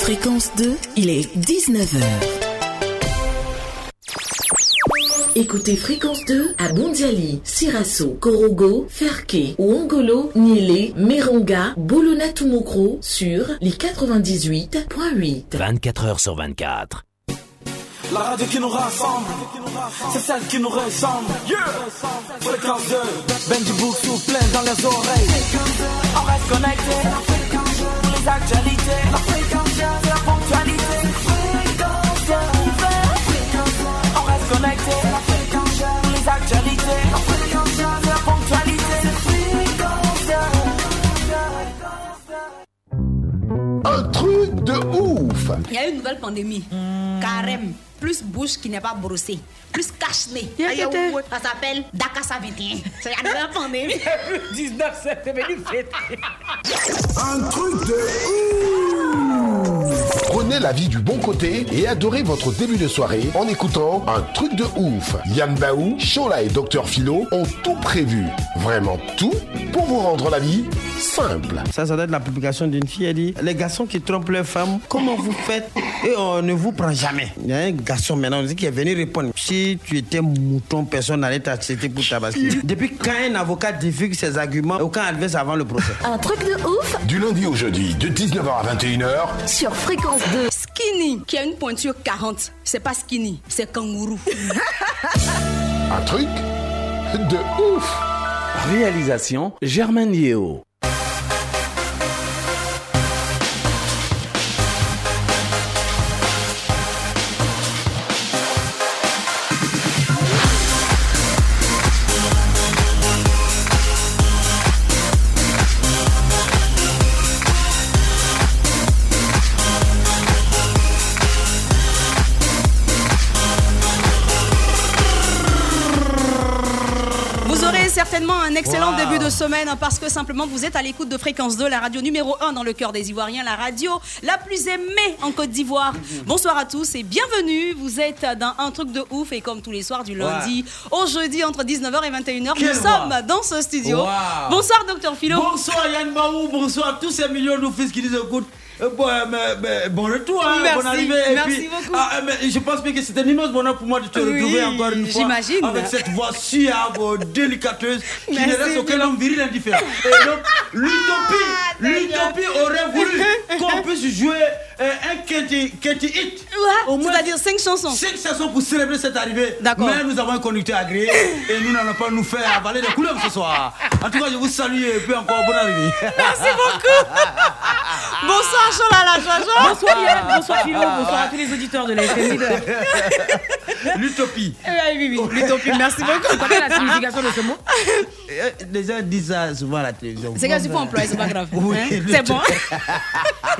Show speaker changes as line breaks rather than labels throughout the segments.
fréquence 2, il est 19h. Écoutez Fréquence 2 à Bondiali, Sirasso, Korogo, Ferke, Ouangolo, Nielé, Meronga, Bolona-Tumokro sur les 98.8.
24 heures sur 24.
La radio qui nous rassemble, c'est celle qui nous ressemble. Yeah. Fréquence 2, ben du bouc tout plein dans les oreilles. On reste connecté, pour les actualités. Fréquence 2, c'est la ponctualité. Fréquence 2, on reste connecté, pour les actualités. Fréquence 2, c'est la ponctualité. Fréquence 2.
Un truc de ouf
Il y a une nouvelle pandémie. Carême. Plus bouche qui n'est pas brossée. Plus cache-nez. Aïe, ouh, ouh. Ça s'appelle Dakassa 21. C'est la nouvelle pandémie.
Un truc de ouf Prenez la vie du bon côté et adorez votre début de soirée en écoutant un truc de ouf. Yann Baou, Chola et Docteur Philo ont tout prévu. Vraiment tout pour vous rendre la vie simple.
Ça, ça date de la publication d'une fille. Elle dit Les garçons qui trompent leurs femmes, comment vous faites Et on ne vous prend jamais. Il y a un garçon maintenant on dit, qui est venu répondre Si tu étais mouton, personne n'allait t'accepter pour tabasser. Depuis quand un avocat divulgue ses arguments, aucun adverse avant le procès.
Un truc de ouf
Du lundi au jeudi, de 19h à 21h,
sur Fréquence 2.
Skinny, qui a une pointure 40. C'est pas skinny, c'est kangourou.
un truc de ouf
Réalisation Germain Liéo.
Vous aurez certainement un excellent début de semaine hein, parce que simplement vous êtes à l'écoute de Fréquence 2, la radio numéro 1 dans le cœur des Ivoiriens, la radio la plus aimée en Côte d'Ivoire.
Mhm.
Bonsoir à tous et bienvenue. Vous êtes dans un truc de ouf et comme tous les soirs du lundi au jeudi entre 19h et 21h, nous
Quelle
sommes
voix.
dans ce studio.
Wow.
Bonsoir docteur Philo.
Bonsoir Yann Baou, bonsoir à tous ces millions de fils qui nous écoutent. Euh, Bon, euh, mais- mais bon retour, hein,
Merci,
bonne arrivée. Et
merci
puis,
beaucoup.
ah, euh, mais je pense bien que c'est un immense bonheur pour moi de te
Oui,
retrouver encore une fois.
j'imagine.
Avec cette voix suave, délicateuse, qui
Merci,
ne laisse aucun
Philo.
homme viril indifférent. Et donc, l'utopie,
Ah,
l'utopie aurait voulu qu'on puisse jouer euh, un Kenty Kenty Hit.
Ouais,
Au moins
C'est-à-dire cinq chansons.
Cinq saisons pour célébrer cette arrivée.
D'accord.
Mais nous avons un conducteur agréé et nous n'allons pas nous faire avaler des couleuvres ce soir. En tout cas, je vous salue et puis encore bonne arrivée.
Merci beaucoup. Bonsoir Cholala Jojo.
Bonsoir Yann, bonsoir Philo, bonsoir à tous les auditeurs de la FMI.
L'utopie.
Eh Oui, oui, oui, l'utopie, merci beaucoup. Vous connaissez la signification de ce mot
Euh, Les gens disent ça souvent à la télévision. euh,
C'est grave, tu peux employer, c'est pas grave.
Oui,
Hein,
le
c'est bon.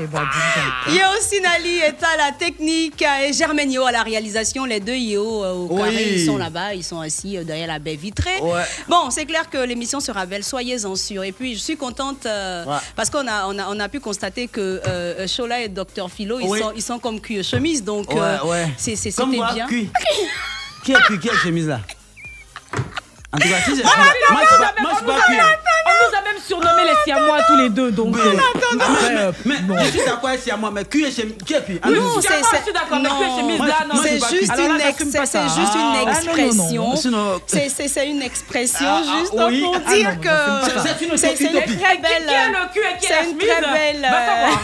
Eh ben, dis
Ah.
Yo Sinali est à la technique euh, et Germaine Yo à la réalisation. Les deux Yo euh, au
Oui.
carré, ils sont là-bas, ils sont assis euh, derrière la baie vitrée.
Ouais.
Bon, c'est clair que l'émission sera belle, soyez-en sûrs. Et puis, je suis contente euh,
Ouais.
parce qu'on a, on a, on a pu constater que euh, Chola et Docteur Philo, ils,
Oui.
sont, ils sont comme cuir chemise. Donc,
Ouais,
euh,
ouais.
c'est c'est-
Comme
c'était
moi,
bien.
cuit. qui est cuit Qui est chemise là En tout cas, si c'est.
donc.
Moi, je suis pas-
On
moi, je suis
nous a
pas
même-
cuit.
On nous a même surnommé les siamois tous les deux, donc.
Mais-
euh, après, euh,
Mais
bon.
je suis d'accord avec moi, mais cuit et chemise. Qui hein? est cuit En tout
Non,
cas,
Tiens,
c'est
moi, je
c'est-
suis d'accord, mais
non.
que chemise, là, non,
c'est
c'est pas-
juste
Alors là,
une
j'assume pas
ex- c'est
ça.
juste une
Ah, non, non, non,
expression.
non,
sinon-
C'est- c'est- C'est une expression
Ah, ah,
juste
oui.
pour
Ah, non,
dire
non,
que
j'assume pas ça. C'est une
c'est une très
utopie.
Qui- qui est
belle.
le cul et qui est la
C'est une
chemise
très belle. euh,
Va savoir,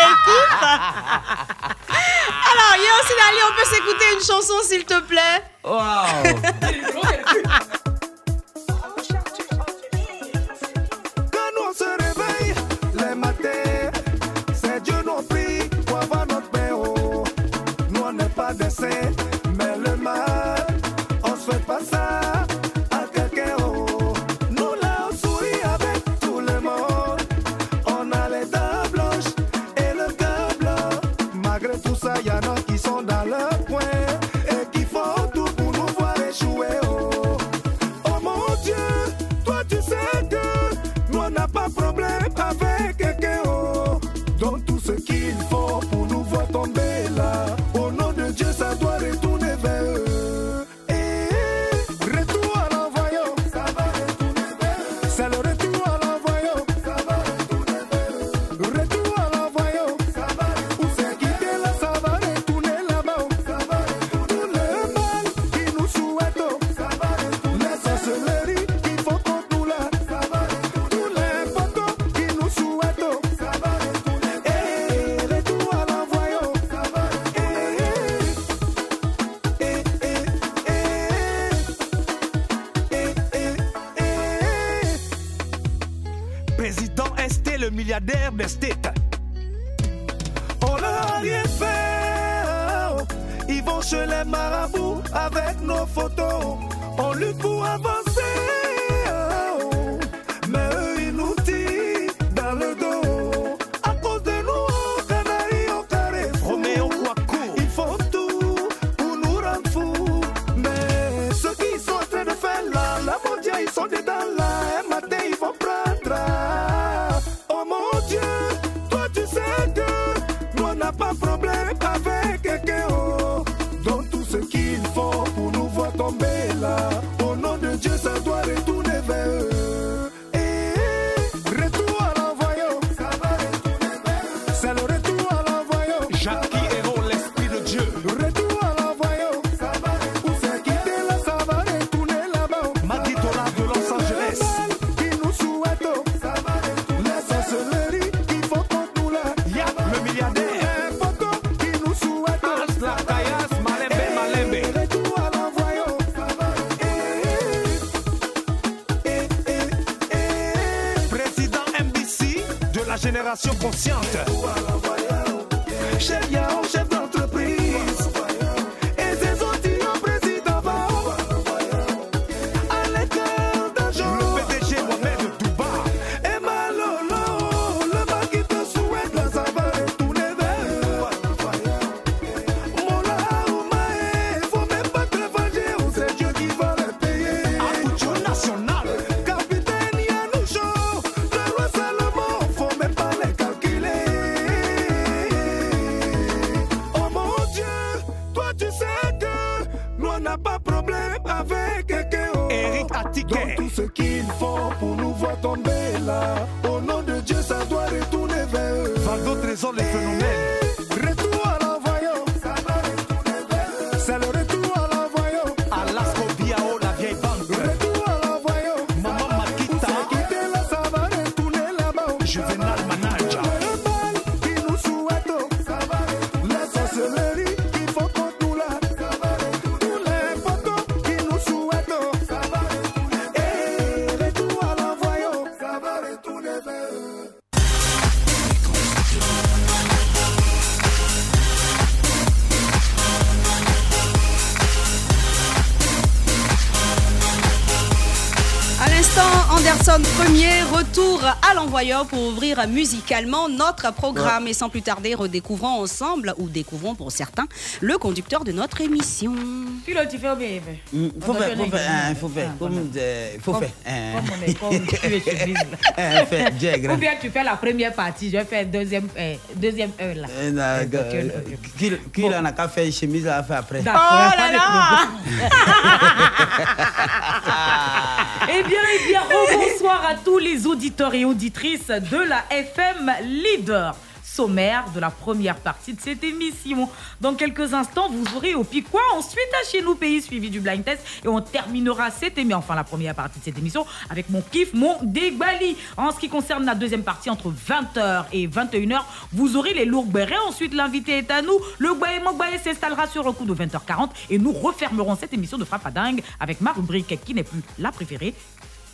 hein.
Alors, Yo Sinali, on peut s'écouter une chanson, s'il te plaît
Waouh
Quand on se réveille les matins, c'est Dieu nous prie pour avoir notre pain. oh. Nous on n'est pas des saints, mais le mal, on se fait pas ça à quelqu'un. oh. Nous là on sourit avec tout le monde, on a les dents blanches et le cœur blanc. Malgré tout ça, y en a qui sont dans le coin et qui font tout pour nous voir échouer. oh. Oh mon Dieu, toi tu sais que nous on n'a pas problème avec quelqu'un. oh. Donc tout ce qu'il faut pour nous voir tomber là, au nom de Dieu, ça doit retourner vers eux. Et retour à l'envoyant, ça va retourner vers eux. C'est le retour à l'envoyant, ça va retourner vers eux. Retour à l'envoyant, ça va retourner vers eux. oh. milliardaire des States. On leur a rien fait. oh. Ils vont chez les marabouts avec nos photos. On lutte pour avancer. oh. Mais eux, ils nous tirent dans le dos. À cause de nous, on canaille, on carré. Roméo Waco. Ils font tout pour nous rendre fous. Mais ceux qui sont en train de faire là, la mondiale, ils sont dedans là. Un matin, ils vont prendre. ah. Oh mon Dieu, toi tu sais que nous on n'a pas problème avec quelqu'un. oh. Dans tout ce qu'ils font pour nous voir tomber là, au nom de Dieu, ça doit retourner vers eux. Eh, Retour à l'envoyeur, ça va retourner vers eux. C'est le retour à l'envoyeur. Jackie Hérault, l'esprit de Dieu. Retour à l'envoyeur, ça va retourner. Où c'est quitté là, ça va retourner là-bas. Maditora de Los Angeles. Qui nous souhaite, ça va retourner. La sorcellerie qui font contre nous là. Y'a le milliardaire. Un photo qui nous souhaite. Ars la caillasse, malembe, malembe. Retour à l'envoyeur, ça va retourner. Président MBC de la génération consciente. Chef Yao, chef d'entreprise. Et ses autillons, président Bao. À l'école d'un jour. Le PDG Mohamed Douba. Et Malolo, le bas qui te souhaite, là, ça va retourner vers eux. Mon Laoumae, faut même pas te venger, oh, c'est Dieu qui va le payer. Akucho national. Capitaine Yanoucho, le roi Salomon, faut même pas les calculer. Oh mon Dieu, toi tu sais que nous on n'a pas problème avec quelqu'un. Eric Attiquet. Dans tout ce qu'ils font pour nous voir tomber là, au nom de Dieu, ça doit retourner vers eux. Valdo Trésor, les phénomènes. Retour à l'envoyant, ça va retourner vers eux. C'est le retour à l'envoyant. Alasco Biao, la vieille banque. Retour à l'envoyant. Maman Makita. Quitté la savane, tourner là-bas. Juvenal Manager. Le mal qui nous souhaite. Ça va retourner. La sorcellerie qui font contre nous là. Ça va retourner. Tous les photos qui nous souhaitent. Ça va retourner. Et retour à l'envoyant. Ça va retourner vers eux.
À l'instant, Anderson premier, retour à l'envoyeur pour ouvrir musicalement notre programme. Et sans plus tarder, redécouvrons ensemble, ou découvrons pour certains, le conducteur de notre émission.
Puis là, tu fais bien, fais.
mm,
Il faut
On
faire,
a
faut
fait
faire, hein,
les-
faut faire.
Ah,
Comme, euh,
eh,
faut
Comme-
faire. hein.
comme on est- comme tu es chez Biz, là.
Hein, fais, Dieu est grand.
Ou bien tu fais la première partie, je vais faire deuxième, euh, deuxième heure là.
Eh,
Euh, non,
Euh,
que-
ok, ok, ok.
qu'il- Qu'il en a qu'à faire une chemise à faire après.
D'accord,
Oh
pas
là
de
là
Eh bien, eh bien, oh, bonsoir à tous les auditeurs et auditrices de la FM Leader. Sommaire de la première partie de cette émission. Dans quelques instants, vous aurez au Piquois, ensuite à Chez nous Pays, suivi du Blind Test. Et on terminera cette émission, enfin la première partie de cette émission, avec mon kiff, mon débali. En ce qui concerne la deuxième partie, entre 20h et 21h, vous aurez les lourds bérets. Ensuite, l'invité est à nous. Le Gbaé Mogbaé s'installera sur le coup de 20h40. Et nous refermerons cette émission de Frappe à Dingue avec ma rubrique qui n'est plus la préférée,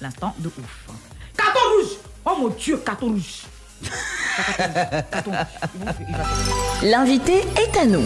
l'instant de ouf. Carton rouge Oh mon dieu, carton rouge Carton rouge. Ils vont- ils vont-
L'invité est à nous.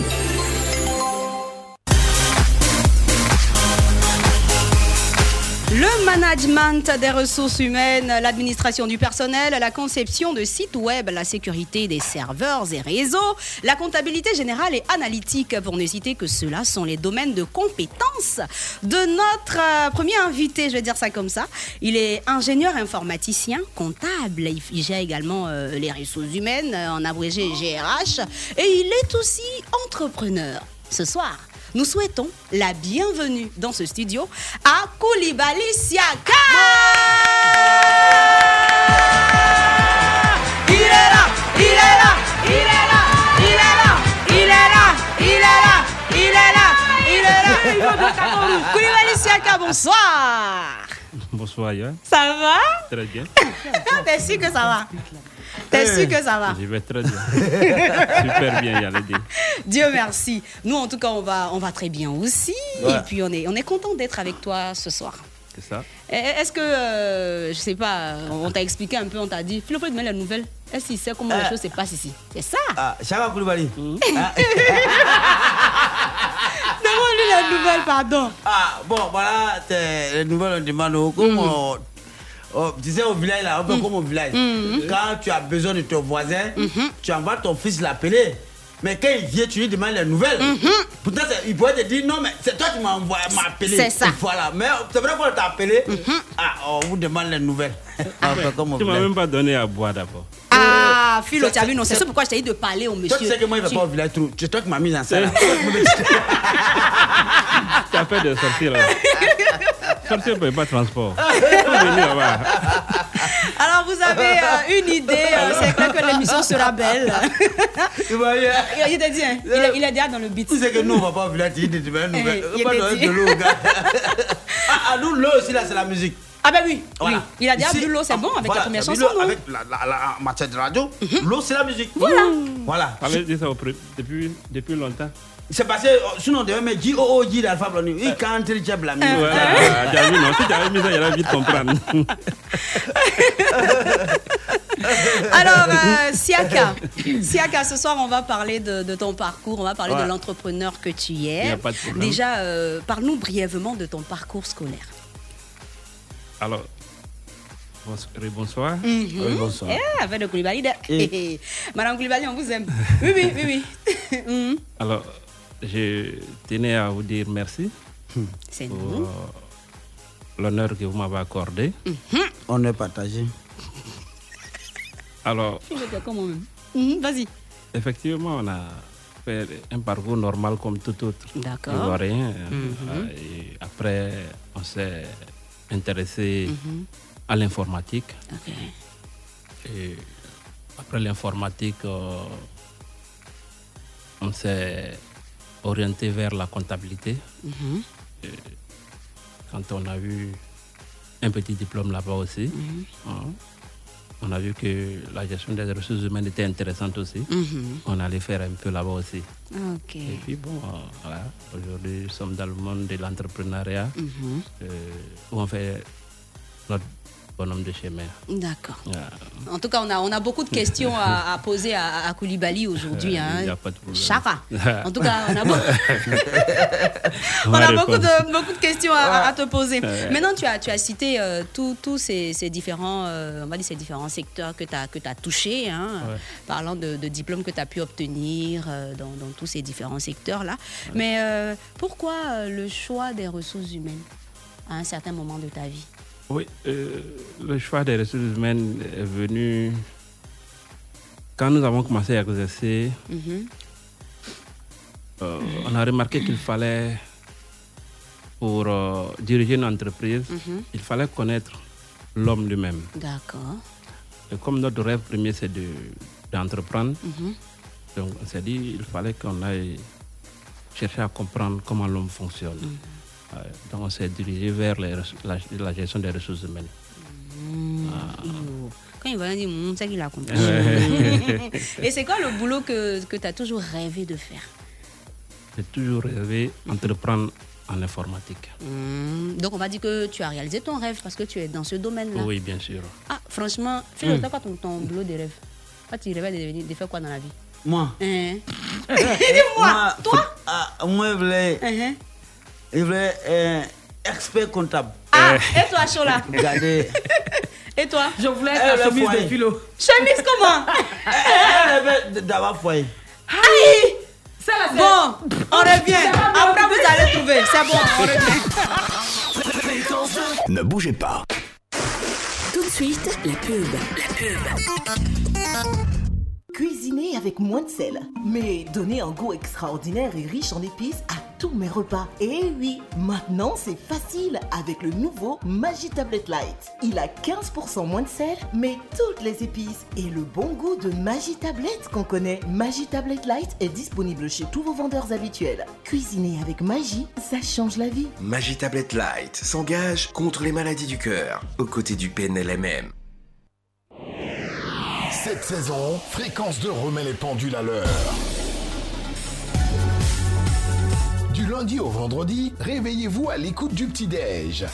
Le management des ressources humaines, l'administration du personnel, la conception de sites web, la sécurité des serveurs et réseaux, la comptabilité générale et analytique, pour ne citer que ceux-là, sont les domaines de compétences de notre euh, premier invité, je vais dire ça comme ça. Il est ingénieur informaticien, comptable, il, il gère également euh, les ressources humaines, euh, en abrégé GRH, et il est aussi entrepreneur. Ce soir, nous souhaitons la bienvenue dans ce studio à Koulibaly Siaka.
Il est là, il est là, il est là, il est là, il est là, il est là, il est là, il est là. Il va dans le carton rouge.
Koulibaly Siaka, bonsoir.
Bonsoir, Yann.
Ça va
Très bien.
Ah, T'es sûr que ça va T'es sûr que ça va
Je vais très bien. Super bien, Yann.
Dieu merci. Nous en tout cas, on va, on va très bien aussi.
Ouais.
Et puis on est, on est content d'être avec toi ce soir.
C'est ça.
Et- Est-ce que, euh, je sais pas, on t'a expliqué un peu, on t'a dit, Philo peut donner la nouvelle. Est-ce qu'il sait comment les
Ah.
choses se passent ici C'est ça Hmm.
Ah, Chaba Koulibaly. Ah,
Demande-lui la nouvelle, pardon.
ah, bon, voilà, c'est les nouvelles, on demande oh,
Hmm.
comment. oh, tu sais, au village, là, un peu comme au village.
Hmm.
Mhm.
Quand tu as besoin de ton voisin, tu envoies ton fils l'appeler. Mais quand il vient, tu lui demandes les nouvelles.
Hmm.
Pourtant, c'est- il pourrait te dire non, mais c'est toi qui m'as envoyé- m'as appelé.
C'est ça.
Voilà, mais c'est vrai qu'on t'a appelé.
Hmm.
Ah, on vous demande les nouvelles. Un peu comme au
Ah, Tu m'as
village.
même pas donné à boire d'abord.
Ah, Philo, tu as vu, non, c'est
ça-
ça pourquoi je t'ai dit de parler au monsieur.
Toi, tu sais que moi, il ne va
Tu- Eh.
pas au village trop. C'est toi qui m'as mis en salle.
Tu as fait de sortir là. Sortir pour pas de transport.
Ah.
Faut venir là-bas.
Alors, vous avez euh, une idée, euh, c'est clair que l'émission sera belle.
Tu vois, il y a-
Il t'a dit, hein, il est- il est déjà dans le beat.
Tu sais que nous, on va pas au village, tu dis, tu veux une nouvelle.
Eh, il
On va
était
donner
dit.
de l'eau au gars. Ah, ah, nous, l'eau aussi, là, c'est la musique.
Ah, ben oui.
Voilà.
oui. Il a déjà
Ici,
bu l'eau, c'est bon, avec
voilà,
la première
t'as vu
chanson,
l'eau
non Mhm.
Avec la, la, la matière de radio, l'eau, c'est la musique.
Voilà.
Voilà.
T'avais dit ça au pré- depuis, depuis longtemps.
C'est passé, euh, sinon, on devait mettre J-O-O-J d'Alpha Blondie. Il quand il tient la musique.
Ouais,
Ah.
t'as vu, non Si t'avais mis ça, il allait vite comprendre.
Alors, euh, Siaka. Siaka, ce soir, on va parler de, de ton parcours, on va parler
Ouais.
de l'entrepreneur que tu es.
Il y a pas de problème.
Déjà, euh, parle-nous brièvement de ton parcours scolaire.
Alors, bonso- bonsoir. Eh.
Mhm. Eh, avec le Koulibaly. de-
Et-
Madame Koulibaly, on vous aime. Oui, oui, oui, oui. Mhm.
Alors, je tenais à vous dire merci.
Hmm. C'est
pour,
nous.
euh, L'honneur que vous m'avez accordé.
Mhm.
On est partagé.
Alors,
Il veut dire comment même. Mhm, Vas-y.
effectivement, on a fait un parcours normal comme tout autre.
D'accord.
Ivoirien.
Mhm.
Euh, et après, on s'est intéressé
Mhm.
à l'informatique. Et après l'informatique, euh, on s'est orienté vers la comptabilité.
Mhm.
Et quand on a eu un petit diplôme là-bas aussi,
Mhm.
hein, on a vu que la gestion des ressources humaines était intéressante aussi.
Mm-hmm.
Mhm.
On allait faire un peu là-bas aussi.
Ok.
Et puis bon, euh, voilà, aujourd'hui, nous sommes dans le monde de l'entrepreneuriat
Mm-hmm.
Mhm.
euh, où on fait notre bonhomme de chemin. Ah,
D'accord.
Voilà.
En tout cas, on a, on a beaucoup de questions à, à poser à, à Koulibaly aujourd'hui.
Euh,
hein.
il y a pas de problème.
Chara. En tout cas, on a, beau- on a beaucoup, de, beaucoup de questions à- à, à te poser.
Ah. Ouais.
Maintenant, tu as, tu as cité euh, tous tous ces, ces différents, euh, on va dire ces différents secteurs que tu as, que as touchés, hein,
Ouais.
parlant de, de diplômes que tu as pu obtenir euh, dans, dans tous ces différents secteurs-là. Mais euh, pourquoi euh, le choix des ressources humaines à un certain moment de ta vie
Oui, euh, le choix des ressources humaines est venu quand nous avons commencé à exercer.
Mhm.
euh,
Mm-hmm.
on a remarqué qu'il fallait, pour euh, diriger une entreprise,
Mhm.
il fallait connaître l'homme lui-même.
D'accord.
Et comme notre rêve premier, c'est de- d'entreprendre,
Mhm.
donc on s'est dit il fallait qu'on aille chercher à comprendre comment l'homme fonctionne.
Mhm.
Euh, donc on s'est dirigé vers les res- la, la gestion des ressources humaines. Ah.
Mmh. Yo. Quand il va dire, Mmh, c'est qu'il a compris.
Ouais.
Et c'est quoi le boulot que, que tu as toujours rêvé de faire
J'ai toujours rêvé d'entreprendre en informatique.
Mmh. Donc on va dire que tu as réalisé ton rêve parce que tu es dans ce domaine-là.
Oui, bien sûr.
Ah, franchement, Philo,
Mmh.
toi, quoi ton, ton boulot de rêve Toi, tu rêvais de, devenir- de faire quoi dans la vie
Moi.
Hein
Dis-moi, toi Moi, je voulais.
Uh-huh.
Je voulais euh, expert comptable.
Ah,
Eh.
et toi, Chola
Regardez.
Et toi
Je voulais
Eh,
être la chemise de Philo.
Chemise comment
Elle rêvait d'avoir foyer.
Aïe
Ça, là, c'est-
Bon, on revient. Après, vous allez trouver. C'est bon, on revient.
Ne bougez pas.
Tout de suite, la pub. La pub. Cuisiner avec moins de sel, mais donner un goût extraordinaire et riche en épices à tous mes repas. Et oui, maintenant c'est facile avec le nouveau Magi Tablet Light. Il a 15% moins de sel, mais toutes les épices et le bon goût de Magi Tablet qu'on connaît. Magi Tablet Light est disponible chez tous vos vendeurs habituels. Cuisiner avec magie, ça change la vie.
Magie Tablette Light s'engage contre les maladies du cœur, aux côtés du PNLMM.
Cette saison, Fréquence 2 remet les pendules à l'heure. Du lundi lundi au vendredi, réveillez-vous à l'écoute du petit-déj.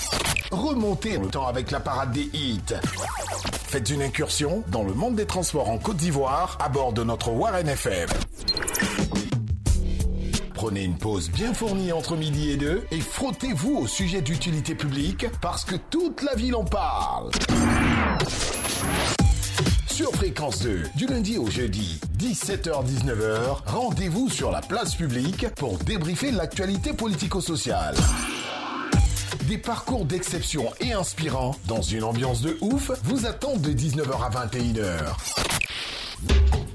Remontez le temps avec la parade des hits. Faites une incursion dans le monde des transports en Côte d'Ivoire à bord de notre Warren FM. Prenez une pause bien fournie entre midi et deux et frottez-vous au sujet d'utilité publique parce que toute la ville en parle. Sur Fréquence 2, du lundi au jeudi, 17h-19h, rendez-vous sur la place publique pour débriefer l'actualité politico-sociale. Des parcours d'exception et inspirants dans une ambiance de ouf vous attendent de 19h à 21h.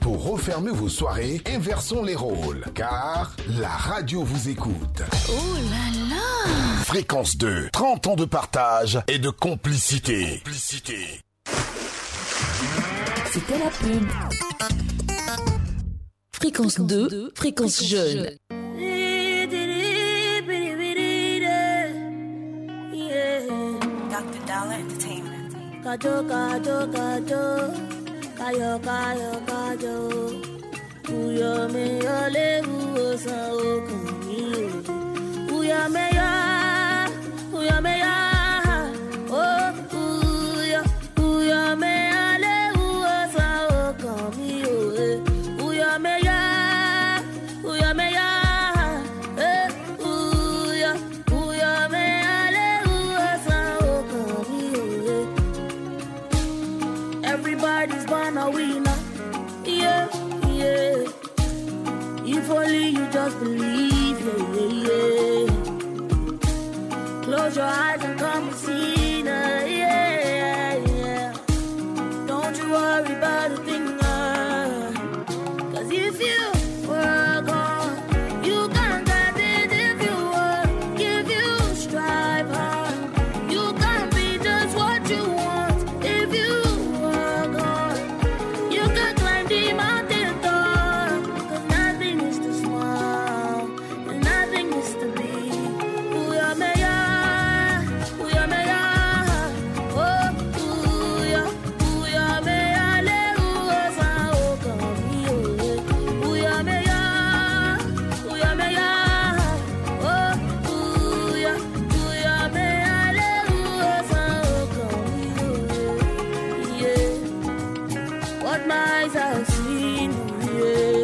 Pour refermer vos soirées, inversons les rôles, car la radio vous écoute.
Oh là là
Fréquence 2, 30 ans de partage et de complicité. Complicité.
C'était la pub. Fréquence 2, fréquence jeune.
Dr. Dollar Entertainment. Kajo, kajo, kajo. Kayo, kayo, kayo. Uyọ̀mẹ̀yọ̀ léwu ọ̀sán okùn mi o. Uyọ̀mẹ̀yọ̀, uyọ̀mẹ̀yọ̀. Oh, uyọ̀, uyọ̀mẹ̀yọ̀ léwu ọ̀sán okùn mi o. eh. Uyọ̀mẹ̀yọ̀, uyọ̀mẹ̀yọ̀. Eh, uyọ̀, uyọ̀mẹ̀yọ̀ léwu ọ̀sán okùn mi o. eh. Everybody's born a winner. Yeah, yeah. If only you just believe, yeah, yeah, yeah. Close your eyes and come and see, now, yeah, yeah. Don't you worry about a thing, uh, cause if you work on, you can get it if you work, if you strive hard. You can be just what you want if you work hard. You can climb the mountain top, cause nothing is too small, and nothing is too big. Ooh, yeah, me, yeah. Ooh, yeah, me, yeah. Oh, ooh, yeah. Ooh, yeah, me, yeah. Le, ooh, oh, sa, oh, come here. Ooh, yeah, me, yeah. Ooh, yeah, me, yeah. Oh, ooh, yeah. Ooh, yeah, me, yeah. Le, ooh, oh, sa, oh, come here. Yeah. What my eyes have seen, yeah.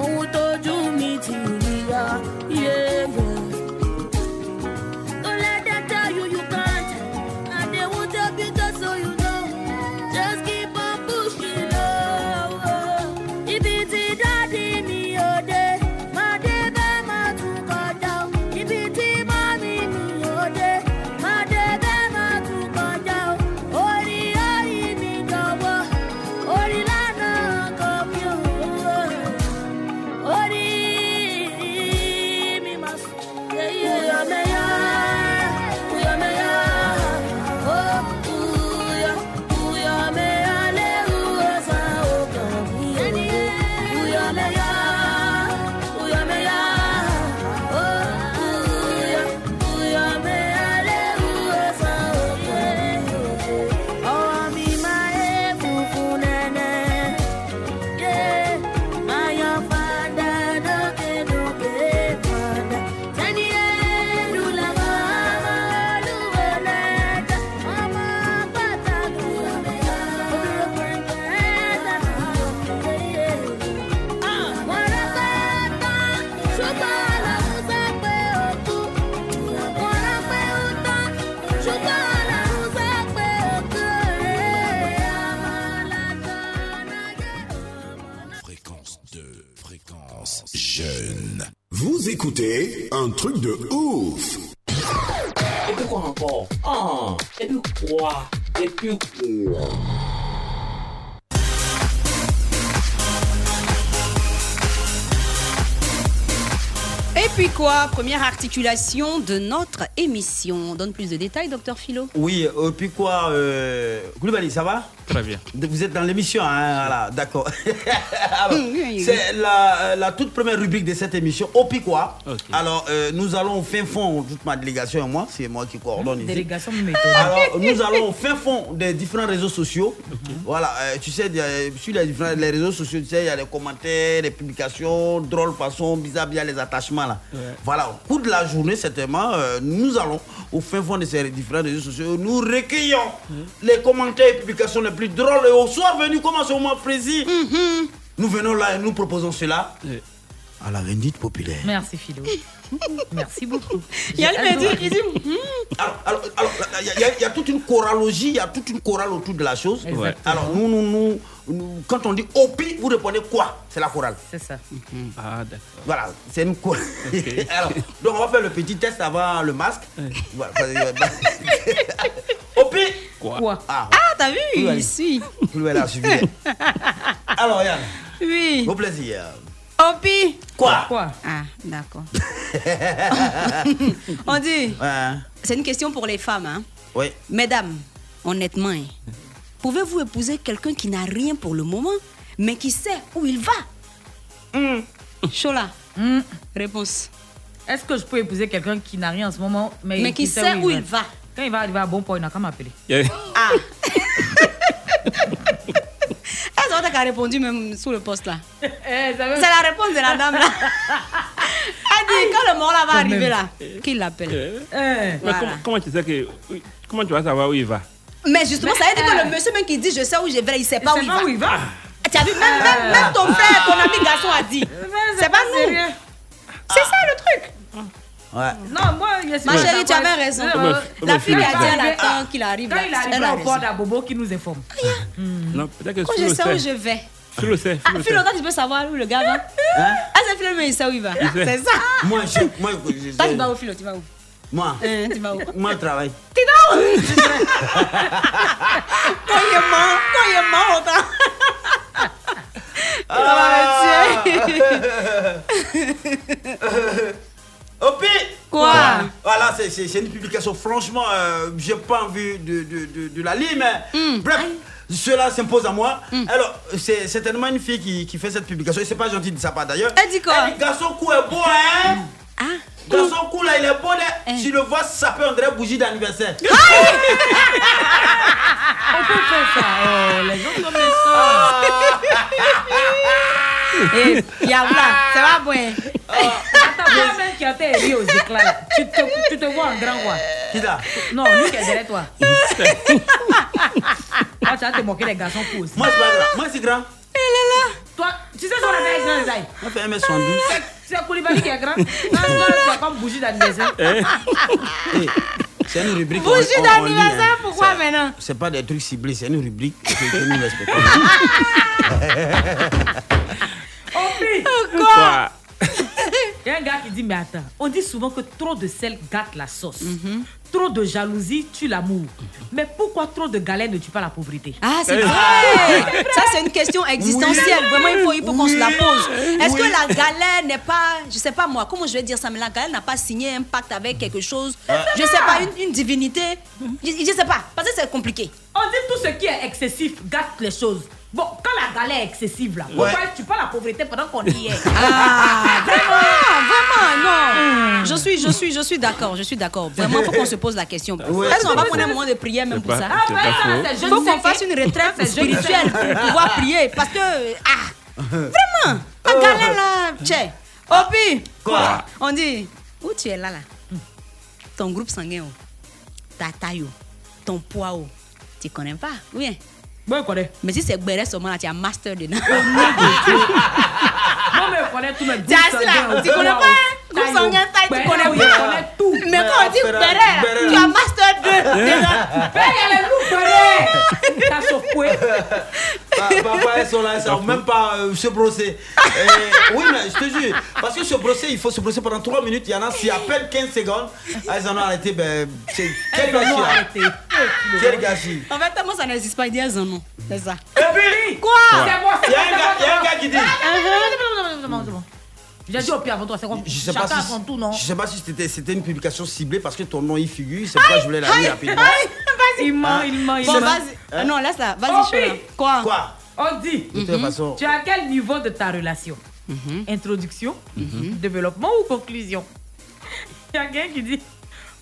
Ohun tójú mi ti ríra, yeah, yeah. Don't let them tell you you can't, and they won't help you just so you know. Just keep on pushing, oh, oh. Ibi tí daddy mi ò dé, máa dé bẹ́ẹ̀ máa tún kọjá o. Ibi tí mommy mi ò dé, máa dé bẹ́ẹ̀ máa tún kọjá o. Orí orí mi dọ̀wọ́, orí lánàá kọ́ mi ò. Orí mi máa sùn. Uyọ̀mẹ̀yọ̀, uyọ̀mẹ̀yọ̀, oh, uyọ̀, uyọ̀mẹ̀yọ̀ léwu ọ̀sán ọkàn mi ò. Uyọ̀mẹ̀yọ̀, uyọ̀mẹ̀yọ̀, oh, uyọ̀, uyọ̀mẹ̀yọ̀ léwu ọ̀sán ọkàn mi ò. Ọwọ́ mi máa yé funfun nẹ́nẹ́. Yeah, my young father, no get no get father. Tani elu la mama lu veleta, mama pata lu mega. Obi obrengeta, yeah, yeah. Ah, wana pata, chupa la uza pe otu. Wana pe uta, chupa la uza pe otu.
Fréquence 2, fréquence
Jeune. Vous écoutez un truc de ouf.
Et puis quoi encore Ah, et puis quoi Et puis quoi
Et puis quoi Première articulation de notre émission. On donne plus de détails, docteur Philo
euh,
Oui, et puis quoi, euh, Koulibaly, ça va
Très bien.
Vous êtes dans l'émission, hein, voilà, d'accord. Alors, c'est la, euh, la toute première rubrique de cette émission, au Piquois. Alors, euh, nous allons au fin fond, toute ma délégation et moi, c'est moi qui coordonne ici.
Délégation de méthode.
Alors, nous allons au fin fond des différents réseaux sociaux. Voilà, euh, tu sais, il y a- sur les, différents, les réseaux sociaux, tu sais, il y a les commentaires, les publications, drôles, façon, bizarre, bien les attachements là. Voilà, au cours de la journée, certainement, euh, nous allons au fin fond de ces différents réseaux sociaux, nous recueillons les commentaires et publications les plus drôles. Et au soir venu, comment ce moment précis Nous venons là et nous proposons cela à la rendite populaire.
Merci Philo. Merci beaucoup.
Yann
J'ai
Mendy,
adoré.
il dit,
Il y, a- il y a toute une choralogie, il y a toute une chorale autour de la chose.
Exactement.
Alors, nous, nous, nous, nous- quand on dit opi, vous répondez quoi C'est la chorale.
C'est ça.
Mhm.
Ah, d'accord.
Voilà, c'est une chorale. Alors, donc, on va faire le petit test avant le masque. Voilà, parce que- opi
Quoi,
Ah,
Ah, t'as vu,
Oui, allez.
il suit.
Plus elle a suivi. Alors, Yann,
Oui.
au plaisir.
Opi.
Quoi
Ah, d'accord.
Ouais.
On dit, c'est une question pour les femmes. hein.
Oui.
Mesdames, honnêtement, hein, pouvez-vous épouser quelqu'un qui n'a rien pour le moment, mais qui sait où il va Hmm. Chola, réponse.
Hmm. Est-ce que je peux épouser quelqu'un qui n'a rien en ce moment, mais,
Mais qui sait où il va
Quand il va arriver à bon point, il n'a qu'à m'appeler.
Ah Est-ce qu'on t'a qu'à répondu même sous le poste là
C'est
la réponse de la dame là. Elle dit, quand le mort là va arriver là, qu'il l'appelle. Euh,
Mais
Voilà.
comment, comment tu sais que. Comment tu vas savoir où il va
Mais justement, ça veut dire que le monsieur même qui dit je sais où je vais, il ne sait pas où il va. Ah, Tu as vu, même, même, même ton frère, ton ami garçon a dit. C'est pas nous. C'est ça le truc.
Ouais.
Non, Ah, moi, il y a
Ma chérie, tu avais raison. La fille lui a dit elle attend qu'il arrive.
Euh, Quand
là.
il
Elle a
arrive
raison.
au corps d'Abobo qui nous informe.
Non, peut-être que
Mhm. Quand
tu
je
le
sais où je
sais.
vais.
Tu le sais.
Ah, Philo, toi, tu peux savoir où le gars va.
Hein
Ah, c'est Philo, mais il sait où il va.
Il sait.
C'est ça.
Moi, je. Moi, je- je-
Toi, tu vas où, Philo Tu vas où
moi,
Hein, Tu vas où
moi, je travaille.
Tu vas où Quand il est mort, quand il est mort, on t'a-
Ah. Opi
Quoi
Voilà, c'est- c'est c'est une publication, franchement, euh, j'ai pas envie de, de, de, de la lire, mais
Hmm.
bref, cela s'impose à moi. Alors, c'est certainement une fille qui, qui fait cette publication, et c'est pas gentil de sa part d'ailleurs. Elle dit quoi Elle dit, garçon cou est beau, hein
Ah.
Garçon cou là, il est beau, là.
Eh.
Tu le vois saper, on dirait bougie d'anniversaire.
On peut faire ça. Oh, les gens comme les
Eh, Diabla, c'est pas bon.
Attends, toi-même qui as été élu aux éclats, là, tu te, tu te vois en grand quoi
Qui ça
Non, lui qui est derrière toi. Ah, tu vas te moquer des garçons pour aussi.
Moi, c'est pas grand. Moi, c'est grand.
Toi, tu sais ce qu'on appelle grand, Zay
Moi, fait 1m72.
C'est- C'est Koulibaly qui est grand. Non, toi, tu es comme bougie d'anniversaire.
Eh, C'est une rubrique. on-
Bougie
on- on lit,
d'anniversaire,
hein.
pourquoi maintenant
C'est pas des trucs ciblés, c'est une rubrique que- que nous respectons.
Quoi Il y a un gars qui dit, mais attends, on dit souvent que trop de sel gâte la sauce.
Mhm.
Trop de jalousie tue l'amour. Mais pourquoi trop de galère ne tue pas la pauvreté
Ah, c'est vrai. Ça, c'est une question existentielle.
Eh. Oui.
Vraiment, il faut, il faut qu'on
Oui.
se la pose. Est-ce
Oui.
que la galère n'est pas, je sais pas moi, comment je vais dire ça, mais la galère n'a pas signé un pacte avec quelque chose,
Ah.
je sais pas, une, une divinité, je, je sais pas, parce que c'est compliqué.
On dit tout ce qui est excessif gâte les choses. Bon, quand la galère est excessive, là, pourquoi
Ouais.
tu pas la pauvreté pendant qu'on y est
Ah, vraiment, vraiment,
Ah.
non. Je suis, je suis, je suis d'accord, je suis d'accord. Vraiment, faut qu'on se pose la question.
Ouais.
Est-ce qu'on va prendre un moment de prière même
C'est
pour
pas-
ça
c'est pas Ah, ouais, faux. ça, c'est jeune
Faut qu'on
sec,
fasse
hein.
une retraite
C'est jeune sec.
spirituelle pour pouvoir prier, parce que ah, vraiment,
Oh.
la galère là, tchè. Opi,
Quoi
On dit, où tu es là là Ton groupe sanguin, oh. ta taille, oh. ton poids, oh. tu connais pas Oui.
Moi, je connais.
Mais si c'est Gbéré seulement là, tu as master dedans.
Oh, Moi, mais je connais tout le
Tu as assis là, tu connais pas hein? Groupe sanguin, taille, tu connais
oui,
pas
Ben je connais tout.
Mais quand on dit
Ferrari,
Béré,
Ferrari.
tu as master 2
T'as secoué.
Pa- Papa, elles sont là, elles savent même pas euh, se brosser. Euh, oui, mais je te jure, parce que se brosser, il faut se brosser pendant 3 minutes. Il y en a, si à peine 15 secondes, elles en ont arrêté. Ben, c'est quel
Elles en ont
gâchis. hein.
arrêté.
Quel gâchis.
En fait, tellement ça n'existe pas, il y a un nom. C'est ça.
Quoi C'est moi, c'est
Il y a
moi,
un
c'est moi,
gars- il y a un gars qui dit.
c'est moi, c'est moi. J'ai dit au pire avant toi, c'est quoi
Hmm. Je sais
Chacun
pas
a
si,
son tour, non
je sais pas si c'était, c'était une publication ciblée parce que ton nom y figure. C'est pourquoi je voulais la lire rapidement. Hein
Aïe,
Il ment, il ment, il
Bon,
ment.
vas-y. Ah Non, laisse là. Vas-y,
Oh,
Chola.
oui.
Quoi
On dit.
De toute Mhm. façon-
Tu es à quel niveau de ta relation Mm-hmm. Introduction, Mm-hmm. développement ou conclusion Il y a quelqu'un qui dit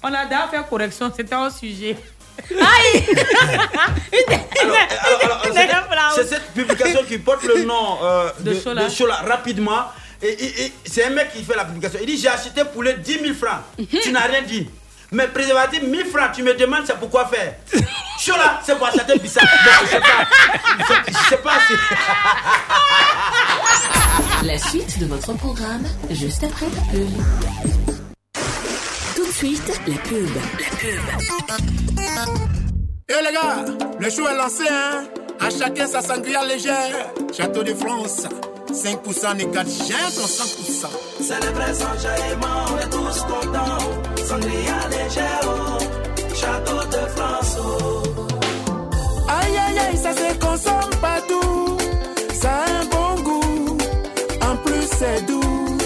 on a d'ailleurs fait correction, c'était un sujet. Aïe
Alors, alors, c'est- C'est cette publication qui porte le nom euh, de,
De Chola.
de Chola, rapidement. Et, et- et c'est un mec qui fait la publication. Il dit J'ai acheté poulet 10 000 francs.
Mhm.
Tu n'as rien dit. Mais préservatif 1000 francs, tu me demandes c'est pourquoi faire. Chola, c'est quoi ça te bizarre Non, Je sais pas. Je- Je sais pas si.
Ah.
La suite de votre programme, juste après la pub. Tout de suite, la pub. La pub.
Eh les gars, le show est lancé, hein À chacun sa sangria légère. Château de France, 5% n'est qu'à en 100%.
C'est le vrai Saint-Germain, on est tous contents. Sangria légère, oh, château de France. oh.
Aïe aïe aïe, ça se consomme partout. Ça a un bon goût, en plus c'est doux.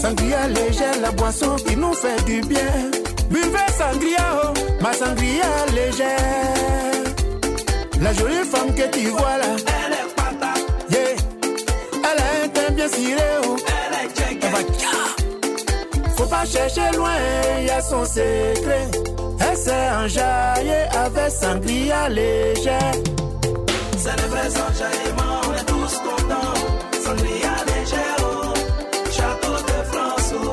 Sangria légère, la boisson qui nous fait du bien. Buvez sangria, oh, ma sangria légère. La jolie femme que tu vois là, elle est patate. Yeah. Elle a un teint bien ciré, oh. Elle est checkée. Faut pas chercher loin, y a son secret. Elle s'est enjaillée avec sangria légère.
C'est le vrai Saint-Germain, on est tous contents. Sangria légère, oh, château de France. oh.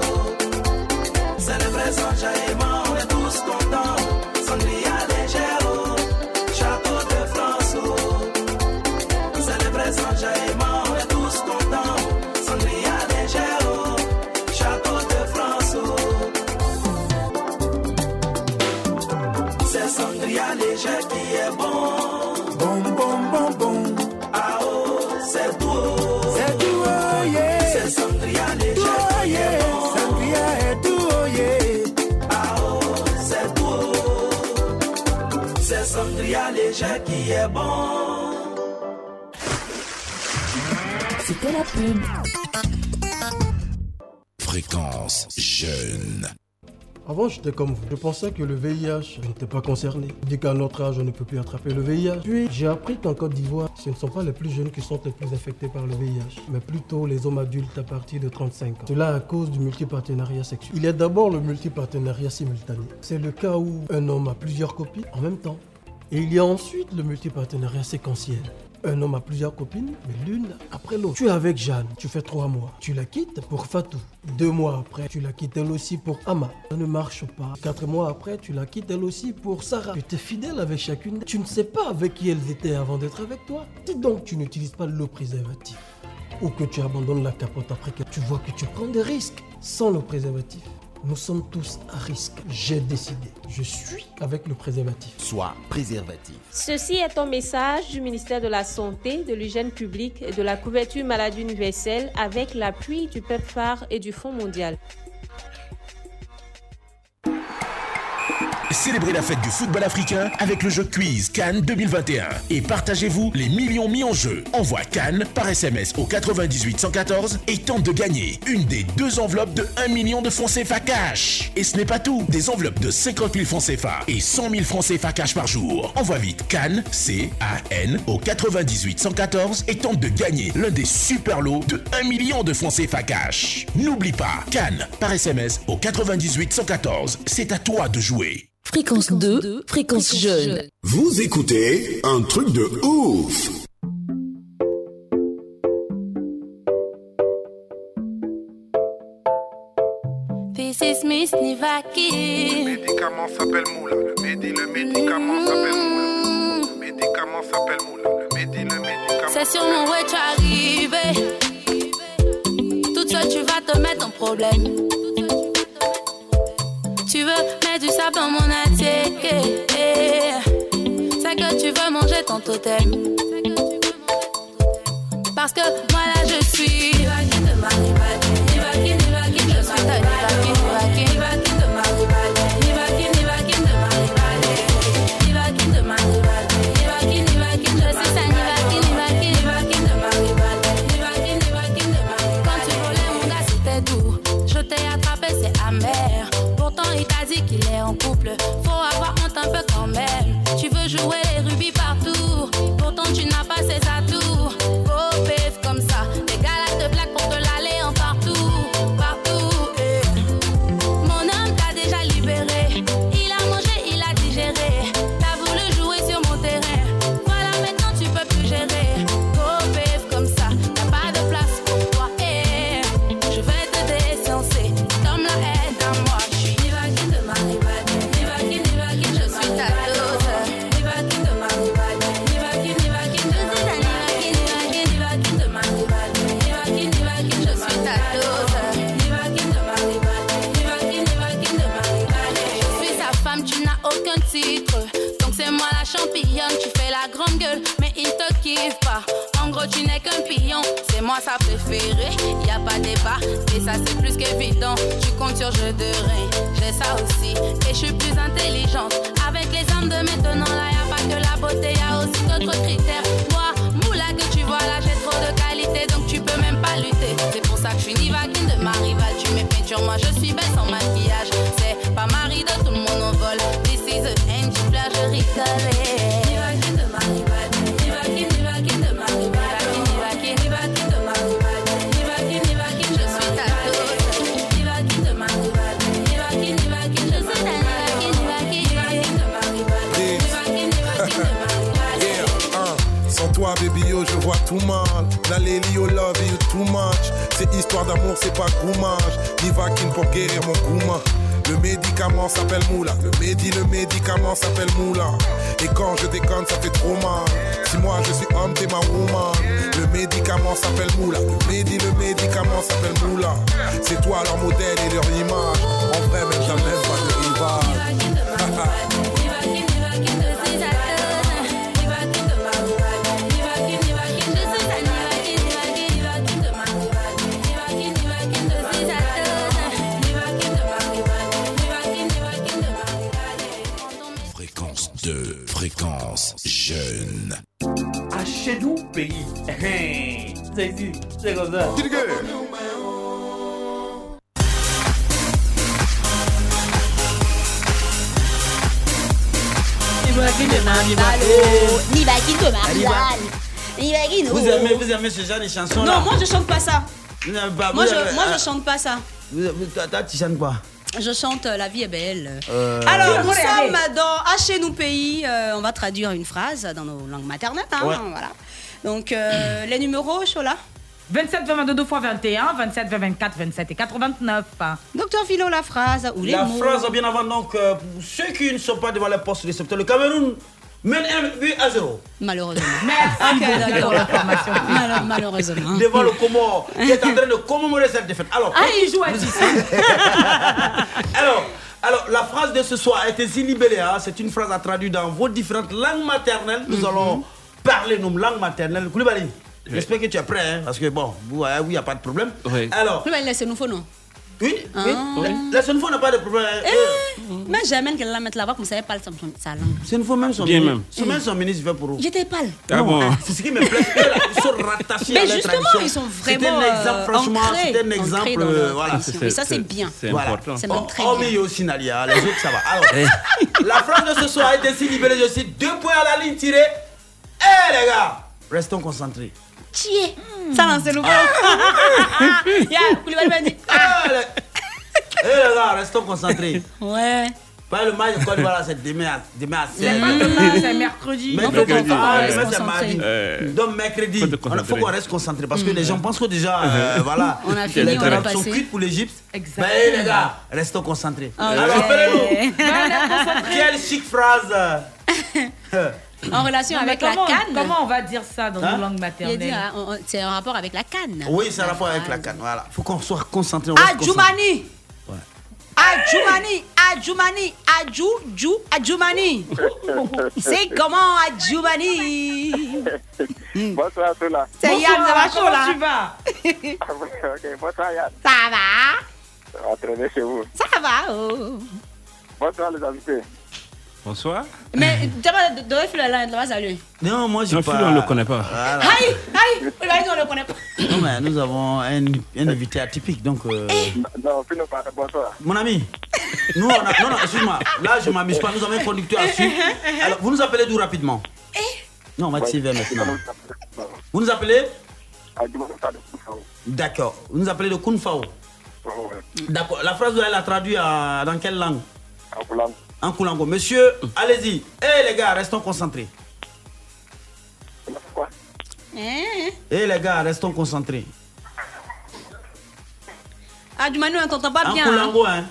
C'est le vrai Saint-Germain, on est tous contents. Sangria légère, oh, château de France. oh. C'est le vrai Saint-Germain, on est tous contents. Sangria légère, oh, château de France. oh. C'est sangria légère qui est bon.
Bon, bon, bon, bon.
Ah oh, c'est beau.
C'est tout, oh yeah.
C'est sangria
Tout,
légère.
oh yeah. Sangria est tout, oh yeah.
Ah oh, c'est beau. C'est sangria légère qui est bon.
C'était la pub.
Fréquence jeune.
Avant, j'étais comme vous. Je pensais que le VIH, je n'étais pas concerné. Dès qu'à notre âge, on ne peut plus attraper le VIH. Puis, j'ai appris qu'en Côte d'Ivoire, ce ne sont pas les plus jeunes qui sont les plus affectés par le VIH, mais plutôt les hommes adultes à partir de 35 ans. Cela à cause du multipartenariat sexuel. Il y a d'abord le multipartenariat simultané. C'est le cas où un homme a plusieurs copines en même temps. Et il y a ensuite le multipartenariat séquentiel. Un homme a plusieurs copines, mais l'une après l'autre. Tu es avec Jeanne, tu fais trois mois. Tu la quittes pour Fatou. Deux mois après, tu la quittes elle aussi pour Ama. Ça ne marche pas. Quatre mois après, tu la quittes elle aussi pour Sarah. Tu t'es fidèle avec chacune. d'elles. Tu ne sais pas avec qui elles étaient avant d'être avec toi. Si donc tu n'utilises pas le préservatif ou que tu abandonnes la capote après que tu vois que tu prends des risques sans le préservatif, nous sommes tous à risque. J'ai décidé. Je suis avec le préservatif. Sois préservatif.
Ceci est un message du ministère de la Santé, de l'hygiène publique et de la couverture maladie universelle avec l'appui du PEPFAR et du Fonds mondial.
Célébrez la fête du football africain avec le jeu Quiz Cannes 2021 et partagez-vous les millions mis en jeu. Envoie Cannes par SMS au 98 114 et tente de gagner une des deux enveloppes de 1 million de francs CFA cash. Et ce n'est pas tout, des enveloppes de 50 000 francs CFA et 100 000 francs CFA cash par jour. Envoie vite Cannes, C-A-N, au 98 114 et tente de gagner l'un des super lots de 1 million de francs CFA cash. N'oublie pas, Cannes par SMS au 98 114, c'est à toi de jouer.
Fréquence 2, fréquence jeune.
Vous écoutez un truc de ouf.
This is Miss Nivaki. Le médicament s'appelle Moula. Le médi, le médicament s'appelle Moula. Le médicament s'appelle Moula. Le médi, le médicament.
C'est sûrement ouais tu arrivé. Toute seule tu vas te mettre en problème. Tu veux mettre du sable dans mon assiette. eh, eh. C'est que tu veux manger ton totem. Parce que moi là je suis. Je suis ta Nivaki, Nivaki. Quand tu volais mon gars c'était doux Je t'ai attrapé c'est amer Pourtant il t'a dit qu'il est en couple Faut avoir honte un peu quand même Oh, Eh, gueule, mais il te kiffe pas. En gros, tu n'es qu'un pion, c'est moi sa préférée. Y a pas débat, et ça c'est plus qu'évident. Tu comptes sur jeu de rein, j'ai ça aussi. Et je suis plus intelligente. Avec les hommes de maintenant, là y a pas que la beauté, y a aussi d'autres critères. Toi, moula que tu vois là, j'ai trop de qualité, donc tu peux même pas lutter. C'est pour ça que je suis ni vaguine de ma rivale. Tu mets peinture, moi je suis belle sans maquillage. C'est pas Marie de tout le monde en vol. This is the end, du plage, je rigole. Ni vaguine de ma rivale, ni vaguine, ni vaguine de ma rivale. Ni vaguine, ni vaguine de ma rivale. Ni vaguine, ni vaguine, je suis ta Ni vaguine de ma rivale, ni vaguine, ni vaguine, je suis ta Ni vaguine de ma rivale, ni vaguine, ni vaguine de ma
Yeah, hein. Sans toi, baby, yo, je vois tout mal. L'alélie, yo, love you too much. C'est histoire d'amour, c'est pas goumage. Divaquine pour guérir mon gouma. Le médicament s'appelle moula. Le médi, le médicament s'appelle moula. Et quand je déconne, ça fait trop mal. Si moi je suis homme, t'es ma woman. Le médicament s'appelle moula. Le médi, le médicament s'appelle moula. C'est toi leur modèle et leur image. En vrai, même t'as même pas de rival.
Fréquence 2, fréquence jeune.
À chez nous, pays. Hein. C'est ici, c'est comme ça.
Ni baguine de Marianne. Ni baguine.
Vous aimez, vous aimez ce genre de chansons là
Non, moi je chante pas ça.
Vous n'aimez pas,
Moi
vous
je,
avez-
moi
ah,
je chante pas ça.
vous avez- toi, toi, tu chantes quoi
Je chante euh, La vie est belle.
Euh,
Alors,
euh,
nous
allez.
sommes dans À chez nous pays. euh, on va traduire une phrase dans nos langues maternelles. hein,
Ouais.
voilà. Donc, euh, les numéros, Chola
27, 22, 2 fois 21, 27, 24, 27 et 89.
Docteur Philo, la phrase ou les
La
mots
phrase bien avant donc, euh, pour ceux qui ne sont pas devant les postes récepteurs, le Cameroun mène 1 but à 0.
Malheureusement. Ah, Ok, d'accord. Mal- malheureusement.
Devant le Comore, qui est en train de commémorer cette défaite. Alors,
Ah, il joue à 10.
alors, alors, la phrase de ce soir est ainsi libellée. hein. C'est une phrase à traduire dans vos différentes langues maternelles.
Mhm.
Nous allons parler nos langues maternelles. Koulibaly, j'espère que tu es prêt, hein, parce que bon, vous, euh, oui, il n'y a pas de problème. Alors,
Oui, mais laissez-nous faire, non Ah. Eh,
oui, oui, la seule fois, on n'a pas de problème. hein.
Mais j'aime qu'elle la mette là-bas, comme ça, elle parle sa sa langue.
C'est une fois même son
Bien
mini-
même.
son- même son ministre va pour vous.
J'étais pâle.
Ah
Non, Ah,
bon.
C'est ce qui me plaît. c'est que là, Ils sont rattachés à
Mais
la
justement,
tradition.
ils sont
C'était
vraiment,
un exemple,
euh,
franchement,
ancrés,
c'était un
ancrés
exemple.
dans leur
euh, voilà.
tradition. Et ça, c'est bien. C'est
Voilà.
important. C'est même
Oh,
très
oh,
bien.
mais aussi Nalia, les autres, ça va. Alors, la phrase de ce soir est ainsi libellée. Je cite deux points à la ligne tirée. Eh les gars, restons concentrés.
Chier. Ça lance le Ya, Koulibaly m'a dit.
Eh les gars, restons concentrés.
Ouais.
Pas le match de Côte d'Ivoire, c'est demain à, demain à 16.
C'est pas demain, c'est Mmh. mercredi.
Mais
Donc,
donc,
on va-
ah,
on
demain,
va se
c'est mardi.
concentrer.
Eh.
Donc mercredi, il faut qu'on reste concentré parce que
Mm.
les gens pensent que déjà, euh,
Mhm.
voilà,
On a fini,
les
on a
carottes sont
passé.
cuites pour l'Égypte.
Exactement.
Mais Ben, les gars, restons concentrés.
Ok.
Alors appelez-nous.
Ben, on est concentrés.
Quelle chic phrase. euh,
En relation
Non, mais
avec la
comment-
canne.
Comment on va dire ça dans
Hein
nos langues
Il a dit,
maternelles
ah, on- on- c'est en rapport avec la Ah, canne.
oui, c'est un rapport avec la canne. Voilà, faut qu'on soit concentré. on reste concentré.
Adjoumani. Adjoumani, Adjoumani, Adjou, Djou, Adjoumani. C'est comment Adjoumani
Bonsoir à tous là.
C'est Yann, ça va chaud là Ah,
ok, bonsoir Yann.
Ça va
Ça va très bien chez vous.
Ça va oh.
Bonsoir les invités.
Bonsoir.
Mais d'abord, d'abord, il faut aller là-bas, salut.
Non, moi je
Non, Philo, on le connaît
pas.
Aïe, aïe, il va dire bah, on le connaît pas.
Non, mais nous avons un, un invité atypique, donc. euh,
Eh.
Non, Pino, pardon, bonsoir.
Mon ami, nous on a. Non, non, excuse-moi, là je m'amuse pas, nous avons un conducteur à suivre.
Eh.
Alors, vous nous appelez d'où rapidement Non, on va te suivre maintenant. Vous nous appelez
Ah,
D'accord, vous nous appelez de Kunfao. D'accord, la phrase, vous allez la traduire à- euh, dans quelle langue En Koulango. En Koulango. Monsieur, allez-y. Eh les gars, restons concentrés.
Hein
Eh les gars, restons concentrés.
Adjoumani, on t'entend pas
en
bien. hein.
Koulango, hein.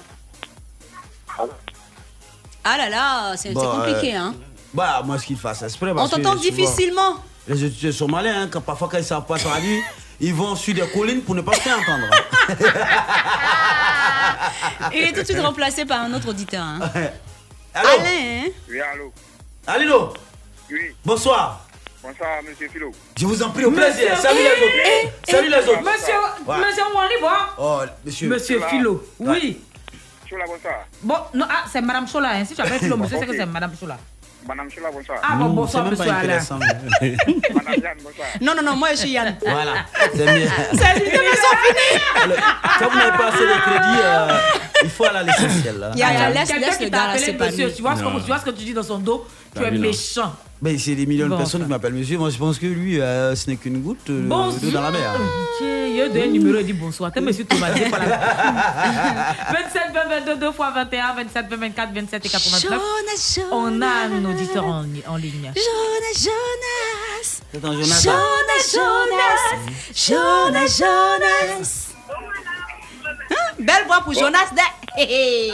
Ah là là, c'est c'est
Bon,
compliqué.
euh,
Hein.
Bah, moi, ce qu'il fasse, esprit.
On t'entend difficilement.
Les étudiants sont malins, hein, quand, parfois quand ils savent pas traduire, ils vont sur des collines pour ne pas se faire entendre.
Il est tout de suite remplacé par un autre auditeur. Hein.
Allô
Alain, hein
Oui, allô
Alilo
Oui.
Bonsoir.
Bonsoir, Ah, monsieur Philo.
Je vous en prie, au plaisir.
Eh,
Salut les autres. Salut les autres.
Monsieur,
Voilà.
monsieur hein. Wally, bon.
Oh, monsieur.
Monsieur Philo, oui.
Chola, bonsoir.
Bon, non, ah, c'est Madame Chola. Hein. Si tu appelles Philo, monsieur, c'est que
Ok.
c'est Madame Chola.
Madame Chola, bonsoir.
Ah bon, Mm, bonsoir, c'est même pas monsieur Alain. intéressant,
Madame Jeanne, bonsoir.
Non, non, non, moi je suis Yann.
Voilà. C'est mieux.
Salut, ils sont finis.
Quand vous n'avez pas assez de crédit, euh, il faut aller à l'essentiel. là.
Y a- y a- laisse-
Quelqu'un
laisse
qui
le
t'a
gars, là,
appelé
c'est pas
monsieur,
lui.
tu vois, ce que,
Non.
tu vois ce que tu dis dans son dos Tu
T'as
es
vu, là.
méchant.
Mais c'est des millions
Bon,
de personnes
enfin.
qui m'appellent monsieur. Moi, je pense que lui, euh, ce n'est qu'une goutte euh, d'eau
Bonjour.
dans la mer.
Tiens, il y a deux numéros, il dit bonsoir. T'es monsieur Thomas, t'es pas là. 27, 20, 22, 2 fois 21, 27, 20, 24, 27 et 89. On a un auditeur en, en ligne.
Jonas, Jonas.
C'est un
Jonas,
Jonas.
Jonas. Jonas, Jonas. Hein, Belle voix
Oh.
pour Jonas. de- Hé, hé.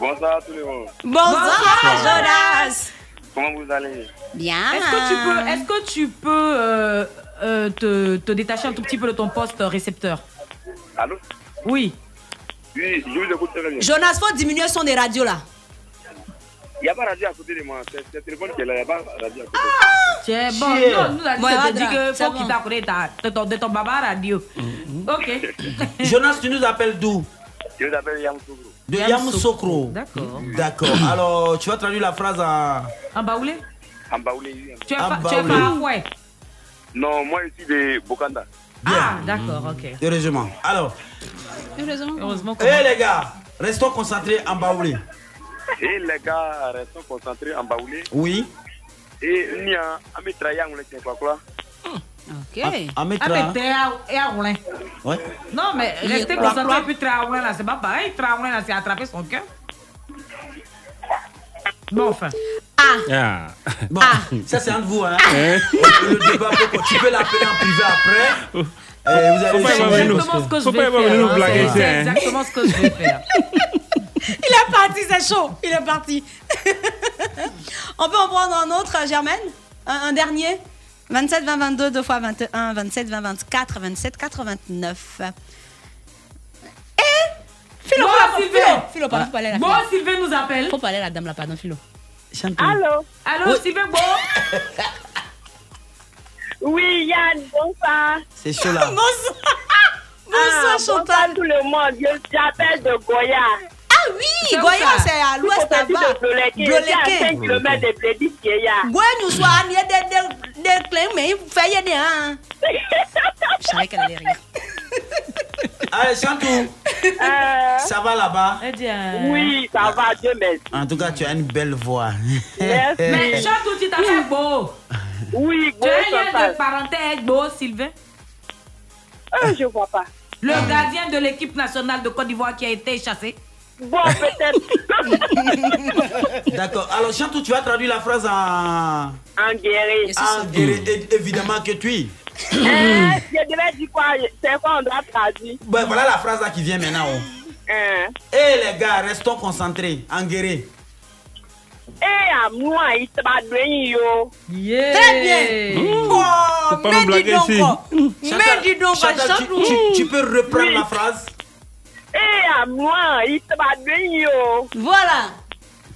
Bonsoir à tout le monde.
Bonsoir, Jonas.
Comment vous allez
Bien.
Est-ce que tu peux, est-ce que tu peux euh, euh, te, te détacher un tout petit peu de ton poste récepteur
Allô
Oui.
Oui, je vous écoute très bien.
Jonas, faut diminuer son des radios là.
Il n'y a pas de radio à côté de moi. C'est c'est le téléphone qui est là. Il n'y a pas de radio à côté.
Ah!
Tiens, bon,
Chier.
non, nous, la
Moi,
liste te dit
Adra,
que
c'est
faut qu'il t'accorde ta- de ton, de ton baba radio. Ok.
Jonas, tu nous appelles d'où
Je vous appelle Yamoussoukro.
De Yamoussoukro.
Yamoussoukro. D'accord.
D'accord. Alors, tu vas traduire la phrase en.
En baoulé
En baoulé, oui.
Tu es,
En
fa- tu es
baoulé.
Faraway.
Non, moi, je suis de Bokanda.
Ah, d'accord, ok.
Heureusement. Alors,
Heureusement.
Heureusement
hé Eh, les gars, restons concentrés en baoulé.
Et les gars, restons concentrés en baoulé.
Oui.
Et nous, on me trahit en laissant quoi quoi.
Ok.
Ah, mais tra-
t'es à et à Roulin.
Ouais.
Non, mais
Il est
rester
quoi,
concentré
quoi
et puis Traoré là, c'est pas pareil. Traoré là, c'est attraper son cœur. Bon, enfin.
Ah.
Bon, ça c'est entre vous, hein. Le débat peut continuer. Tu peux l'appeler en privé après. Et vous allez
C'est exactement ce que je vais faire, hein. C'est- C'est exactement ce que je vais faire.
Il est parti, c'est chaud. Il est parti. On peut en prendre un autre, Germaine un, un dernier 27, 20, 22, 2 fois 21, 27, 20, 24, 27, 89. Et Philo, Philo,
Bon, Sylvain.
Philo, Philo, pardon, faut pas aller à la
Bon,
fille.
Sylvain nous appelle.
Faut pas aller à la dame là, pardon, Philo.
Allô
Allô, Sylvain, bon
Oui, Yann, bonsoir. Ah,
C'est chaud là.
Bonsoir, Chantal. tout le monde. Je- J'appelle de Goya.
Ah oui, Goya, c'est à l'ouest là-bas.
Bloleké. C'est à 5 km de Blédis Kéya.
Goya, nous sommes à des des- des clés, mais il fait des hein. Je savais qu'elle allait rire.
Allez, Chantou, ça va là-bas
Eh
Oui, ça va, Dieu merci.
En tout cas, tu as une belle voix.
Eh.
Mais chante tout de suite avec Beau.
Oui,
Tu
Beau,
as un lien
Chantal.
de parenté avec Beau, Sylvain
Je vois pas.
Le gardien de l'équipe nationale de Côte d'Ivoire qui a été chassé.
Bon, peut-être.
D'accord. Alors, Chantou, tu vas traduire la phrase en.
En guéri.
En guéri, é- évidemment que tu.
Eh, je devais dire quoi C'est quoi on doit traduire
Ben, voilà la phrase là qui vient maintenant. oh.
Hein.
Eh les gars, restons concentrés, en guéri.
Eh, à moi, il se bat de yo.
Très
bien. Mmh.
Oh,
Faut pas nous blaguer ici.
Mais dis donc, bah,
Chantal, tu,
Chantou.
tu- tu peux reprendre
Oui.
la phrase
Eh, à moi, il se bat de yo.
Voilà.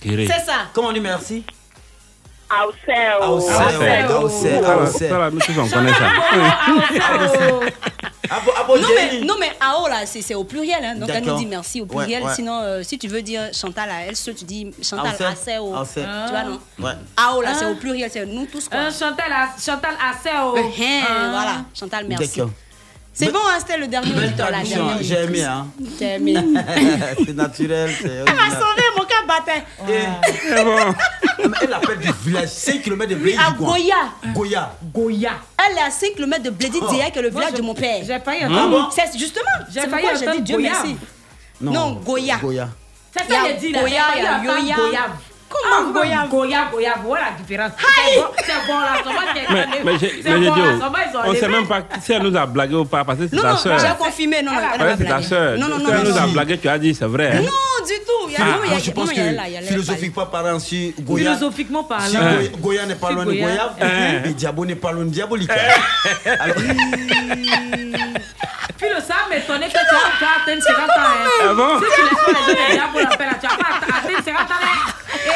Guéri.
C'est ça.
Comment on dit merci
Auxerre.
Ah,
Auxerre, Auxerre,
Ah,
Auxerre.
ça, là, monsieur, on connaît ça.
Non mais, non mais AO là c'est c'est au pluriel hein. donc elle nous
D'accord.
dit merci au
Ouais,
pluriel
ouais.
sinon euh, si tu veux dire Chantal à elle seule tu dis Chantal
Ansel.
à Seo tu
Ansel.
vois non
Ouais.
AO là c'est
Ah.
au pluriel c'est nous tous quoi
Un Euh, Chantal, à- Chantal Ah. Asseo.
Euh, hein, voilà Chantal merci
D'accord.
c'est bon hein, c'était le dernier auditeur la
Traduction,
dernière
J'ai aimé, hein.
J'ai aimé. Ah,
c'est naturel, c'est.
elle m'a sauvé mon cas battait
C'est bon. Elle appelle du village, 5 km de Blédi.
à Goya
Goya.
Goya.
elle est à 5 km de Blédit
Oh.
que le village de mon père j'ai
failli
entendre- Ah bon
c'est justement
J'ai
c'est
failli
pourquoi j'ai dit
entendre
Dieu
Goya.
merci non Goya
Goya.
C'est
Y
ça
a
qu'elle dit là.
Goya,
c'est pas
y a
une
Goya.
femme Goya. Comment Goya Goya, Goya, voilà la différence. C'est bon, c'est bon, là, ça va, c'est
Mais, mais j'ai
c'est
mais j'ai
bon,
dit,
là,
oh,
ça va,
Ah,
ils ont
on ne
enlevé.
sait même pas si elle nous a blagué ou pas, parce que c'est
non
ta
non
soeur.
j'ai confirmé non non elle
Ouais,
m'a
c'est ta
blagué.
soeur.
non non non
Si elle
non,
nous a
non.
blagué, tu as dit, c'est vrai. hein.
Non, du tout. Il y a, non, il y a,
ah, je
non,
pense
il y a
que
là, il y a là,
philosophiquement parlant, si Goya.
Philosophiquement parlant.
Si Goya, Goya n'est pas
Si
loin de
Goya.
Goya,
Hein.
et Diabo n'est pas loin de Diabolique. hein.
Puis le Sam m'étonnait que tu as- tu as atteint 50 ans. hein.
Ah bon
Si tu laisses pas les gens derrière pour la peine, tu as pas atte- atteint 50 ans. hein.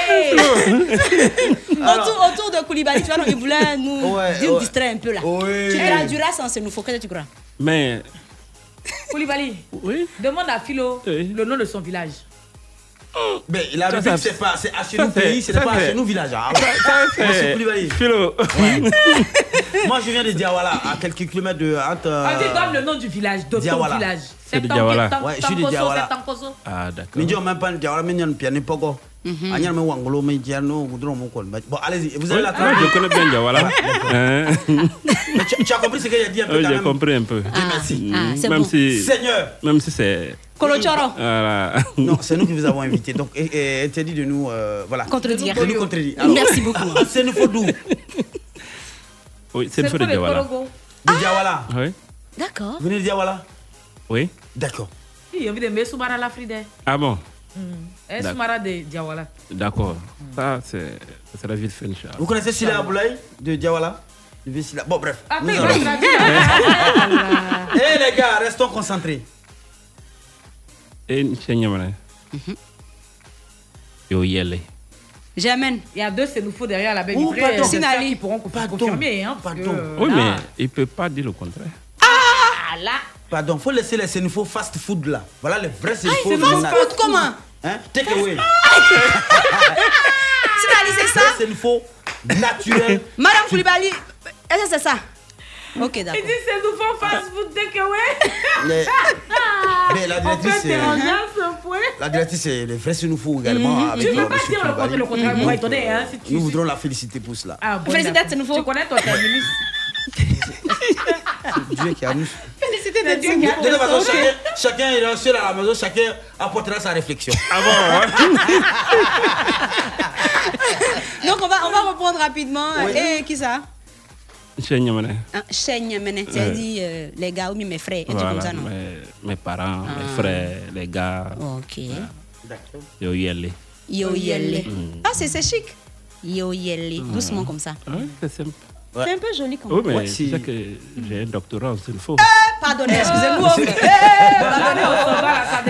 Hey.
eh. Autour, autour de Koulibaly, tu vois, non, il voulait nous
Ouais,
dire,
ouais.
distraire un peu là.
Oui.
Tu diras du race, c'est nous faut que tu crois.
Mais
Koulibaly,
oui?
demande à Philo le nom de son village.
Mais la
Ça,
République,
ça-
c'est pas c'est
ça
Achenou
fait-
pays, ce n'est
ça
pas
fait-
Achenou village. hein.
Ça- ça fait-
Moi, c'est Koulibaly.
Philo.
Moi, je viens de Diawala, à quelques kilomètres de. Entre, euh,
Ah, dis, donne le nom du village, de
Diawala.
ton village.
C'est de
Tank-
Diawala.
Tank-
Ouais, je suis de
Tankoso,
Diawala.
c'est Tankoso.
Ah, d'accord.
Mais Dieu, même pas le Diawala, mais il y a un piano pogo.
Mhm.
Ah, il y a un wangolo, mais il y a un goudron, mon col. Bon, allez-y, vous avez
Oui,
la Ah,
moi, je connais bien Diawala. Hein?
Mais tu, tu as compris ce qu'il a dit un peu
Oui,
quand
j'ai
même.
compris un peu.
merci.
Ah, c'est Même bon. si-
Seigneur.
Même si c'est.
Kolochoro.
Non, c'est nous qui vous avons invités. Donc, et- et interdit de nous. euh, voilà.
Contredire.
De nous contredire.
Merci beaucoup.
C'est nous faut d'où
Oui, c'est le feu de Diawala.
De Diawala.
Oui.
D'accord.
Vous venez de Diawala
Oui.
D'accord.
Il y a des Soumara la Frida.
Ah bon,
Un
D'accord.
Soumara de Diawala.
d'accord. Ça, c'est c'est la ville French.
Vous connaissez Sila Aboulaye de Diawala Le vieux Sila. Bon, bref.
Ah,
Nous
mais il
allons-
va traduire.
Eh les gars, restons concentrés.
Et Nchenyamane. Eh,
Mhm.
Yo Yele.
J'amène.
Il y a deux Sénoufo derrière la belle
Ouh,
livrée.
pardon.
J'espère
Sinali.
qu'ils pourront conf- confirmer. Hein, parce que-
Euh, Oui,
Ah.
là-
mais il ne peut pas dire le contraire.
Ah là
Pardon, faut laisser les Sénifaux fast food là. Voilà les vrais
Ah,
Sénifaux.
il fait fast food comment
Hein Take away.
Sinali, c'est ça
C'est une faux naturel.
Madame Koulibaly, est-ce que c'est ça Ok, d'accord.
Il dit c'est nouveau fast food dès que ouais.
Mais- mais la directrice,
On peut
euh,
déranger à ce point.
La directrice, c'est les vrais Sénifaux également.
Mhm.
avec
Tu veux
le
pas
monsieur
dire le
Koulibaly.
contraire, le contraire,
Mhm.
moi, étonné, hein, si tu-
Nous voudrons la féliciter pour cela.
Ah, bon,
Félicitations,
d'accord.
c'est nouveau.
Tu connais ton terminus.
Dieu qui a nous.
Félicitations,
c'est
De
nouveau.
toute façon,
Ok.
chacun, chacun ira seul à la maison, chacun apportera sa réflexion.
Donc, on va, on va reprendre rapidement.
Oui.
Et qui ça
Nchenyamane.
Hein, Cheigne, Mené. Tu as
Ouais.
dit euh, les gars, oui, mes frères. Et tout comme
Voilà,
ça, non
mes, mes parents, mes
Ah.
frères, les gars.
Ok.
D'accord.
Yo Yele.
Yo yele.
Mm.
Ah, c'est c'est chic. Yo yele.
Mm.
Doucement comme ça.
Oui, c'est simple.
C'est un peu joli comme
Oui, Oh, mais
Ouais,
tu
si.
sais que j'ai un doctorat en Sénifaux.
Pardonnez, excusez-moi. Eh, pardonnez,
devient trop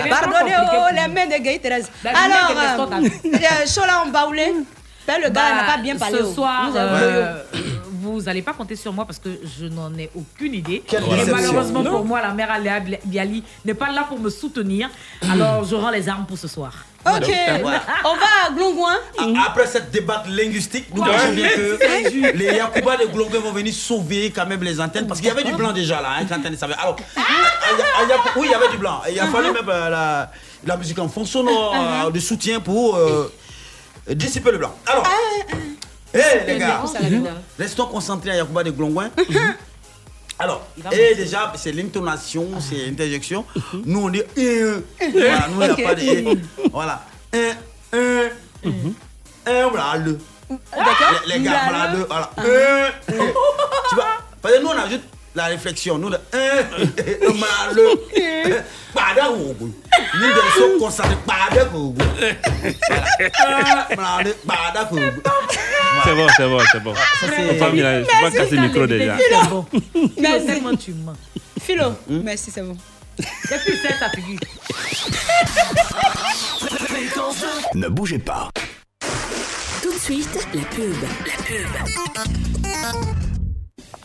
pardonnez,
compliqué
oh,
pour
les mains de Gaël Thérèse.
Bah, je mets des
Alors,
pestons,
euh, Chola en baoulé. Ben, le gars n'a
Bah,
pas bien parlé.
Ce
oh.
soir,
Nous avons-
euh, vous allez pas compter sur moi parce que je n'en ai aucune idée.
Quelle
Et
déception.
malheureusement
Non.
pour moi, la mère Aléa Biali n'est pas là pour me soutenir. Alors, je rends les armes pour ce soir.
Ok, on va à Glongouin.
A- Après cette débat linguistique, nous
Ouais.
pensons bien
C'est
que les Yakuba de Glonguin vont venir sauver quand même les antennes parce qu'il y avait du blanc déjà là, hein, quand on savait. Alors, ah, y a- ah, y a- oui, il y avait du blanc. Il a
Uh-huh.
fallu même euh, la, la musique en fond sonore euh, de soutien pour euh, dissiper le blanc. Alors, hé Eh, les gars, Mhm. restons concentrés à Yakuba de Glonguin.
Mhm.
Alors, et déjà, c'est l'intonation,
Ah.
c'est l'interjection. Nous, on dit. euh, voilà, nous, il n'y a
Mhm. Ok.
pas de. Voilà. Un, un, un, voilà, le.
Mhm. Ah, D'accord. Ah.
Les, les gars, voilà,
Voilà, le.
le. Voilà. Un, un. Tu vois, parce que nous, on ajoute la réflexion. Nous, le. Un, un, voilà, le. Pada, gogo. Nous, nous sommes concentrés. Pada, gogo. Voilà. Un, voilà, le. Pada, gogo.
C'est bon, c'est bon, c'est bon.
Ah,
c'est-
On va venir là, je vais casser le micro déjà.
Philo,
Merci.
Merci.
Tellement tu mens.
Philo, merci, c'est bon.
Depuis, c'est ta figure.
Ne bougez pas.
Tout de suite, la pub. La pub.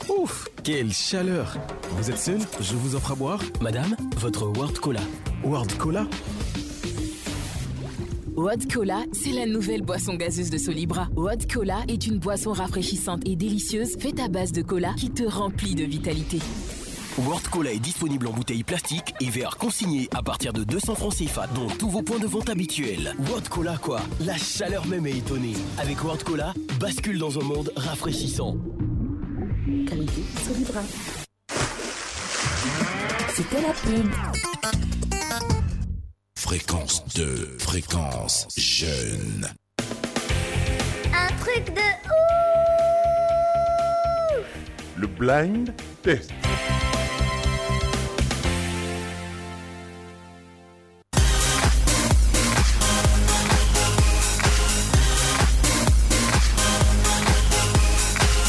Ouf, quelle chaleur Vous êtes seul Je vous offre à boire Madame, votre World Cola. World Cola
Wad Cola, c'est la nouvelle boisson gazeuse de Solibra. Wad Cola est une boisson rafraîchissante et délicieuse faite à base de cola qui te remplit de vitalité.
World Cola est disponible en bouteilles plastiques et verres consignés à partir de 200 francs CFA, dont tous vos points de vente habituels. World Cola, quoi La chaleur même est étonnée. Avec World Cola, bascule dans un monde rafraîchissant.
Qualité Solibra. C'était la pub.
Fréquence 2, fréquence jeune.
Un truc de
Le blind test.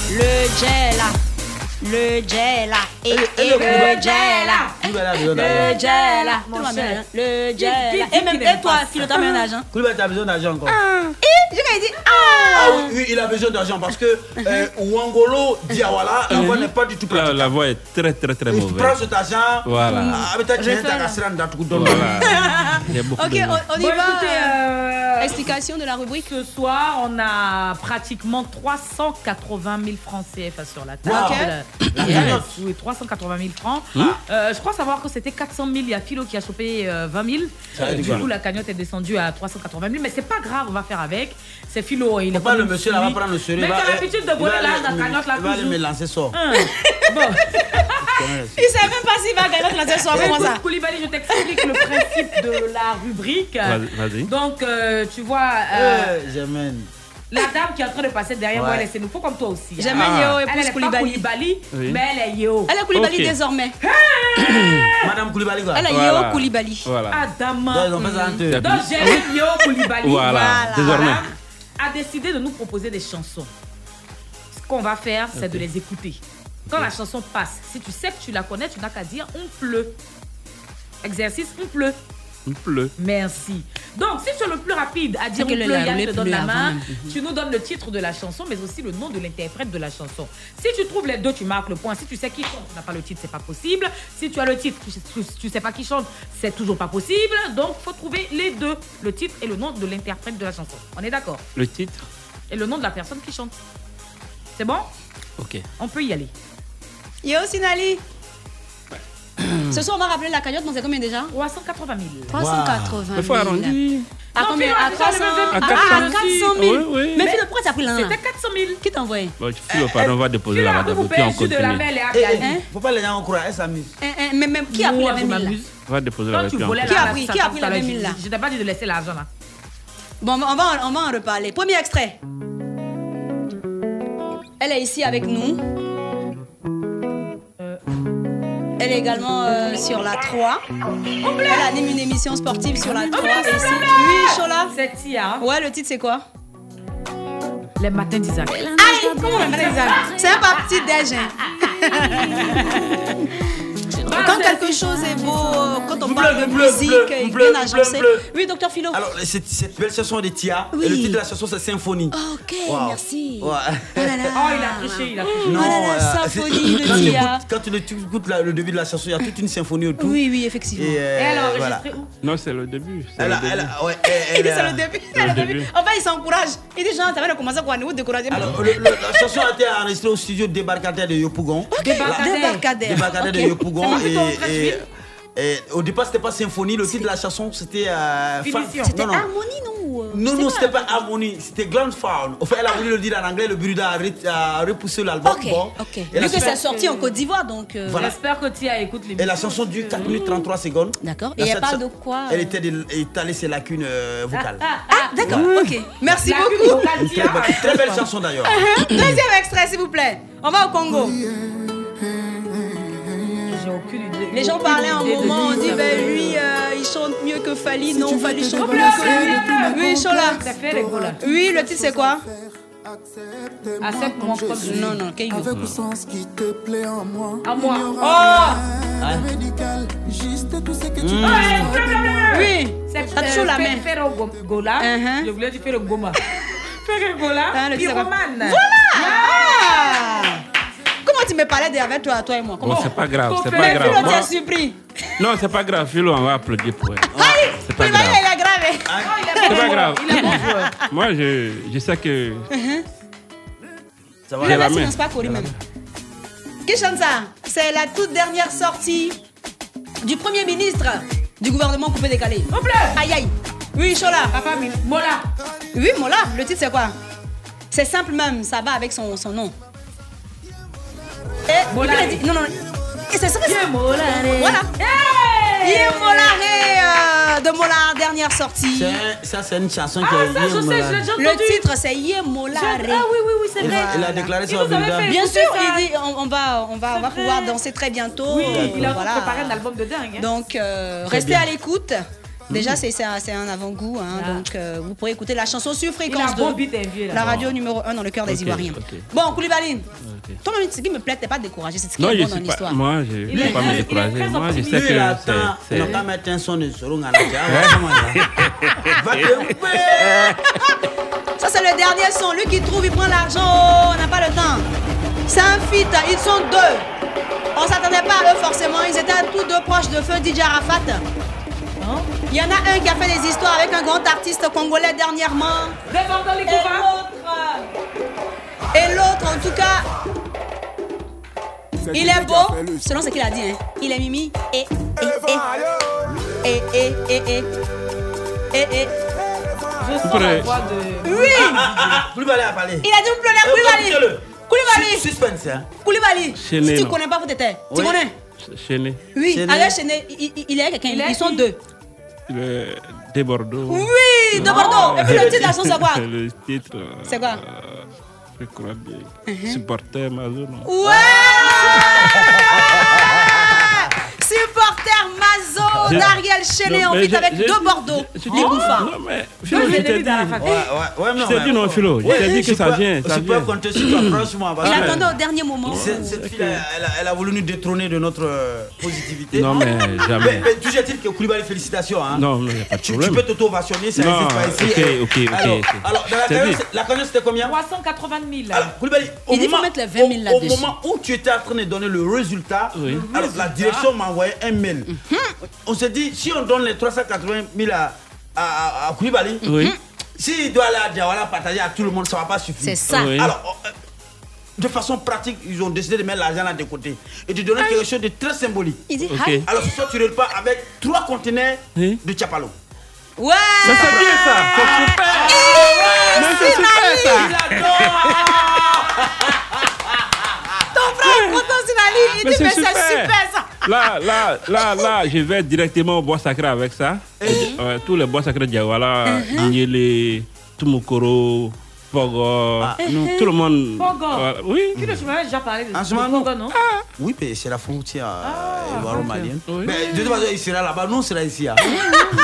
Le gel, le gel, et, et le gel. Le gel. Tout le monde, hein, Le gel.
Qui- qui-
Et
qui
même,
n'aime
et toi,
pas
Philo,
ça
t'as même un agent.
Koulibaly, t'as besoin d'argent encore.
Ah. Et je lui ai dit,
Ah
ah
oui, oui, il a besoin d'argent parce que euh, Wangolo Diawala, la voix n'est pas du tout
La, la voix est très très très mauvaise.
Prends cet argent.
Voilà.
Ah, mais t'as tu n'es
Refais-la.
pas cassé dans tout le
Voilà. Il y a beaucoup
Ok,
de gens.
on, on y
Bon,
va. euh,
écoutez, euh,
Explication de la rubrique.
Ce soir, on a pratiquement 380 000 francs CFA sur la table.
Wow.
La
Yes.
cagnotte, oui, 380 000 francs.
Hein
Euh, je crois savoir que c'était 400 000. Il y a Philo qui a chopé euh, 20 000.
Ça a
Euh,
été
du
quoi
coup, la cagnotte est descendue à 380 000. Mais c'est pas grave, on va faire avec. C'est Philo. Il
Faut
est
pas
comme
le
une
monsieur là va
souris.
prendre le sérieux.
Mais
va- euh,
t'as l'habitude de
il
voler
va
là,
aller-
la cagnotte là
Il va aller me
toujours. Hein.
lancer sort.
Il sait même pas s'il va gagner dans cette soirée, comment ça
Écoute, Koulibaly, je t'explique le principe de la rubrique.
Vas- Vas-y.
Donc, euh, tu vois, euh,
Euh, J'amène.
la dame qui est en train de passer derrière
Ouais.
moi, elle est nous faut comme toi aussi. hein.
J'aime Ah. Yeo,
Elle,
épouse
elle est pas
Koulibaly.
Koulibaly,
Oui.
mais elle est Yeo.
Elle est Koulibaly Ok. désormais.
Madame Koulibaly, quoi.
Elle a Voilà. Yeo Koulibaly.
Voilà.
Adama.
Donc, ils ont fait ça entre eux.
Donc, j'aime Yeo Koulibaly.
Voilà, désormais.
A décidé de nous proposer des chansons. Ce qu'on va faire, c'est
Ok.
de les écouter. Quand la chanson passe, si tu sais que tu la connais, tu n'as qu'à dire on pleut. Exercice, on pleut.
Il pleut.
Merci. Donc, si tu es le plus rapide à dire
Quel
le
est
bleu,
la-
Yann
le
te donne
bleu
la
avant Mm-hmm.
main,
même.
tu nous donnes le titre de la chanson, mais aussi le nom de l'interprète de la chanson. Si tu trouves les deux, tu marques le point. Si tu sais qui chante, tu n'as pas le titre, c'est pas possible. Si tu as le titre, tu sais, tu- tu sais pas qui chante, c'est toujours pas possible. Donc, faut trouver les deux, le titre et le nom de l'interprète de la chanson. On est d'accord
Le titre
Et le nom de la personne qui chante. C'est bon
Ok.
On peut y aller.
Yo, Sinali. Ce soir, on va rappeler la cagnotte, mais c'est combien déjà
380 000.
380 000.
Il faut arrondir.
À
Non,
Ah, combien
Philo a
À
déjà
300 Ah, à 400 000.
Ah,
le même prix.
Oui, oui.
Mais Philo, pourquoi t'as pris là
C'était 400 000.
Qui t'a envoyé
Bon, Philo, pardon, on va déposer
Philo,
là-bas.
vous
d'abord, puis on
payez le jus de la
continue.
mer, les
Eh,
Hein
eh, Faut pas les gens en croire, elle s'amuse.
Hein, hein, Mais même, qui a pris
Moi,
la
je
20 000 là
On va déposer
Quand
là-bas.
tu
puis on
volais
continue.
Qui a
là,
pris-
ça,
qui a
ça,
pris
ça,
la
là,
20 000
j'ai-
là
Je t'ai pas dit de laisser l'argent là.
Bon, on va, on va en reparler. Premier extrait. Elle est ici avec nous. Elle est également euh, sur la 3. Elle anime une émission sportive sur la 3.
pleure,
ici.
on pleure.
Oui, Chola.
C'est Tia.
Ouais, le titre c'est quoi
Les matins d'Isaac.
Aïe, comment les matins d'Isaac C'est un petit déj. hein.
Bah,
Quand quelque chose est beau, euh, quand on parle de
bleu, bleu,
musique,
bleu,
euh,
bleu,
bien agencé.
bleu, bleu.
Oui, docteur Philo.
Alors, cette, cette belle chanson de Tia,
Oui. Oh.
et le titre de la chanson c'est Symphonie.
Ok,
Wow.
merci.
Ouais.
Oh là là.
Oh, il a triché, il a triché.
Non,
Oh là là,
euh, c'est-
symphonie de
quand tu
Tia.
écoutes- Quand tu le- tu écoutes la- le début de la chanson, il y a toute une symphonie autour.
Oui, oui, effectivement.
Et, euh,
elle a
voilà.
enregistré où
Non, c'est le début. c'est
Elle
le
a-
début.
elle a- ouais,
Il
elle-
dit
elle
c'est
a-
le début, c'est le
début.
début. Enfin, il s'encourage. Il dit genre, t'avais commencé à quoi nous décourager.
Alors, le- le- la chanson a été enregistrée au studio Débarcadère de Yopougon.
Débarcadère.
La-
Débarcadère.
Débarcadère de
Ok.
Yopougon.
Ça marche plutôt en train de
et,
suivre.
et- et au départ, c'était pas symphonie. Le titre de la chanson, c'était. euh,
Finition.
Fa-
C'était
non, non.
harmonie, non euh,
Non,
c'est
non,
quoi
c'était pas harmonie, c'était Grand Foul. Enfin, elle a voulu le dire en anglais, le Burida a, re- a repoussé l'album.
Ok,
Bon.
ok.
Et la
Vu que
chanson-
ça sorti en Côte d'Ivoire, donc. euh,
Voilà.
J'espère que Tia écoute les
Et la chanson dure 4 minutes 33 secondes.
D'accord.
La
Et elle
chanson-
parle de quoi, euh
Elle était de- étalée ses lacunes euh, vocales.
Ah, d'accord, ok. Merci
Lacune
beaucoup.
Une très
hein.
belle, très belle chanson d'ailleurs.
Uh-huh. Deuxième extrait, s'il vous plaît. On va au Congo.
euh,
Les gens parlaient un moment, on dit, ben lui, euh, il chante mieux que Fali. non, Fali chante mieux que lui. Oui, Chola. Oui, le titre, c'est quoi
Accepte mon propre jeu.
Non, non, Keigo.
Avec ou sans ce qui te plaît en moi.
À moi.
Il n'y aura
Oh
rien de médical, juste tout ce que tu
Mm.
penses
Ouais,
toi de moi.
Oui,
c'est
t'as toujours la main. Uh-huh.
Faire gola. Je voulais dire faire goma. Faire gola.
le titre, c'est quoi
Pyromane.
Voilà Ah Comment tu me parlais derrière toi, toi et moi Comment
Bon, c'est pas grave, c'est
Mais
pas
Philo,
grave.
t'es
Moi-
surpris.
Non, c'est pas grave, Philo, on va applaudir pour elle.
Aïe
Ah, C'est pas
Il va
grave.
Ah, il est grave.
C'est pas grave. Moi, je, je sais que.
Uh-huh.
Ça
Lui,
j'ai
là-bas,
la
tu
main.
danses pas Kori, même. Qui chante ça C'est la toute dernière sortie du premier ministre du gouvernement coupé décalé. Aïe aïe. Oui, Chola. Papa, Mola. Oui, Mola. Le titre, c'est quoi C'est simple même, ça va avec son, son nom. Et,
Mola.
il a dit- non, non. Et c'est ça que c'est.
Mola.
Voilà.
Hey
Yeah, Mola, hey, euh, de Mola, dernière sortie.
C'est- Ça, c'est une chanson qui
Ah,
est
ça, je sais,
liée, voilà.
je l'ai déjà Le titre, c'est Yemolare. Ah oui,
oui, oui, c'est
Il a- il a déclaré son vulgaire.
Bien sûr, il dit, on, on va, on va, on va pouvoir danser très bientôt.
Oui,
euh,
il a
voilà.
préparé un album de dingue. hein.
Donc, euh,
Très
restez
bien.
à l'écoute. Déjà,
Mm.
c'est c'est un, c'est un avant-goût. hein, Donc, euh, vous pourrez écouter la chanson sur
Il
Fréquence
a
2.
bon but, un vieux, là.
la radio numéro 1 dans le cœur des
Ok,
Ivoiriens.
ok.
Bon, Koulibaline, toi, ce qui me plaît, t'es pas découragé. C'est ce qui
Non,
est
je
bon dans
suis pas.
l'histoire.
Moi, je
Il est
vais pas
très- il
me
est
décourager.
très
Moi, je
optimiste.
sais
Lui,
que
là,
c'est-
attends,
c'est.
on n'a pas mettre un son de Sorunga là, tu vois, comment il va. Va te
Ça, c'est le dernier son. Lui qui trouve, il prend l'argent. Oh, on n'a pas le temps. C'est un feat. Ils sont deux. On s'attendait pas à eux, forcément. Ils étaient tous deux proches de feu DJ Arafat. Hein? Il y en a un qui a fait des histoires avec un grand artiste congolais dernièrement.
les
Et l'autre- Et l'autre, en tout cas, il est beau, selon ce qu'il a dit. hein. Il est Mimi. Et, et, et, et, et, et, et, et, et.
Je
sens la voix
de.
Oui!
Ah, Koulibaly a parlé.
Il a dit Mplona
Eh,
Koulibaly!
écoutez-le.
Koulibaly!
Suspense, hein.
Koulibaly!
Chez
Si tu
Neno.
connais pas, vous t'étais. Tu
Oui.
connais?
Chené.
Oui, alors chez Né- il, il- il est avec quelqu'un, ils sont deux.
Le- De Bordeaux.
Oui, de Bordeaux. Et puis le titre, la chanson, c'est quoi
Le titre, euh,
C'est quoi?
je crois bien.
Mhm.
Supporter ma zone.
Ouais! Supporter Mazo,
J'ai-
Ariel Chené
Non,
en
mais
feat
j'ai-
avec
j'ai-
deux Bordeaux,
j'ai-
les
Oh,
non,
Gouffards.
Ah, non, mais- Philo, je t'ai dit. Je t'ai dit non, Philo. Je
Ouais,
t'ai dit que
je
ça
peux-
vient. ça
Je peux
vient.
compter sur toi, franchement. parce que-
J'attendais au dernier moment.
Cette, cette fille, elle, elle a- elle a voulu nous détrôner de notre euh, positivité.
Non, mais jamais.
Mais, mais toujours est-il que Koulibaly, félicitations. Hein.
Non, non, il n'y a pas de
Tu,
problème.
tu peux t'auto-ovationner, ça
Non,
n'existe pas ici.
ok,
Et-
ok, ok,
Alors,
ok.
alors, dans la
Je t'ai
cagnotte,
dit.
c'est- la cagnotte, c'était combien
380 000.
Alors, Koulibaly, au,
Il dit faut
moment,
mettre les 20 000
au- au
là-dessus.
moment où tu étais en train de donner le résultat, alors la direction m'a envoyé un mail.
Mhm.
On s'est dit, si on donne les 380 000 à, à, à- à Koulibaly,
Mhm.
Oui.
s'il doit aller à Diawara partager à tout le monde, ça ne va pas suffire.
C'est ça. Oui.
Alors, de façon pratique, ils ont décidé de mettre l'argent là de côté et de donner quelque chose de très symbolique.
Ah Il dit, ah.
Ok. hi.
Alors, ce soir, tu repars avec trois conteneurs de Chapalo.
Ouais!
Ça, c'est bien ça! C'est super!
Mais c'est super, ça.
Il adore!
Ton frère, content sur la ligne, il
Mais
dit,
c'est
mais c'est
super.
super ça!
Là, là, là, là, je vais directement au bois sacré avec ça.
Uh-huh.
Euh, tous les bois sacrés de Diawala,
Mhm.
Nyele, Tumukoro, Pogo,
Ah.
nous.
Ah, tout le monde.
Pogo.
Voilà, Ah, oui.
Tu ne m'avais déjà parlé de
En
de
ce moment,
Pogo, non
Oui, mais c'est la frontière
Ah,
euh, ivoiro-malienne. Mais de toute façon, il sera là-bas, nous, on sera ici. Hein.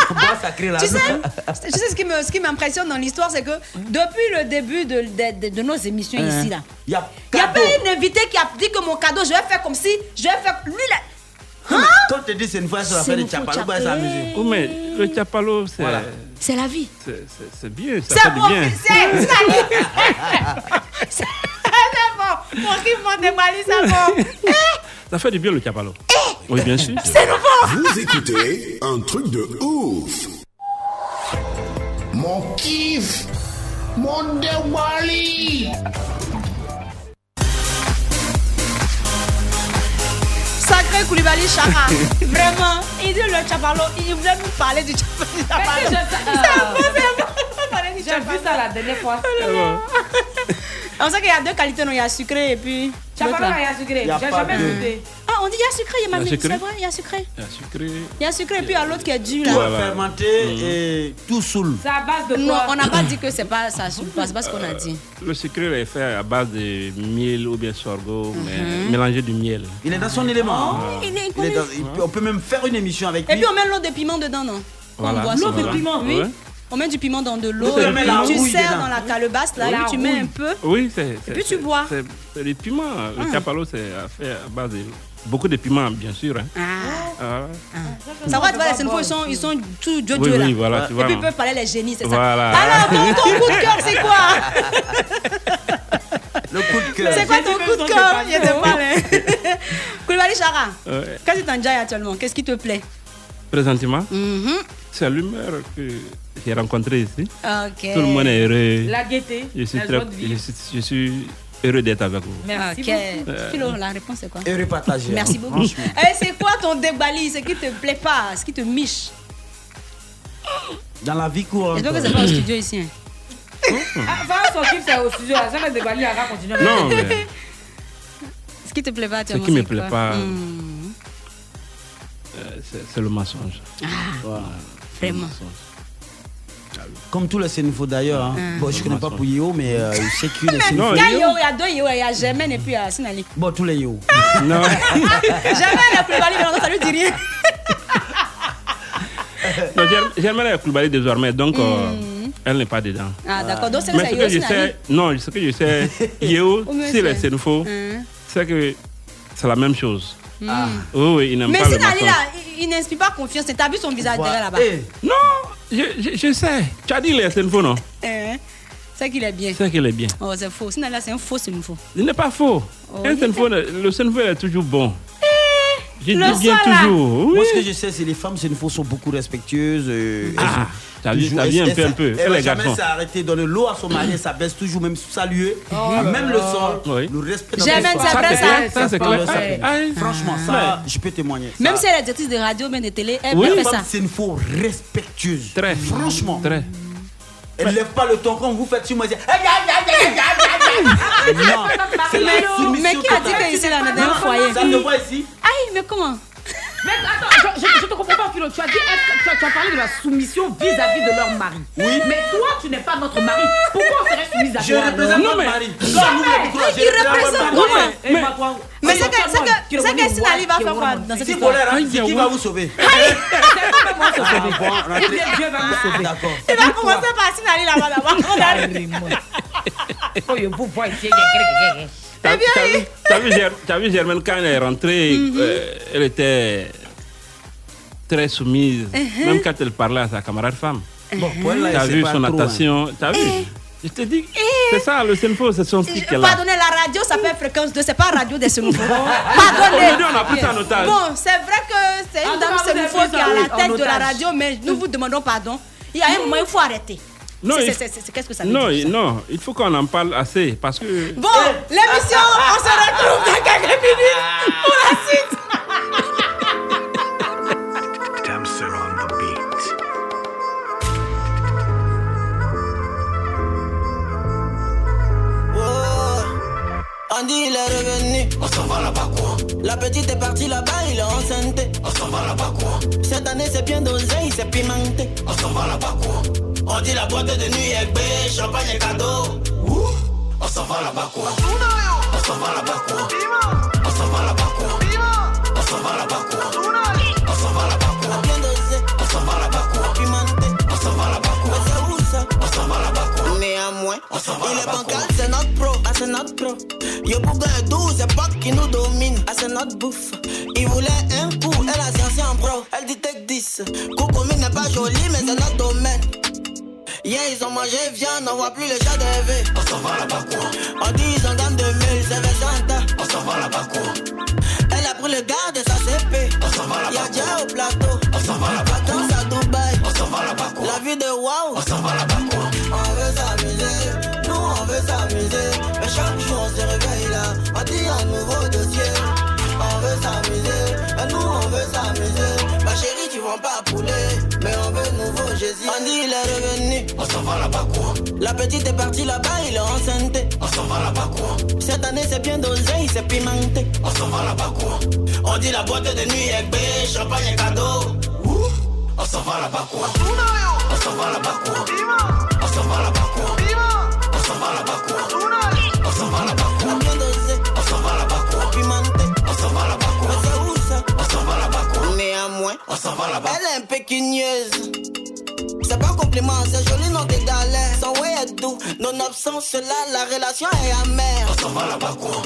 Bois sacré là.
Tu sais, tu sais ce qui me- ce qui m'impressionne dans l'histoire, c'est que depuis le début de, de- de- de nos émissions
Hein.
ici, là,
Il y a
il n'y a pas un invité qui a dit que mon cadeau, je vais faire comme si, je vais faire. Lui, là. Hein?
Toi, tu te dis, c'est une fois sur l'affaire de Chapalo, bah, c'est amusé.
Oui, mais le Chapalo, c'est
C'est la vie.
c'est- c'est- c'est bien, ça
C'est
fait
bon,
du bien.
c'est c'est la vie. C'est c'est bon. Pour qui m'en déballe, c'est bon.
Ça fait du bien le Chapalo. Oui, bien sûr.
C'est nouveau.
Vous écoutez un truc de ouf. Mon kiff. Mon déwali.
Sacré Koulibaly Chara. Vraiment, il dit le Chapalo, il voulait nous parler du Chapalo.
je-
Ça me fait parler du
J'ai vu ça la dernière fois.
On sait qu'il y a deux qualités, non il y a sucré et puis.
Chapalo,
l'autre, là.
il y a sucré. Y a J'ai pas jamais de- goûté.
Ah, on dit il y a sucré, il y a
Il y a
mamie.
sucré.
C'est vrai, il y a sucré.
Il y a sucré.
Il y a sucré et puis il y a l'autre qui est
Tout
dû
est
là.
fermenté et tout saoule.
C'est à base de Non, on n'a pas dit que c'est pas ça, c'est pas c'est pas ce qu'on a dit.
Le sucré est fait à base de miel ou bien sorgho, mais
Mhm. Oh,
mélangé du miel.
Il est dans son élément.
Ah.
Il est
Il est
connu.
dans- il peut- on peut même faire une émission avec
Et
lui.
puis on met l'eau de piment dedans, non
Voilà.
On boit
L'eau
ça,
de
voilà.
piment,
oui.
Ouais.
On met du piment dans de l'eau,
On
et
met la
puis tu
rouille
sers
dedans.
dans la calebasse là, et
La
puis tu mets un
rouille.
peu.
Oui, c'est. c'est-
puis tu
c'est-
bois.
C'est c'est des piments.
Ah.
Le capalo, c'est à faire à base de. Beaucoup de piments, bien sûr. hein.
Ah.
Ah.
Ça va, tu vois, les Sénégalais, ils sont, ils sont tout dieu
Oui,
dieu là.
oui, voilà, tu
et
vois,
puis ils
non.
peuvent parler les génies, c'est ça.
Voilà.
Bah Alors, ton, ton coup de cœur, c'est quoi
Le coup de cœur.
C'est quoi ton coup de cœur Il y a des balles. Koulibaly Chara,
Ouais.
qu'est-ce que tu enjoy actuellement Qu'est-ce qui te plaît
Euh, Présentement,
Mhm.
c'est l'humeur que j'ai rencontrée ici.
Ok.
Tout le monde est heureux.
La gaieté,
Je suis,
la
très-
joie de
je suis, je suis heureux d'être avec vous.
Merci
beaucoup.
Euh, Philo, la réponse c'est quoi
Heureux partagé. hein.
Merci beaucoup. Eh, c'est quoi ton débali Ce qui te plaît pas, ce qui te miche
Dans la vie courante.
Et donc, c'est pas au studio ici. hein.
Ah, Va on s'occupe, c'est au studio. là. Jamais de Bali,
hein,
on va continuer.
Non, mais
Ce qui te plaît pas,
ce qui
actuellement,
me
c'est
plaît
quoi
pas,
Hmm.
euh, c'est c'est le mensonge.
Voilà.
Vraiment.
Comme tous les Sénéfaux d'ailleurs. hein.
Ah.
Bon, je connais pas Pouillot, mais euh, je sais que les
Mais
Sénéfaux.
il y a Yo, il y a deux Yo, il y a Germaine et puis euh, Sinali.
Bon, tous les Yo.
Ah,
Non.
Germaine, la plus valide, ça lui dit rien.
Non, Germ- Germaine est Koulibaly désormais, donc euh, elle n'est pas dedans.
Hmm. Ah, d'accord. Donc, Mm. c'est
Mais ce que je sais, non, ce que je sais, Yeo,
Au monsieur.
si c'est une faux,
Hein.
c'est que c'est la même chose.
Hmm.
Oui, oui, il Ah, n'aime
Mais
pas
si
le
Dali
maçon.
là, il- il n'inspire pas confiance. T'as vu son visage
Voilà.
derrière là-bas
Eh, Non je, je- je sais. Tu as dit les Sénfo, non
Hein C'est qu'il est bien.
Eh. C'est qu'il est bien.
Oh, c'est faux. Sinon, là, c'est un faux, c'est une faux.
Il n'est pas faux.
Oh,
Un
oui.
Sénfo, le Sénfo est toujours bon. Je
le
dis bien
soir, là.
toujours. oui.
Moi, ce que je sais, c'est que les femmes, c'est une fois, sont beaucoup respectueuses. euh, elles
Ah,
sont
t'as vu-
toujours-
t'as vu
elles-
un peu,
elles-
un peu.
Elles
Et
vont
les
jamais
garçons.
s'arrêter, donner l'eau à son mari, ça baisse toujours, même saluer.
Oh là
Même le
là.
sol, le respect.
Jamais
dans les
ça,
femmes.
après ça.
Ça, c'est clair.
Ça,
Ah, oui.
Franchement, ça, je peux témoigner.
Même
Ça,
si elle est directrice de radio, même de télé, elle
Oui,
peut faire
bah,
femme,
ça.
c'est une faux respectueuse. Très. Franchement. Très. Elle lève pas le ton quand vous faites sur moi. elle dit, Aïe, aïe, aïe, aïe, aïe, aïe, aïe. Non, c'est la
Mais-
soumission
mais qui a dit
totale.
que ici, là, on est dans
Non,
un foyer
Ça se voit ici.
Aïe, mais comment
Mais attends, je, je- je te comprends pas, Philo. Tu as, dit, tu as, tu as parlé de la soumission vis-à-vis de leur mari.
Oui.
Mais toi, tu n'es pas notre mari. Pourquoi on serait soumise à
Je
toi
représente
Non,
mon
mais-
mari.
Jamais.
Ça, nous, on est courageux.
Il
Bravo,
représente
bravo.
moi.
Eh, eh,
Mais-
bah, quoi.
Mais c'est que
Représente moi.
c'est que c'est que Sina Ali va faire quoi dans cette
Si vous
histoire Eh,
voulez, c'est qui va vous sauver Ah, bon, on a
Il
fait-
vient- Dieu va vous
Ah, D'accord.
Il va commencer par Sina Ali là-bas d'abord. On arrive. Oh,
T'as t'as vu- t'as vu, Ger- t'as vu Germaine quand elle est rentrée,
Mhm.
euh, elle était très soumise,
Mhm.
même quand elle parlait à sa camarade femme.
Uh-huh.
Bon, pour elle, là,
T'as
c'est
vu
pas
son
trop, hein.
attention, t'as vu
Eh,
Je te dis, c'est ça le Senfo, c'est son fils qu'elle a.
Pardonnez, la radio s'appelle Fréquence 2, c'est pas radio de ce nouveau.
Aujourd'hui,
Pardonnez.
on a pris ça en otage.
Bon, c'est vrai que c'est
Ah,
une dame
vous avez
Semifo
pris
qui
ça,
a
oui,
la
en
tête de la
otage.
radio, mais nous vous demandons pardon. Il y a un moment, il faut arrêter.
Non,
C'est-
il-
c'est- c'est- c'est- Qu'est-ce que ça Euh. veut
Non,
dire
il- non, il faut qu'on en parle assez parce que.
Bon,
Eh,
l'émission, on se retrouve dans quelques minutes pour la suite.
Damser on the beat.
Oh. Andy il est revenu. On s'en va là-bas quoi La petite est partie là-bas, il est en santé. On s'en va là-bas quoi Cette année c'est bien dosé, il s'est pimenté. On s'en va là-bas quoi On dit la boîte de nuit est bée, champagne et cadeau. Ouh. On s'en va là-bas quoi On s'en va là-bas quoi On s'en va là-bas quoi On s'en va là-bas quoi On s'en va là-bas quoi Bien dosé. On s'en va là-bas quoi Pimenté. On s'en va là-bas quoi Mais c'est où ça On s'en va là-bas quoi Néanmoins, on s'en va là-bas quoi c'est notre pro, ah c'est notre pro. Yo Bouga est doux, c'est pas qui nous domine, ah c'est notre bouffe. Il voulait un coup, elle a science en pro, elle dit tech 10. Kokomi n'est pas joli, mais c'est notre domaine. Yeah, ils ont mangé viande, on voit plus les chats de V. On s'en va là-bas quoi. On dit ils ont gagne 2000, c'est Vesanta. On s'en va là-bas quoi. Elle a pris le gars de sa CP. On s'en va là-bas. Y'a déjà au plateau. On s'en va là-bas. Vacances à Dubaï. On s'en va là-bas quoi. La vie de wow. On s'en va là-bas quoi. On veut s'amuser. Nous on veut s'amuser. Mais chaque jour on se réveille là. On dit un nouveau dossier. On veut s'amuser. Mais nous on veut s'amuser. Ma chérie, tu vends pas poulet. Mais on veut nouveau Jésus. On dit il est revenu. On s'en va là-bas quoi. La petite est partie là-bas, il est en santé. On s'en va là-bas quoi. Cette année c'est bien dosé, il s'est pimenté. On s'en va là-bas quoi. On dit la boîte de nuit est bée, champagne et cadeau. Ouh. On s'en va là-bas quoi. On s'en va là-bas quoi. On s'en va là-bas quoi. On s'en va là-bas quoi. On s'en va là-bas quoi. Bien dosé. On s'en va là-bas quoi. Pimenté. On s'en va là-bas quoi. Mais c'est où ça On s'en va là-bas quoi. Néanmoins, on s'en va là-bas. Elle est impécunieuse. C'est pas un compliment, c'est joli nom des galères. Son way est doux, nonobstant cela, la relation est amère. On s'en va là-bas quoi.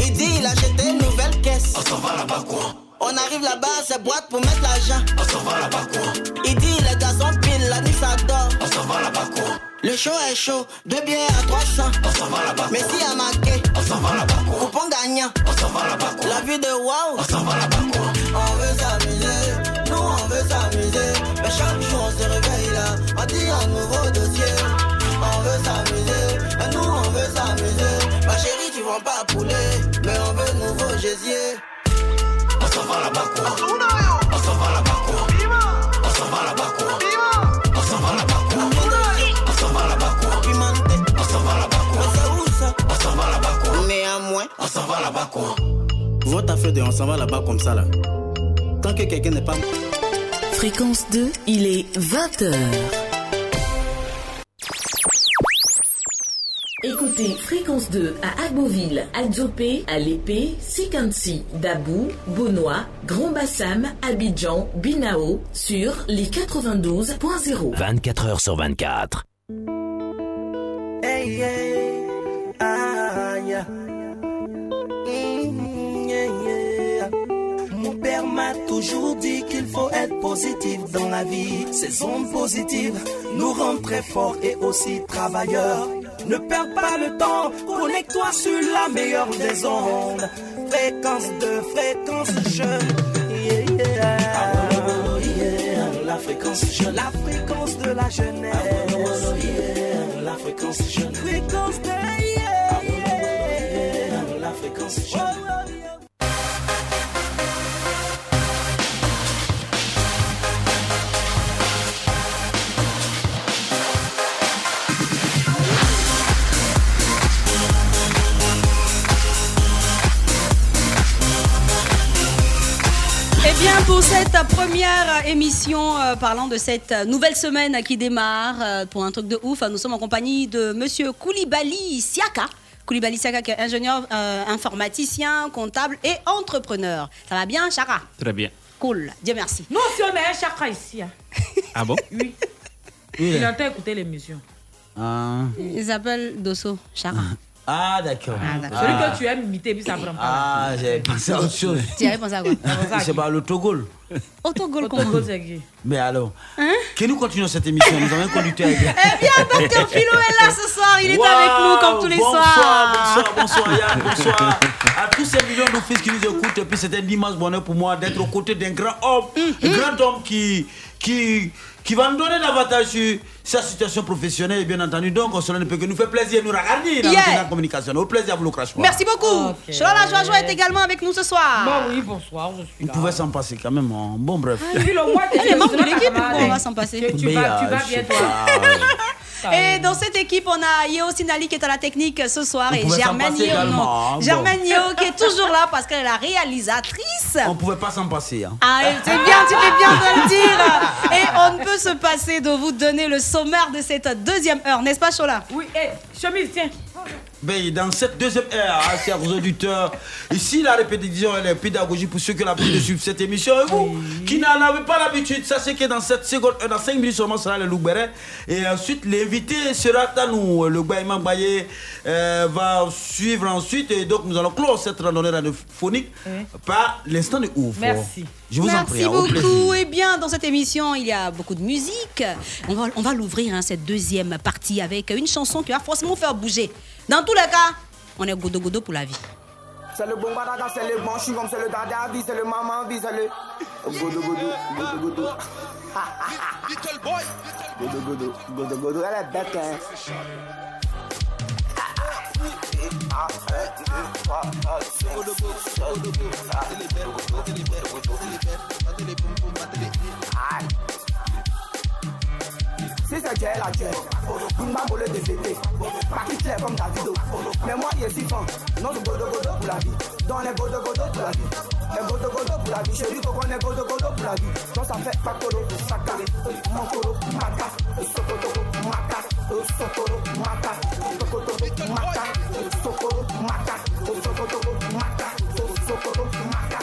Il dit il a jeté une nouvelle caisse. On s'en va là-bas quoi. On arrive là-bas, c'est boîte pour mettre l'argent. On s'en va là-bas quoi. Il dit les garçons pile, la nuit s'adore. On s'en va là-bas quoi. Le show est chaud, deux billets à 300. On s'en va là-bas. Mais si a manqué, on s'en va là-bas quoi. Coupon gagnant, on s'en va là-bas quoi. La vie de wow, on s'en va là-bas quoi. On veut s'amuser, nous on veut s'amuser. Mais chaque jour on se réveille là, on dit un nouveau dossier. On veut s'amuser, mais nous on veut s'amuser. Ma chérie, tu vends pas poulet, mais on veut nouveau gésier. On s'en va là-bas quoi. On s'en va là-bas quoi. On s'en va là-bas quoi. On s'en va là-bas quoi. On s'en va là-bas quoi. Pimenté. On s'en va là-bas quoi. Mais c'est où ça On s'en va là-bas quoi. Néanmoins, on s'en va là-bas quoi. Votre affaire de on s'en va là-bas comme ça là. Tant que quelqu'un n'est pas.
Fréquence 2, il est 20h.
Écoutez Fréquence 2 à Agboville, Adzopé, Alépé, Sikansi, Dabou, Bonois, Grand Bassam, Abidjan, Binao sur les 92.0.
24 heures sur 24.
Hey, hey, ah, yeah. Mm, yeah, yeah. Mon père m'a toujours dit qu'il faut être positif dans la vie. Ces ondes positives nous rendent très forts et aussi travailleurs. Ne perds pas le temps, connecte-toi sur la meilleure des ondes. Fréquence de fréquence, je. yeah, yeah. Ah, yeah. La fréquence jeune, la fréquence de la jeunesse. Ah, yeah. La fréquence jeune, fréquence de yeah, yeah. La fréquence jeune.
Eh bien, pour cette première émission euh, parlant de cette nouvelle semaine qui démarre, euh, pour un truc de ouf, nous sommes en compagnie de monsieur Koulibaly Siaka. Koulibaly Siaka, qui est ingénieur euh, informaticien, comptable et entrepreneur. Ça va bien, Chara
Très bien.
Cool, Dieu merci.
Nous aussi, on a un chakra ici. hein.
Ah bon
Oui. Il entend écouter l'émission.
Ah,
Il s'appelle Dosso, Chara.
Ah, d'accord.
Celui que tu aimes imiter, puis ça prend pas.
Ah, j'avais pensé à autre chose.
Tu avais pensé à quoi
Je sais pas, le Togol.
Autogol, comment
Autogol, c'est qui
Mais alors,
Hein
que nous continuons cette émission. Nous avons un conducteur. Eh bien,
Docteur Philo est là ce soir, il est
Waouh,
avec nous comme tous les
bonsoir,
soirs.
Bonsoir, bonsoir, Yann, bonsoir à tous ces millions de fils qui nous écoutent. Et puis c'est un immense bonheur pour moi d'être aux côtés d'un grand homme,
Mhm.
un grand homme qui, qui, qui va nous donner davantage sur sa situation professionnelle, bien entendu. Donc, cela ne peut que nous faire plaisir, nous regarder dans
Yeah.
notre grande communication. Au plaisir à vous, le crash.
Merci beaucoup. Chola Joie Joie est également avec nous ce soir.
Bon, Bah oui, bonsoir.
Il pouvait s'en passer quand même. hein. Bon, bref.
Ah, Elle est membre de l'équipe, pourquoi on va s'en passer
tu Mais, vas- tu euh, vas je bien, sais toi. pas.
Et dans cette équipe, on a Yeo Sinali qui est à la technique ce soir
Vous
et
pouvez s'en
Germaine
passer
Yeo, non.
également, hein, bon.
Germaine Yeo qui est toujours là parce qu'elle est la réalisatrice.
On pouvait pas s'en passer. hein.
Ah, c'est bien, tu fais bien de le dire. Et on ne peut se passer de vous donner le sommaire de cette deuxième heure, n'est-ce pas, Chola
Oui, et chemise, tiens.
Ben, dans cette deuxième heure, hein, chers auditeurs, ici la répétition elle est pédagogique pour ceux qui ont l'habitude de suivre cette émission. Et vous qui n'en avez pas l'habitude, sachez que dans cette seconde, euh, dans 5 minutes seulement sera le Lougberet. Et ensuite, l'invité sera à nous. Le Gbaïman Baye euh, va suivre ensuite. Et donc, nous allons clore cette randonnée radiophonique par l'instant de ouf.
Merci.
Je vous en
Merci
prie. hein, au plaisir.
beaucoup. Et bien, dans cette émission, il y a beaucoup de musique. On va, on va l'ouvrir, hein, cette deuxième partie, avec une chanson qui va forcément faire bouger. Dans tous les cas, on est godo godo pour la vie.
C'est le bon badada, c'est le bon chewing-gum, c'est le dada vie, c'est le maman vie, c'est le. Godo godo, godo godo. Little boy! Godo godo, godo godo, elle est bête, hein. Si c'est Dieu la Dieu, Bumba pour le DVT, Paquet clair comme Davido. Mais moi, il est si fort, non de godo godo pour la vie, dans les godo godo pour la vie, les godo godo pour la vie, chérie, qu'on connaît godo godo pour la vie. Donc ça fait pas coro, saka, mon coro, mata, sokotoko, mata, sokoro, mata, sokotoko, mata, sokoro, mata, sokotoko, mata, sokoro, mata.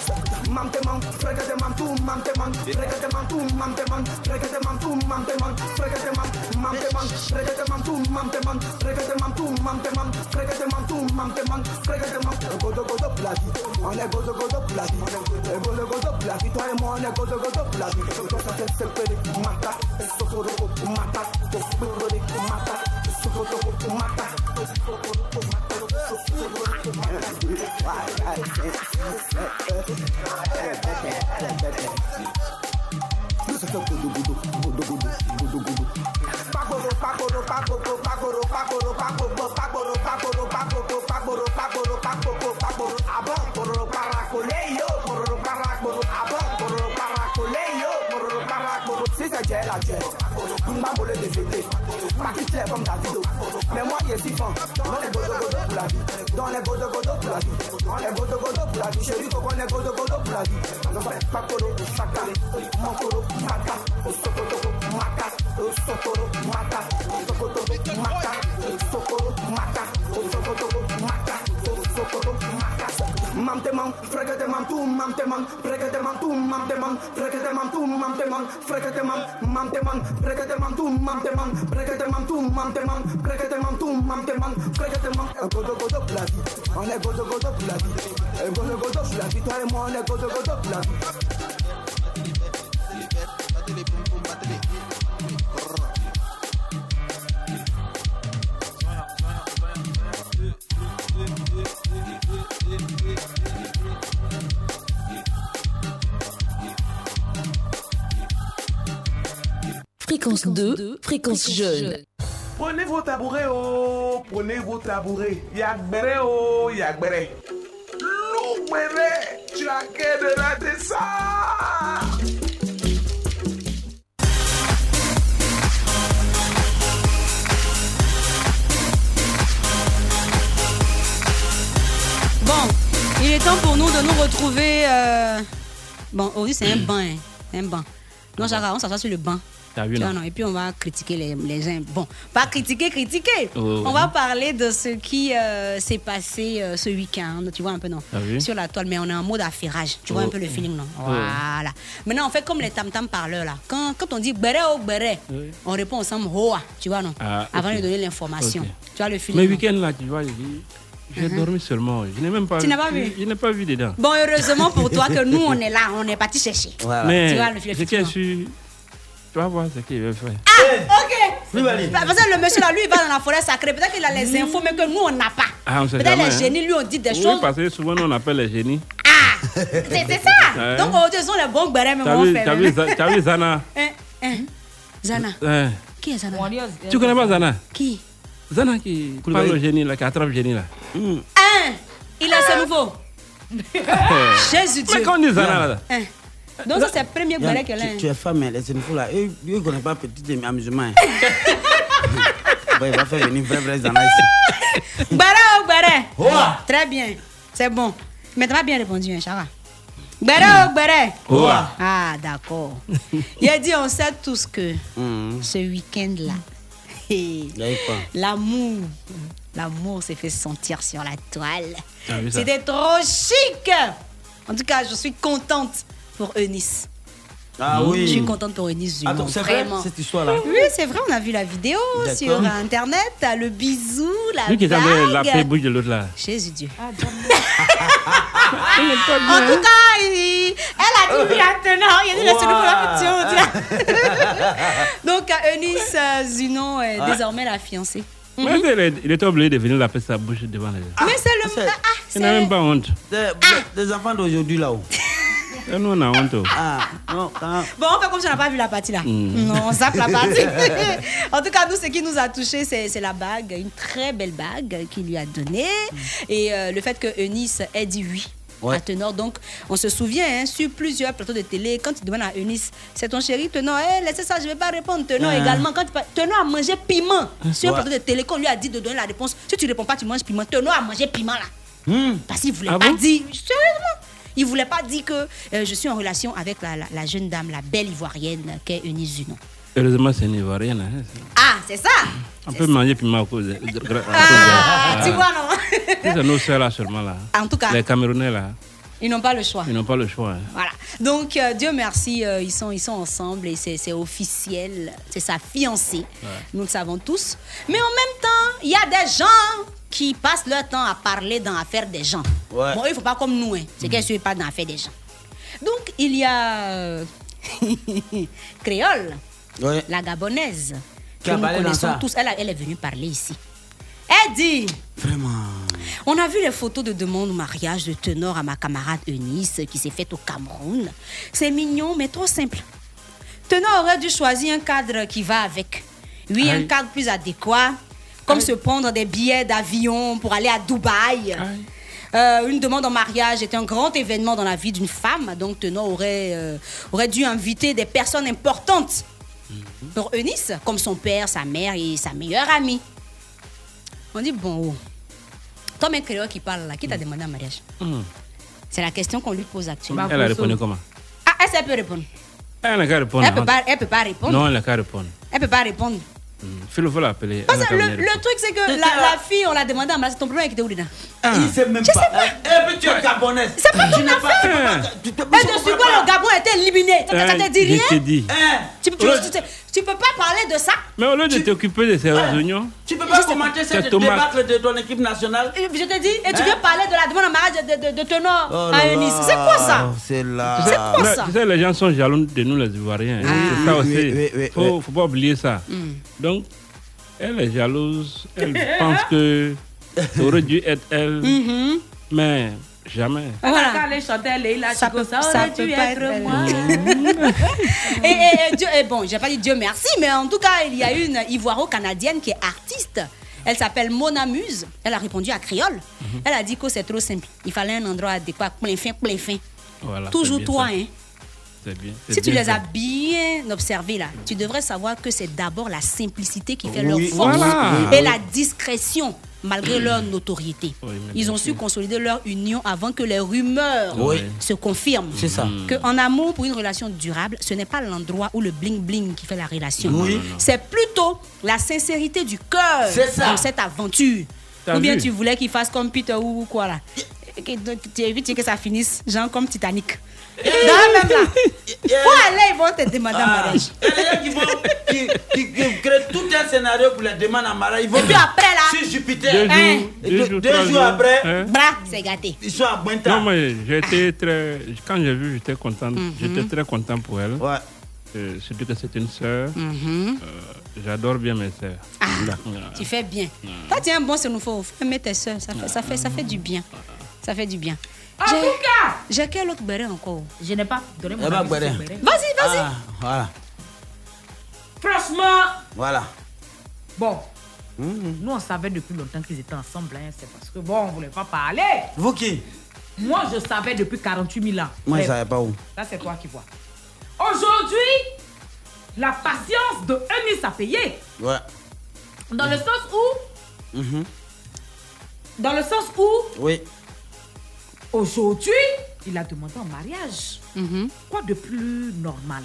Mam te mam, frekete mam tu, mam te mam, frekete mam tu, mam te mam, frekete mam tu, mam te mam, frekete mam, mam te mam, frekete mam tu, mam te mam, frekete mam tu, mam te mam, frekete mam tu, mam te mam, frekete mam. Godo godo plati, on est godo godo plati, godo godo plati, toi et moi on est godo godo plati. Godo godo sepere mata, sokoro mata, sokoro mata, sokoro mata, sokoro mata. oh, Si c'est Dieu la Dieu, Bumba pour le DVT, Paquet clair comme Davido. Mais moi, il est si fort, dans les godo godo pour la vie, dans les e godo godo pour la vie, dans les e godo godo pour la vie, chérie, qu'on connaît godo e godo pour la vie. Non, ça fait pas coro, saka, mon coro, mata, au sokotoko, mata, au sokoro, mata, au sokotoko, mata, au sokoro, mata, man, fréquente man, tout man, te man, fréquente man, tout man, te man, fréquente man, tout man, te man, fréquente man, man, te man, fréquente man, tout man, te man, fréquente man, tout man, te man, fréquente man, tout man, te man, fréquente man, un godo godo pour la vie, on est godo godo pour la vie, un godo godo pour la vie, toi et moi on est godo godo pour la vie.
Fréquence 2, fréquence jeune.
Prenez vos tabourets, oh, prenez vos tabourets. Yagbere, oh, yagbere. Lougbere, tu as qu'à de rater ça.
Bon, il est temps pour nous de nous retrouver. euh, Bon, aujourd'hui,
Mm.
c'est un banc. hein. C'est un banc. Non, Jara, on s'assoit sur le banc.
T'as vu
Tu vois,
là
non, et puis on va critiquer les, les gens. Bon, pas critiquer, critiquer.
Ouais, ouais,
on va
ouais.
parler de ce qui euh, s'est passé euh, ce week-end, tu vois un peu, non
T'as vu
Sur la toile, mais on est en mode affairage. Tu vois
Ah Oh.
un peu le feeling, non
Ouais.
Voilà. Maintenant, on fait comme les tam-tam parleurs, là. Quand, quand on dit béré ou béré,
Oui.
on répond ensemble hoa, tu vois, non
Ah,
Avant
ok.
de donner l'information.
Ok.
Tu vois le feeling
Mais
non
week-end là, tu vois, j'ai- j'ai
Mhm.
dormi seulement. Je n'ai même pas
Tu n'as pas vu
Je, je n'ai pas vu dedans.
Bon, heureusement pour toi que nous, on est là, on est parti chercher.
Mais
Tu vois le feeling
j'étais sûr. Tu vas voir ce qu'il veut faire.
Eh,
Ah, Ok.
Plus valide.
Bah, Parce que le monsieur là, lui, il va dans la forêt sacrée. Peut-être qu'il a les infos, mais que nous, on n'a pas.
Ah, on sait
Peut-être
jamais,
les
hein.
génies lui ont dit des
oui,
choses.
parce que souvent on appelle les génies.
C'est c'est ça.
Ouais.
Donc, aujourd'hui, ils sont les bons barèmes, mais
T'as
on
vu,
fait.
t'as vu,
même.
Za- t'as vu Zana
Hein, hein. Zana.
Hein.
Qui est Zana
Tu connais pas Zana
Qui
Zana qui parle au génie là, qui attrape le génie là. Hmm.
Hein Il a ce nouveau. Jésus Dieu.
Mais quand on dit Zana, là.
Hein. Donc, ça, c'est le premier
Yann,
barème qu'elle a.
tu, tu es femme, hein, les infos là, eux, eux ne connaissent pas petit amusement. hein. Bon, il va faire venir vrai, vrai Zana ici.
Baré ou baré
Oua.
Très bien. C'est bon. Mais t'as pas bien répondu, hein, Chara.
Hmm.
Baré ou baré
Oua.
Ah, d'accord. Il a dit, on sait tous que ce week-end-là, hé,
Il y a eu quoi
l'amour, l'amour s'est fait sentir sur la toile.
T'as vu ça
C'était trop chic. En tout cas, je suis contente pour Eunice.
Ah oui.
Je suis contente pour Eunice. Dumont,
Attends, c'est vrai,
Ah, vraiment.
cette histoire-là
Oui, c'est vrai, on a vu la vidéo
D'accord.
sur Internet, t'as le bisou, la
Lui qui est avec la paix
bague.
bouche de l'autre là.
Jésus Dieu. en tout cas, il- elle a dit oui maintenant. Il a dit laisse nous la Donc, euh, Eunice euh, Zunon est
Ouais.
désormais la fiancée. Mhm.
Mais il est- il était obligé de venir laper sa bouche devant les gens.
Mais c'est le. Ah, ah,
Il n'a
c'est-
même pas honte.
Des, des enfants d'aujourd'hui là-haut.
Et nous on a honte. oh.
Ah, non, quand.
Bon, on fait comme si on n'a pas vu la partie là.
Mm.
Non, on zappe la partie. en tout cas, nous, ce qui nous a touché, c'est c'est la bague, une très belle bague qu'il lui a donnée. Et euh, le fait que Eunice ait dit oui.
Ouais.
À Tenor. Donc, on se souvient, hein, sur plusieurs plateaux de télé, quand il demande à Eunice, c'est ton chéri, Tenor, Eh, laissez ça, je ne vais pas répondre. Tenor
Ah.
également, quand il par- Tenor a mangé piment sur
Ouais.
un plateau de télé, qu'on lui a dit de donner la réponse. Si tu ne réponds pas, tu manges piment. Tenor a mangé piment là. Parce qu'il voulait
Ah
pas
bon
dire. Sérieusement. Il voulait pas dire que euh, je suis en relation avec la, la- la jeune dame, la belle ivoirienne qu'est Eunice Zunon.
Heureusement, c'est une ivoirienne. hein.
Ah, c'est ça
On peut manger piment à cause de. de- gra- à
Ah,
cause
tu
de- ah.
vois,
Si C'est
non
nos soeurs là seulement là.
En tout cas,
Les Camerounais là,
ils n'ont pas le choix.
ils n'ont pas le choix. hein.
Voilà. Donc, euh, Dieu merci, euh, ils, sont, ils sont ensemble et c'est c'est officiel. C'est sa fiancée.
Ouais.
Nous le savons tous. Mais en même temps, il y a des gens qui passent leur temps à parler dans l'affaire des gens.
Ouais.
Bon, il ne faut pas comme nous. Hein. C'est qu'elles ne pas dans l'affaire des gens. Donc, il y a euh, Créole,
Ouais.
la Gabonaise,
Qui
que
a
nous
parlé dans
connaissons
ça.
tous. Elle, a- elle est venue parler ici. Elle dit... On a vu les photos de demande au mariage de Tenor à ma camarade Eunice qui s'est faite au Cameroun. C'est mignon, mais trop simple. Tenor aurait dû choisir un cadre qui va avec. Oui, un
Aïe.
cadre plus adéquat, comme se prendre des billets d'avion pour aller à Dubaï. Euh, une demande en mariage était un grand événement dans la vie d'une femme, donc Tenor aurait, euh, aurait dû inviter des personnes importantes pour Eunice, comme son père, sa mère et sa meilleure amie. On dit, bon, oh. Tom et Créole qui parle là, qui t'a demandé un mariage
Hmm.
C'est la question qu'on lui pose actuellement.
Elle a répondu comment
Ah, est-ce qu'elle peut répondre
Elle n'a qu'à répondre. hein.
Elle peut pas- elle peut pas répondre.
Non, elle n'a qu'à répondre.
Elle peut pas répondre.
Il faut l'appeler.
Parce que le, le truc, c'est que la, la fille, on l'a demandé à Master ton problème était où dedans
Il sait même pas. Eh, mais tu es gabonaise.
C'est pas
ton affaire.
Et de ce quoi le Gabon était éliminé Ça ça te dit rien
Eh, Je t'ai dit.
Tu, tu- tu- tu- tu peux pas parler de ça
Mais au lieu de t'occuper de ces
Ah.
réunions,
Tu peux pas commenter cette
Thomas.
débâcle de ton équipe nationale
Je te dis, et tu
Hein
viens parler de la demande en mariage de, de, de Tenor à Ah, Eunice. C'est quoi ça
C'est Oh là. Ah.
C'est quoi
Mais,
ça
tu sais, les gens sont jaloux de nous, les Ivoiriens. C'est ça aussi.
oui, oui, oui,
faut, faut pas oublier ça.
Hmm.
Mm.
Donc, elle est jalouse. Elle pense que ça aurait dû être elle.
Mhm.
Mais jamais.
Ah,
Voilà. Quand elle chantait Leila, ça, peut, ça aurait dû être, moi.
et, et- et Dieu- et bon, j'ai pas dit Dieu merci, mais en tout cas, il y a une Ivoiro-Canadienne qui est artiste. Elle s'appelle Mona Muse. Elle a répondu à Créole.
Mhm.
Elle a dit que c'est trop simple. Il fallait un endroit adéquat, plein fin, plein fin.
Voilà,
Toujours
c'est bien
toi,
ça.
hein.
C'est bien. c'est
Si tu
bien
les
ça.
as bien observés là, tu devrais savoir que c'est d'abord la simplicité qui fait
Oui,
leur force
voilà.
et
Oui. Mhm.
la discrétion malgré leur notoriété. Ils ont su consolider leur union avant que les rumeurs
Oui.
se confirment.
C'est ça.
Que en amour pour une relation durable, ce n'est pas l'endroit où le bling bling qui fait la relation.
Oui.
C'est plutôt la sincérité du cœur
C'est ça.
dans cette aventure.
T'as
Ou bien
vu
tu voulais qu'il fasse comme Peter ou ou quoi là. Que- donc, Tu évites que ça finisse genre comme Titanic.
Eh.
Dans la même là. Pour aller, ils vont te demander
Ah.
en mariage.
Eh, qui, qui, qui crée tout un scénario pour la demande en mariage. Ils vont
après là.
Sur Jupiter.
Deux jours,
Hein.
deux
deux,
jours,
deux
trois
jours
jours,
après.
hein.
Bras, c'est gâté.
Ils sont à
Non,
Bointa.
mais j'étais très. Quand j'ai vu, j'étais content.
Mhm.
J'étais très content pour elle. Euh,
Ouais.
surtout que c'est une sœur.
Mhm. Ah.
Euh, J'adore bien mes sœurs.
Tu fais bien. Toi, tu es un bon sénophobe. Fais-moi tes soeurs. Ça fait, ça, fait, ça fait du bien. Ça fait du bien. En tout cas J'ai quel autre béret encore
Ah, Je n'ai pas. donné
Eh ben, Béré.
Vas-y, vas-y.
Ah, voilà.
Franchement,
Voilà.
bon.
Mhm.
Nous, on savait depuis longtemps qu'ils étaient ensemble. hein. C'est parce que, bon, on ne voulait pas parler.
Vous qui
Moi, je savais depuis 48 000 ans.
Moi, je
Bref,
savais pas où.
Là, c'est toi qui vois. Aujourd'hui, la patience de Eunice a payé.
Ouais.
Dans
Mm.
le sens où,
Mhm.
dans le sens où,
Oui.
aujourd'hui, il a demandé en mariage. Quoi de plus normal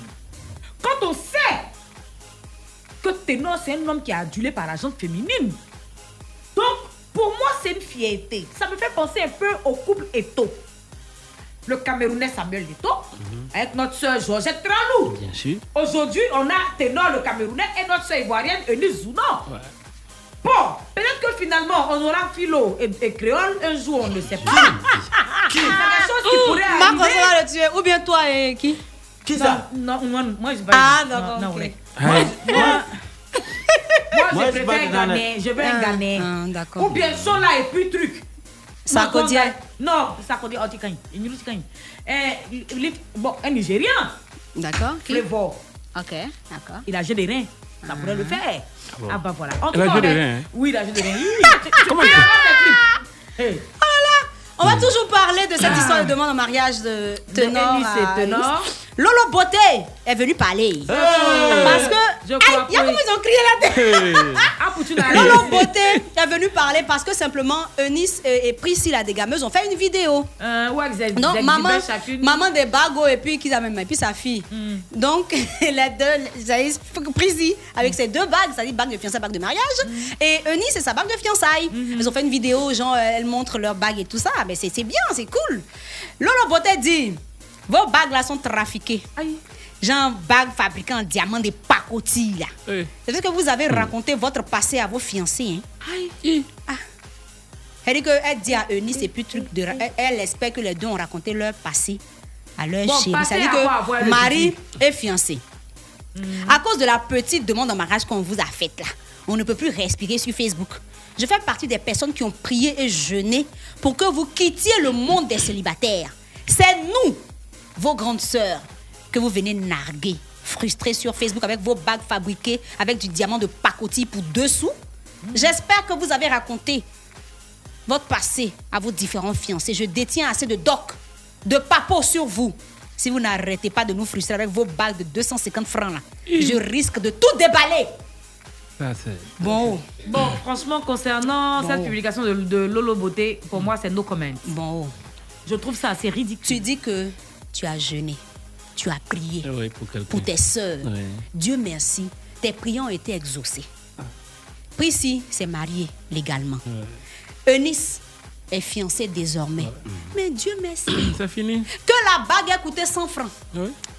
Quand on sait que Ténor, c'est un homme qui est adulé par la gente féminine. Donc, pour moi, c'est une fierté. Ça me fait penser un peu au couple Eto. Le Camerounais Samuel Eto, avec notre soeur Georgette Tranou.
Bien sûr.
Aujourd'hui, on a Ténor le Camerounais et notre soeur ivoirienne Eunice Zouno. Bon, peut-être que finalement, on aura Philo et, et Créole un jour, on ne sait pas. C'est des choses qui
Ouh,
pourraient
Marc, on
arriver.
sera le tuer. Ou bien toi et qui
Qui
ça Non, moi, moi je vais.
Ah,
non,
d'accord.
non,
ok.
ouais.
Hein?
Moi,
Moi,
je
je vais
préfère
dans
un
la-
Ghanais. Je veux un
Ah,
Ghanais.
d'accord.
Ou bien Sola et puis truc.
Sarkodia.
Moi, Gonda- Non, Sarkodia, oh, tu gagnes. Il nous gagne. Eh, li- Bon, un Nigérien.
D'accord.
Flévor.
Ok, d'accord.
Il a joué des reins. Ça pourrait le faire.
bon
Ah, bah voilà. En
Il a
tout
joué
cas,
des
on est-
reins, hein?
Oui, il a joué des reins. Oui, oui. Tu- tu- tu peux avoir tes clips. Hey.
Oh
Ah.
On va toujours parler de cette histoire de demande en mariage de
De Euh,
Tenor.
Eunice
à
et Tenor.
Eunice. Lolo Beauté est venue parler. Parce que.
Je
Aïe, y a comment ils ont crié là-dedans.
Ah, pour tu n'as
Lolo Beauté est venue parler parce que simplement Eunice et, et Priscilla des Gameuses ont fait une vidéo. Donc
Euh, exhibaient
maman,
chacune. Mm.
maman des Bago et puis qui même et puis sa fille. Donc les deux, ça y est, Prissy avec ses deux bagues, c'est-à-dire bague de fiançailles, bague de mariage,
Mm.
et Eunice et sa bague de fiançailles.
Mm-hmm.
Elles ont fait une vidéo, genre euh, elles montrent leurs bagues et tout ça. Mais c'est c'est bien, c'est cool. Lolo Beauté dit, vos bagues là sont trafiquées. Genre bagues fabriquées en diamant des pacotilles là.
Oui.
C'est parce que vous avez raconté votre passé à vos fiancés. Hein? Ah. Elle dit que elle dit à Eunice, c'est plus truc de. ra- Elle, elle espère que les deux ont raconté leur passé à leur
Bon,
chéri.
passé
Ça veut dire
à quoi, avoir
que
le
mari
petit. Hmm.
et fiancé. À cause de la petite demande en mariage qu'on vous a faite là, on ne peut plus respirer sur Facebook. Je fais partie des personnes qui ont prié et jeûné pour que vous quittiez le monde des célibataires. C'est nous, vos grandes sœurs, que vous venez narguer, frustrées sur Facebook avec vos bagues fabriquées avec du diamant de pacotille pour deux sous. J'espère que vous avez raconté votre passé à vos différents fiancés. Je détiens assez de doc, de papo sur vous. Si vous n'arrêtez pas de nous frustrer avec vos balles de 250 francs là, je risque de tout déballer.
Ça, c'est.
Bon.
Bon, franchement, concernant
Bon.
cette publication de, de Lolo Beauté, pour moi, c'est no comment.
Bon.
Je trouve ça assez ridicule.
Tu dis que tu as jeûné, tu as prié
Oui, Ah pour quelqu'un.
pour tes sœurs.
Oui.
Dieu merci, tes prières ont été exaucées. Prissy s'est mariée légalement. Eunice est fiancée désormais. Mais Dieu merci.
C'est fini.
Que la bague ait coûté 100 francs.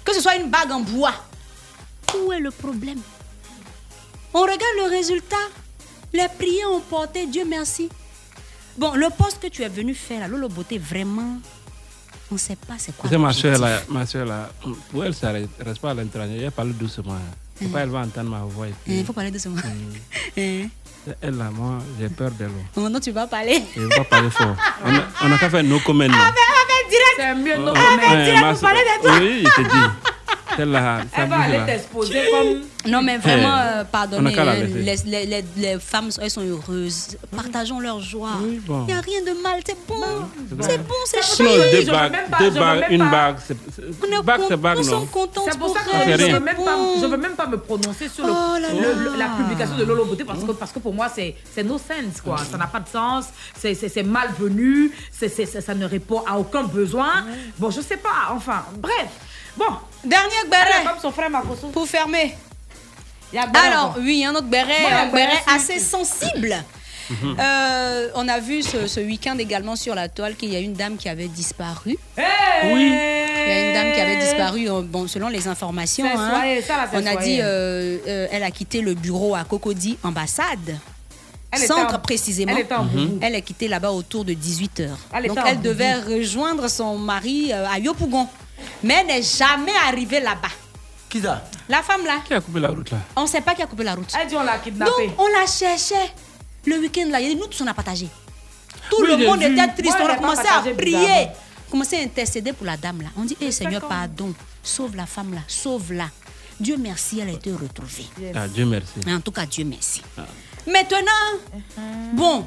Que ce soit une bague en bois. Où est le problème On regarde le résultat. Les prières ont porté, Dieu merci. Bon, le poste que tu es venu faire à Lolo Beauté, vraiment, on ne sait pas c'est quoi.
C'est ma
l'objectif.
soeur là, ma soeur là, pour elle, ça reste pas à l'entraîneur. Elle parle doucement.
Hein.
Faut pas, elle va entendre ma voix. et
Il
puis-
faut parler de ce moment.
Mm.
Hein.
Elle là, moi, j'ai peur d'elle. oh.
Oh non, tu vas parler.
Elle va parler fort. On a- On n'a qu'à faire nos communs. non.
Ah, mais direct. C'est mieux
Oh, ouais, ma soeur- Oui, je te dis. Celle là,
Eh
ça
ben,
bouge là.
t'exposer comme.
Non, mais vraiment,
Eh,
euh,
on a
pardonnez.
qu'à la
hein,
laisser.
les, les- les- les femmes, elles sont heureuses. Partageons leur joie. Il
bon.
n'y a rien de mal, c'est bon. C'est bon, c'est
Sinon,
chouette.
deux bagues, deux bagues, une bague. c'est- c'est- Bague, c'est bague, non
contents
C'est pour ça que
elle,
je
c'est
ne
rien.
veux, même pas- je veux même pas me prononcer sur le-
Oh là
le-
là.
le- la publication de Lolo Beauté parce que, parce que pour moi, c'est c'est no sense. Quoi. Ça n'a pas de sens, c'est- c'est c'est malvenu, c'est- c'est- ça- ça ne répond à aucun besoin. Bon, je sais pas, enfin, bref. Bon.
Dernier
béret. Comme son frère
Pour fermer. Alors,
Alors,
oui, il y a un autre béret,
Moi, la
un béret
béret, c'est
assez sensible.
Mhm.
Euh, on a vu ce, ce week-end également sur la toile qu'il y a une dame qui avait disparu.
Oui.
Il y a une dame qui avait disparu, euh, bon, selon les informations.
C'est
hein.
soirée, ça, là, c'est
on a
soirée.
dit euh, euh, elle a quitté le bureau à Cocody, ambassade.
Elle était
centre
en-
précisément. Mhm.
elle était en boubou.
Elle est quittée là-bas autour de 18h.
Elle
Donc
était en
elle
boubou.
devait rejoindre son mari euh, à Yopougon. Mais elle n'est jamais arrivée là-bas.
Qui ça
La femme là,
Qui a coupé la route là
on ne sait pas qui a coupé la route.
Elle dit on l'a kidnappée.
Donc on la cherchait. Le week-end là, il y a dit, nous tous on a partagé. Tout
Oui,
le
j'ai
monde
vu.
était triste.
Moi, elle
on
a
a
pas
commencé à
partagé
prier,
bizarrement.
commencé à intercéder pour la dame là. On dit, Eh, Seigneur, pardon, sauve la femme là, sauve la. Dieu merci, elle a été retrouvée.
Ah, Dieu merci. Ah.
Mais en tout cas, Dieu merci. Maintenant,
Uh-huh.
bon,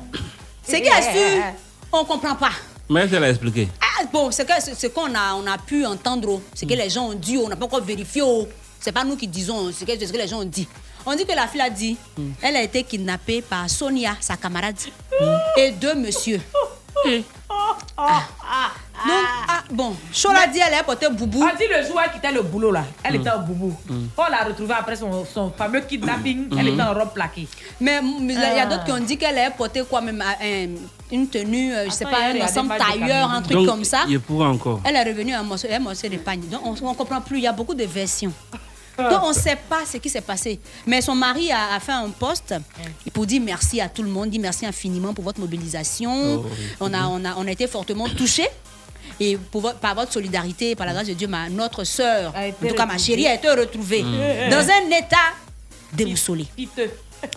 c'est
Eh,
qui est sûr, on comprend pas.
Mais elle elle a expliqué.
Ah, bon, c'est que- c'est- ce qu'on a, on a pu entendre, oh. ce que
Mm.
les gens ont dit, oh, on n'a pas encore vérifié. oh. C'est pas nous qui disons, c'est que, c'est ce que les gens ont dit. On dit que la fille a dit,
Mm.
elle a été kidnappée par Sonia, sa camarade, et deux messieurs.
Mm.
Ah. Donc, ah, bon, Chola dit, elle a porté boubou.
On dit le jour où elle quittait le boulot là,
Mm.
elle était en boubou. On l'a retrouvée après son, son fameux kidnapping,
Mm.
elle était en robe plaquée.
Mais il y a
Ah.
d'autres qui ont dit qu'elle a porté quoi, même à- un- une tenue, euh, je sais
Attends,
pas,
elle
un
a
ensemble
des pages de
tailleur, un
Cameroun.
truc
Donc,
comme ça.
Il est pour encore.
Elle est revenue à un morceau, un morceau de pagne. Donc, on ne comprend plus. Il y a beaucoup de versions. Donc, on ne sait pas ce qui s'est passé. Mais son mari a, a fait un poste pour dire merci à tout le monde, dit merci infiniment pour votre mobilisation.
Oh, oui.
on, a, on, a, on a été fortement touchés. Et pour vo- par votre solidarité, par la grâce de Dieu, ma, notre sœur, en tout
été
cas ma
retrouvée.
chérie, a été retrouvée
Mm.
dans un état déboussolé.
Piteux.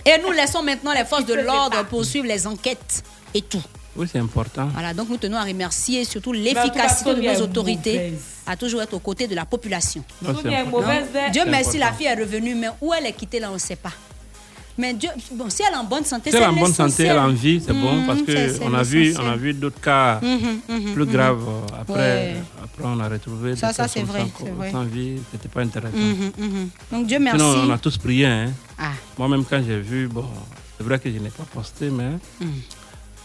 Et nous laissons maintenant les forces de
Piteux
l'ordre poursuivre les enquêtes et tout.
Oui, c'est important.
Voilà, donc nous tenons à remercier surtout
en tout cas,
l'efficacité de
Sonia
nos
est
autorités
mauvaise.
à toujours être aux côtés de la population.
Non, c'est Sonia est important. mauvaise, elle.
Dieu
C'est
merci,
important.
la fille est revenue, mais où elle est quittée, là, on ne sait pas. Mais Dieu, bon, si elle est en bonne santé,
Si elle est en bonne santé,
l'essentiel.
elle a envie, c'est bon,
Mhm,
parce
c'est- c'est
qu'on a vu,
l'essentiel.
on a vu d'autres cas
Mhm, mhm,
plus
mhm.
graves. euh, Après,
Ouais.
après, on a retrouvé
Ça,
des
ça, c'est
personnes
vrai,
sans-
c'est vrai.
Sans vie, c'était pas intéressant.
Mhm, mhm. Donc Dieu merci.
Sinon, on a tous prié. hein.
Ah.
Moi-même, quand j'ai vu, bon, c'est vrai que je n'ai pas posté, mais
Mmh.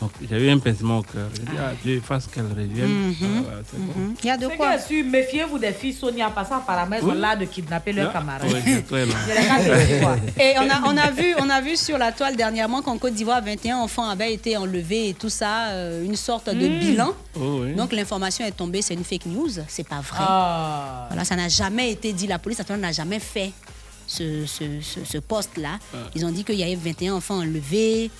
donc, j'ai eu un pincement au cœur. J'ai dit, ah, Dieu fasse qu'elle revienne.
Mhm.
Ah, ouais, c'est bon.
Il y a de
quoi. méfiez-vous des filles Sonia passant par la maison
Oui.
là de kidnapper leurs camarades.
Ah, Oui, c'est très long.
Je l'ai pas fait, quoi.
Et on a, on, a vu, on a vu sur la toile dernièrement qu'en Côte d'Ivoire, 21 enfants avaient été enlevés et tout ça, euh, une sorte de
Mm.
bilan.
Oh, oui.
Donc l'information est tombée, c'est une fake news, c'est pas vrai.
Ah.
Voilà, ça n'a jamais été dit, la police nationale n'a jamais fait ce, ce- ce- ce poste-là.
Ah.
Ils ont dit qu'il y avait 21 enfants enlevés,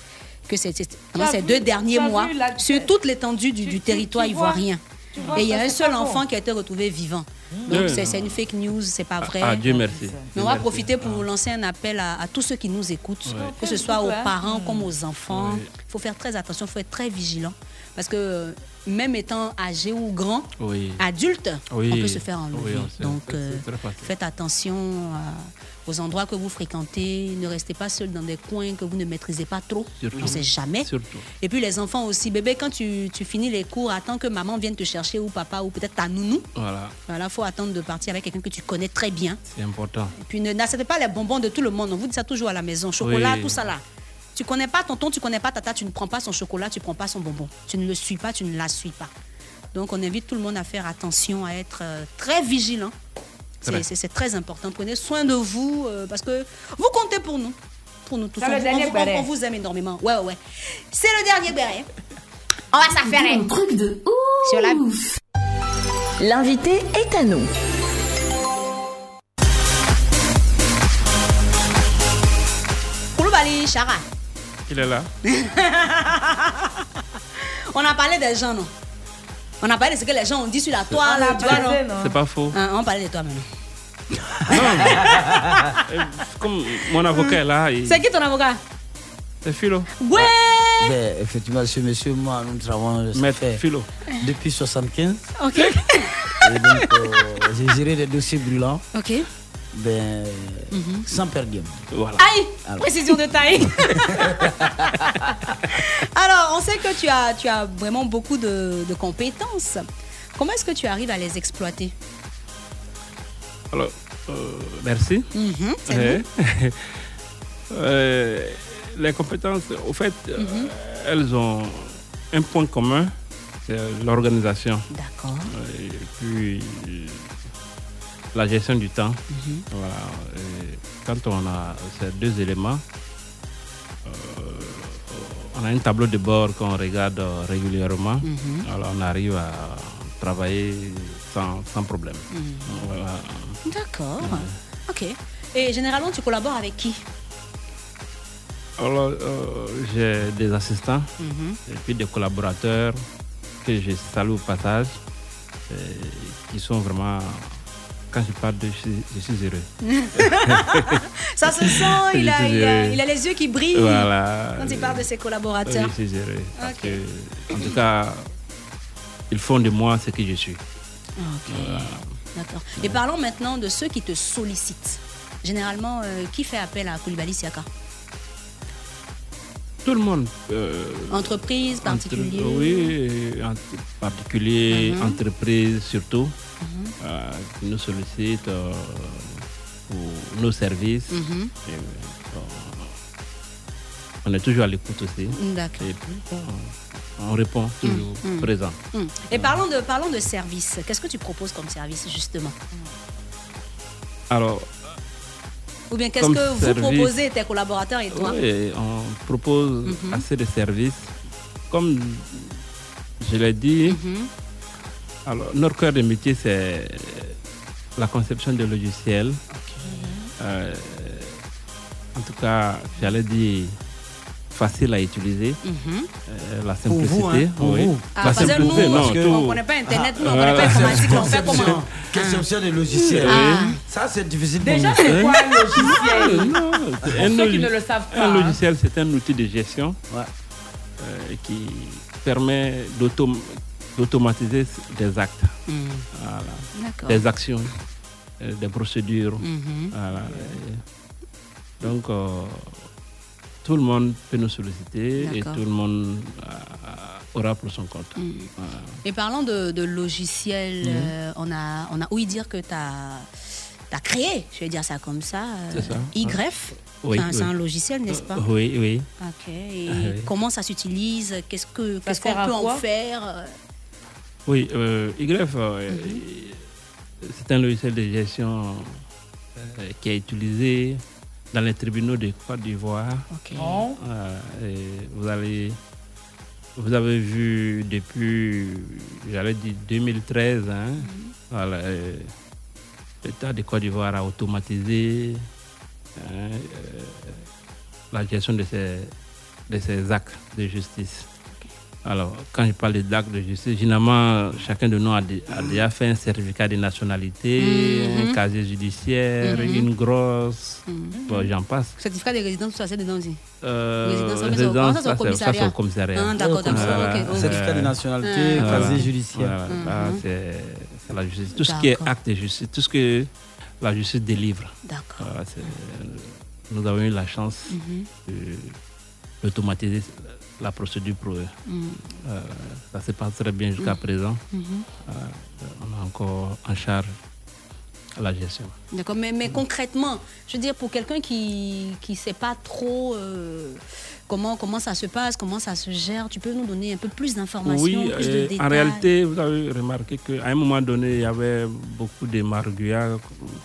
que c'est c'est- pendant
T'as
ces
vu-
deux derniers
t'as
mois,
vu la-
sur toute l'étendue du, du territoire
tu vois-
ivoirien.
tu vois,
et il y
ça,
a un
c'est
seul
pas bon.
enfant qui a été retrouvé vivant. Donc
Oui,
c'est
non.
c'est une fake news, c'est pas vrai.
Ah, Dieu merci.
Mais
Dieu
on va
merci. Ah.
profiter pour lancer un appel à, à tous ceux qui nous écoutent,
Ouais.
que ce soit aux
Ouais.
parents
Hmm.
comme aux enfants. Il
Ouais.
faut faire très attention, il faut être très vigilant. Parce que euh, même étant âgé ou grand,
Oui.
adulte,
Oui.
Ah, on peut se faire enlever.
Oui, on sait.
Donc
C'est-
euh,
c'est très facile.
faites attention euh, aux endroits que vous fréquentez. Ne restez pas seul dans des coins que vous ne maîtrisez pas trop.
Surtout.
On ne sait jamais.
Surtout.
Et puis les enfants aussi. Bébé, quand tu, tu finis les cours, attends que maman vienne te chercher ou papa ou peut-être ta nounou.
Voilà,
Voilà, faut attendre de partir avec quelqu'un que tu connais très bien.
c'est important.
Puis ne- n'acceptez pas les bonbons de tout le monde. On vous dit ça toujours à la maison. Chocolat,
Oui.
tout ça là. Tu connais pas tonton, tu connais pas tata, tu ne prends pas son chocolat, tu prends pas son bonbon. Tu ne le suis pas, tu ne la suis pas. Donc on invite tout le monde à faire attention, à être euh, très vigilant. C'est-
Très.
C'est c'est très important. Prenez soin de vous euh, parce que vous comptez pour nous. pour nous tous.
C'est
on,
le
vous- on
dernier
vous- on-
béret.
on vous aime énormément. Ouais, ouais, ouais. C'est le dernier béret. On va s'affaire. Un truc de ouf. Sur la bouffe.
L'invité est à nous.
Koulibaly, Chara.
Il est là.
On a parlé des gens, non On a parlé de ce que les gens ont dit sur la toile.
On a
Ah, tu vois,
parlé,
non
non
C'est pas faux.
Hein, on parlait de toi maintenant.
Euh, Comme mon avocat est là, il...
C'est qui ton avocat
c'est Philo.
Ouais
Ben, effectivement, ce monsieur, moi, nous travaillons ça fait depuis 75.
Ok.
Et donc, euh, j'ai géré des dossiers brûlants
Ok.
ben, sans perdre game.
Voilà.
Aïe
Alors.
Précision de taille Alors, on sait que tu as, tu as vraiment beaucoup de, de compétences. Comment est-ce que tu arrives à les exploiter
Alors, euh, merci.
Mhm, c'est
Euh,
vous.
euh, les compétences, au fait, euh,
Mhm.
elles ont un point commun, c'est l'organisation.
D'accord.
Euh, Et puis, euh, la gestion du temps.
Mhm.
Voilà. Et quand on a ces deux éléments, euh, on a un tableau de bord qu'on regarde euh, régulièrement.
Mhm.
Alors, on arrive à travailler sans, sans problème.
Mhm.
Voilà.
D'accord. Ok. Et généralement, tu collabores avec qui
Alors, euh, j'ai des assistants
Mhm.
et puis des collaborateurs que je salue au passage, euh, qui sont vraiment. Quand je parle de, je, suis- je suis heureux.
Ça se sent, il a, il, a, il a les yeux qui brillent
Voilà.
quand il parle de ses collaborateurs.
Oui, je suis heureux. parce
Ok.
que, en tout cas, ils font de moi ce que je suis. Euh,
Ok.
Voilà.
D'accord. Et parlons maintenant de ceux qui te sollicitent. Généralement, euh, qui fait appel à Koulibaly Siaka
Tout le monde. euh,
Entreprise,
entre- euh,
particulier
oui, en particulier,
Mhm.
entreprise surtout,
Uh-huh.
euh, qui nous sollicitent euh, pour nos services.
Mhm.
Et, euh, on est toujours à l'écoute aussi.
D'accord.
Et puis, bah, bon, on répond toujours
Mhm.
présent.
Hmm. Et parlons de, parlons de service. Qu'est-ce que tu proposes comme service, justement
Alors,
Ou bien qu'est-ce
Comme
que vous
service.
proposez, tes collaborateurs et toi
Oui, on propose
Mhm.
assez de services. Comme je l'ai dit,
Mhm.
alors, notre cœur de métier, c'est euh, la conception de logiciels. Euh, en tout cas, j'allais dire facile à utiliser.
Mhm.
Euh, la
Pour vous,
simplicité.
hein, pour
oui.
vous. Ah,
La
parce que
simplicité,
nous,
non,
parce que-
tout.
on connaît pas
Ah.
Internet, nous, on connaît pas informatique, on fait comment
Conception des logiciels.
Ah.
Ça, c'est difficile pour
Déjà,
nous.
c'est quoi un
logiciel
Ah, Non,
Pour
un
ceux qui
log-
ne le savent pas,
Un
hein.
logiciel, c'est un outil de gestion euh, qui permet d'autom- d'automatiser des actes,
Mm.
Voilà.
D'accord.
des actions, euh, des procédures.
Mhm.
Mm-hmm.
Voilà. Et Donc, euh, tout le monde peut nous solliciter et
D'accord.
tout le monde euh, aura pour son compte.
Mm.
Voilà.
Et parlons de, de logiciels.
Mhm.
euh, on, a, on a ouï dire que tu as, créé, je vais dire ça comme ça, euh,
C'est ça.
YGREF.
Oui,
c'est, un, c'est
oui.
un logiciel, n'est-ce pas
Oui, oui.
Ok. Et
Ah, oui.
comment ça s'utilise qu'est-ce, que, qu'est-ce qu'on
sert à
peut en
quoi
faire
Oui, euh, YF, euh, c'est un logiciel de gestion euh, qui est utilisé dans les tribunaux de Côte d'Ivoire.
Ok.
Oh. Euh, et vous, allez, vous avez vu depuis, j'allais dire 2013, hein,
Mhm.
voilà, euh, l'État de Côte d'Ivoire a automatisé hein, euh, la gestion de ces, de ces actes de justice. Alors, quand je parle d'actes de justice, généralement, chacun de nous a, dé- a déjà fait un certificat de nationalité, un
Mhm.
casier judiciaire,
Mhm.
une grosse.
Mhm.
Bon, j'en passe.
Certificat de résidence, ça c'est dedans aussi.
Euh,
Résidence, ça, mais c'est au-
résidence,
ça, c'est au
ça, c'est- ça, c'est au
commissariat. Ah,
commissariat.
d'accord, d'accord,
Voilà.
ok, ok.
Certificat de
Euh,
nationalité,
voilà.
casier judiciaire.
Voilà.
Mhm.
Ah, c'est c'est la justice. Tout ce qui est
D'accord.
acte de justice, tout ce que la justice délivre.
D'accord.
Voilà, c'est- nous avons eu la chance
Mhm.
de- d'automatiser la procédure pour eux.
Mhm.
Euh, ça se passe très bien jusqu'à Euh,
Mhm.
présent.
Mhm.
Euh, on a encore en charge à la gestion.
D'accord, mais, mais concrètement, je veux dire, pour quelqu'un qui ne sait pas trop euh, comment, comment ça se passe, comment ça se gère, tu peux nous donner un peu plus d'informations,
Oui,
plus de
euh,
détails
en réalité, vous avez remarqué qu'à un moment donné, il y avait beaucoup de marguillards,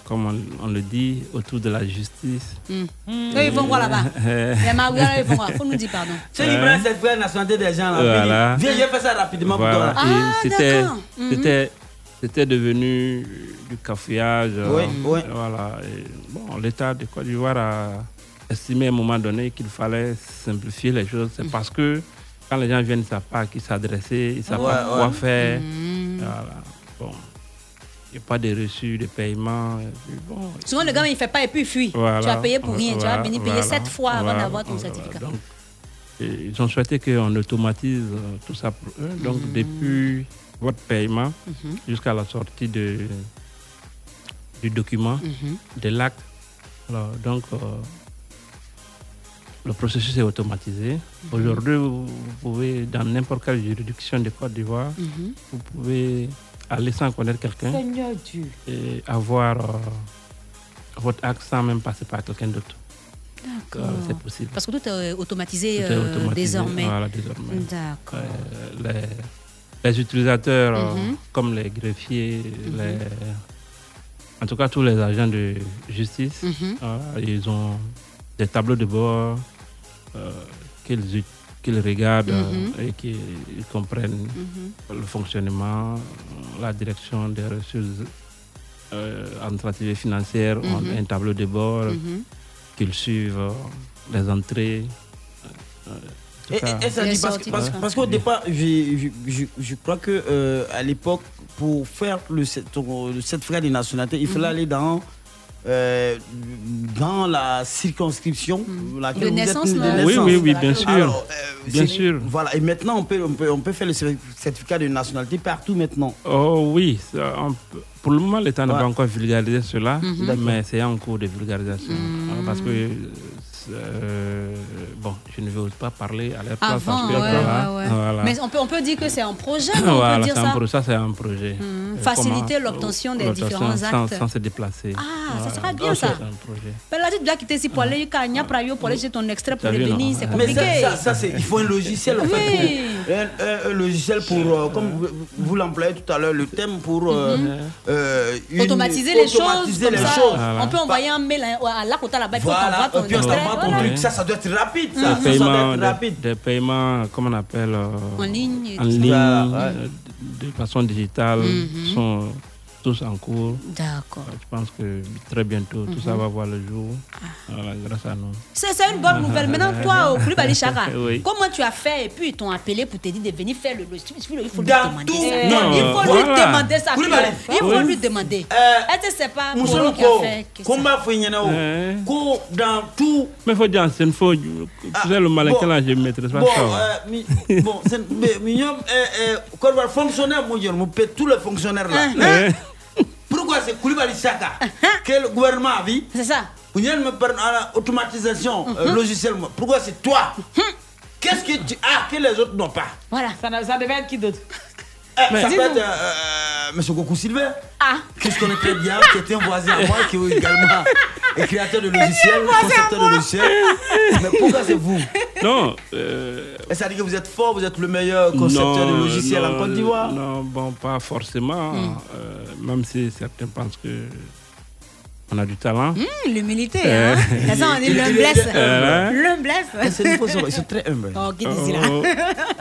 comme on, on le dit, autour de la justice.
Hmm. Eux, ils vont voir là-bas. Les Marouillards, ils vont voir. Faut nous dire pardon.
Celui qui
Hein?
prend cette frère nationalité des gens, là,
Voilà.
viens, viens, fais ça rapidement pour
Voilà.
toi. là.
Et c'était,
Ah, d'accord. Mhm.
c'était, c'était devenu du cafouillage. euh,
Oui, oui.
Voilà. Et bon, l'État de Côte d'Ivoire a estimé à un moment donné qu'il fallait simplifier les choses.
Mhm.
C'est parce que quand les gens viennent, ils ne savent pas à qui s'adresser, ils ne savent pas
Ouais,
quoi
ouais.
faire.
Mhm.
Voilà. Bon. Il n'y a pas de reçu, de paiement. Et puis bon,
Souvent, le gars, il ne fait pas et puis il fuit.
Voilà.
Tu as payé pour rien.
Voilà,
tu as venu payer
voilà,
sept fois avant
voilà,
d'avoir ton
voilà.
certificat.
Donc, et ils ont souhaité qu'on automatise euh, tout ça pour eux. Donc,
Mmh.
depuis votre paiement
Mhm.
jusqu'à la sortie de, du document,
Mhm.
Mmh.
de l'acte, alors, donc, euh, le processus est automatisé.
Mmh.
Aujourd'hui, vous, vous pouvez, dans n'importe quelle juridiction de Côte d'Ivoire,
Mhm.
vous pouvez aller sans connaître quelqu'un
Seigneur Dieu.
et avoir euh, votre acte sans même passer par quelqu'un d'autre.
D'accord.
Euh, c'est possible.
Parce que tout est automatisé,
Tout est
euh,
automatisé,
désormais.
voilà, désormais.
D'accord.
Euh, les, les utilisateurs, euh,
Mhm.
comme les greffiers,
Mhm.
les- en tout cas tous les agents de justice,
Mhm.
voilà, ils ont des tableaux de bord euh, qu'ils ut- qu'ils regardent euh,
Mhm.
et qu'ils comprennent le fonctionnement, euh, la direction des ressources euh, administratives et financières, ont
Mhm.
un tableau de bord
Mhm.
qu'ils suivent euh, les entrées. euh, en tout
Et, et-
cas-
et ça dit parce, que- parce- parce qu'au départ, je, je- je- je crois que euh, à l'époque, pour faire le, sept- ton- le sept frères des nationalités, il fallait
Mhm.
aller dans. euh, dans la circonscription
Mhm. De
laquelle vous êtes
naissance,
né, de
là.
Oui,
naissance.
oui, oui, bien sûr.
Alors, euh,
Bien
c'est-
sûr.
Voilà, et maintenant on peut, on peut, on peut faire le certificat de nationalité partout maintenant.
Oh oui, ça, on peut- pour le moment, l'État n'a
Ouais.
pas encore vulgarisé cela,
Mhm. D'accord.
mais c'est en cours de vulgarisation.
Mhm.
Ah, Parce que, euh, bon, je ne veux pas parler à leur place.
Avant,
parce que,
ouais,
voilà,
ouais, ouais.
hein. voilà.
Mais on peut, on peut dire que c'est un projet, non, on peut
Voilà,
dire
c'est un
ça.
pro- ça, c'est un projet.
Mhm.
Euh,
Faciliter
comment-
l'obtention des
l'obtention
différents
sans-
actes.
Sans se déplacer.
Ah, ça
Voilà.
sera bien,
Donc,
ça.
C'est un projet.
Mais là, tu dois quitter
Ah.
si pour aller, quand il y a Prayo, pour aller jeter ton extrait pour
T'as
les
vu, non
bénis, c'est
Mais
compliqué.
ça, ça, ça, c'est, il faut un logiciel en fait, pour-
Oui.
un, un- un logiciel pour, euh, comme vous, vous l'employez tout à l'heure, le thème pour euh, euh, une-
Mhm. Automatiser les choses,
automatiser
comme
les
ça,
choses.
on peut envoyer un mail à, à l'Akota là-bas, il faut
Voilà,
qu'on voit
et puis on
ton extrait.
t'envoie ton
voilà.
truc. Ça, ça doit être rapide.
Des
Ça, ça, ça doit
paiements,
être
des-
rapide.
des paiements, comment on appelle euh,
En ligne et
en
tout ça.
ligne,
Voilà, ouais.
euh, de de façon digitale,
Mhm.
sont tous en cours.
D'accord.
Euh, Je pense que très bientôt, tout ça
Mhm. Ah.
va voir le jour. Voilà, grâce à nous.
C'est c'est une bonne nouvelle. Maintenant, toi, au Koulibaly Chara,
Oui.
comment tu as fait et puis ils t'ont appelé pour te dire de venir faire le logiciel Il faut lui il faut lui
Dans
demander
tout.
ça.
Non,
il faut lui
voilà.
demander ça.
Koulibaly.
Il faut
Oui.
lui demander. Euh, Est-ce que c'est pas Moro
Moussolo
qui a fait que ça
combat faut y en avoir. Ko dans tout.
Eh?
Ah,
Mais faut dire, c'est une fois, tu sais, le
bon.
malin là, je ne maîtrise pas
Bon,
ça. hein.
euh, mi- bon, c'est mais, mais, yom, euh, euh, quand on va fonctionnaire, mon Dieu, on paie tous les fonctionnaires là.
Uh-huh.
Hein? Pourquoi c'est Koulibaly Saka que le gouvernement a vu
C'est ça. Uh-huh.
Vous me parler à l'automatisation euh,
Mhm.
logicielle. moi. Pourquoi c'est toi Qu'est-ce que tu as que les autres n'ont pas
Voilà.
Ça, ne- ça devait être qui d'autre
Eh, Ça peut
Dis-nous.
être euh, M. Goku Sylvain,
Ah.
que je connais très bien, qui était un voisin à moi, qui est également un créateur de logiciels, concepteur de logiciels. Mais pourquoi c'est vous
Non. euh,
Et ça dit que vous êtes fort, vous êtes le meilleur euh, concepteur
non,
de logiciels en
non,
Côte d'Ivoire.
Non, bon, pas forcément.
Mm.
euh, même si certains pensent que on a du talent.
Hum, L'humilité,
Euh.
hein. C'est ça, on dit
Il- il-
l'humblesse.
Euh,
L'humblesse.
c'est une fausse- ils sont
très humbles.
Oh, qui dit là
Oh.
oh.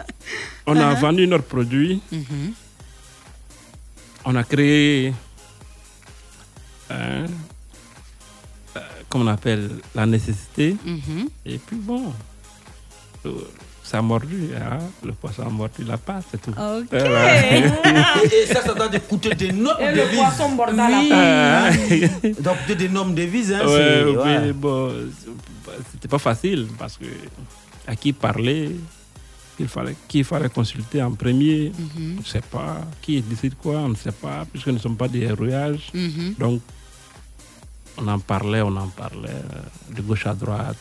On a
Uh-huh. Mm-hmm.
vendu notre produit. On a créé, euh, euh, comment on appelle, la nécessité.
Mhm.
Et puis bon, euh, ça a mordu. hein. Le poisson a mordu la pâte, c'est tout. Euh,
Ok.
Voilà.
et, et ça, ça doit coûter des noms
Et
de
le
devises.
poisson bordel à la
Ah.
Donc, coûter des noms de devises. Hein,
Ouais,
c'est-
oui,
ouais.
bon, c'était pas facile parce que à qui parler, il fallait, qui il fallait consulter en premier,
Mhm.
on ne sait pas, qui décide quoi, on ne sait pas, puisque nous ne sommes pas des rouillages.
Mhm.
Donc, on en parlait, on en parlait, euh, de gauche à droite.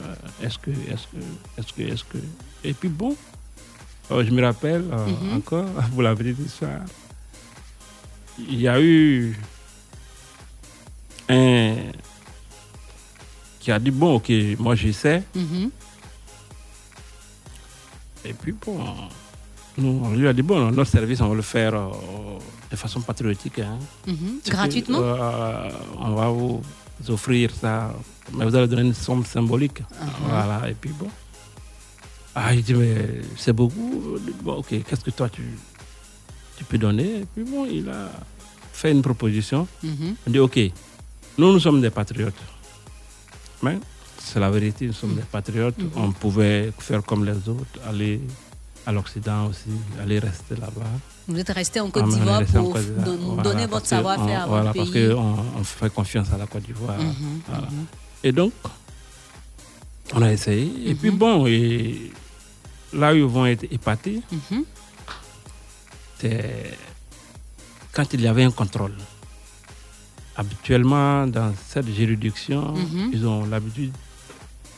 Euh, est-ce que, est-ce que, est-ce que, est-ce que. Et puis bon, euh, je me rappelle euh,
Mhm.
encore, vous l'avez dit ça, il y a eu un qui a dit bon, ok, moi je sais.
Mhm.
Et puis bon, nous, on lui a dit bon, notre service, on va le faire euh, de façon patriotique. hein.
Mhm.
C'est que,
Gratuitement
euh, On va vous offrir ça, mais vous allez donner une somme symbolique.
Mhm.
Voilà, et puis bon. Ah, il dit, mais c'est beaucoup. Bon, ok, qu'est-ce que toi tu, tu peux donner Et puis bon, il a fait une proposition.
Mhm.
On dit, ok, nous, nous sommes des patriotes. Mais c'est la vérité, nous sommes des patriotes.
Mhm.
On pouvait faire comme les autres, aller à l'Occident aussi, aller rester là-bas.
Vous êtes resté en
Ah,
Côte
mais on est
d'Ivoire
resté en
pour
Côte d'Ivoire.
don-
Voilà,
donner
parce
votre
que
savoir-faire
on-
à
Voilà,
votre
parce
pays.
qu'on on fait confiance à la Côte d'Ivoire.
Mhm,
Voilà. Et donc, on a essayé. Et puis
Mhm.
bon, et là où ils vont être épatés,
Mhm.
c'est quand il y avait un contrôle. Habituellement, dans cette juridiction,
Mhm.
ils ont l'habitude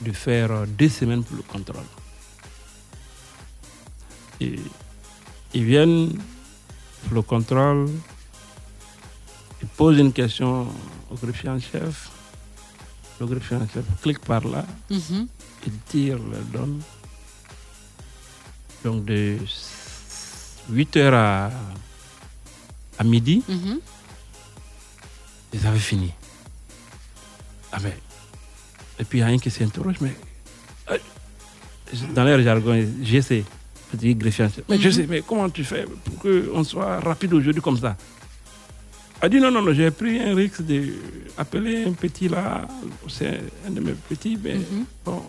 de faire euh, deux semaines pour le contrôle. Et ils viennent pour le contrôle, ils posent une question au greffier en chef. Le greffier en chef clique par là,
Mhm.
il tire, le donne. Donc de 8h à, à midi,
Mhm.
ils avaient fini. Ah mais- Et puis il y a un qui s'interroge, mais euh, dans leur jargon, je sais, petit greffier en chef, mais je
Mhm.
sais, mais comment tu fais pour qu'on soit rapide aujourd'hui comme ça a dit non, non, non, j'ai pris un risque d'appeler un petit là, c'est un de mes petits, mais
Mhm.
bon,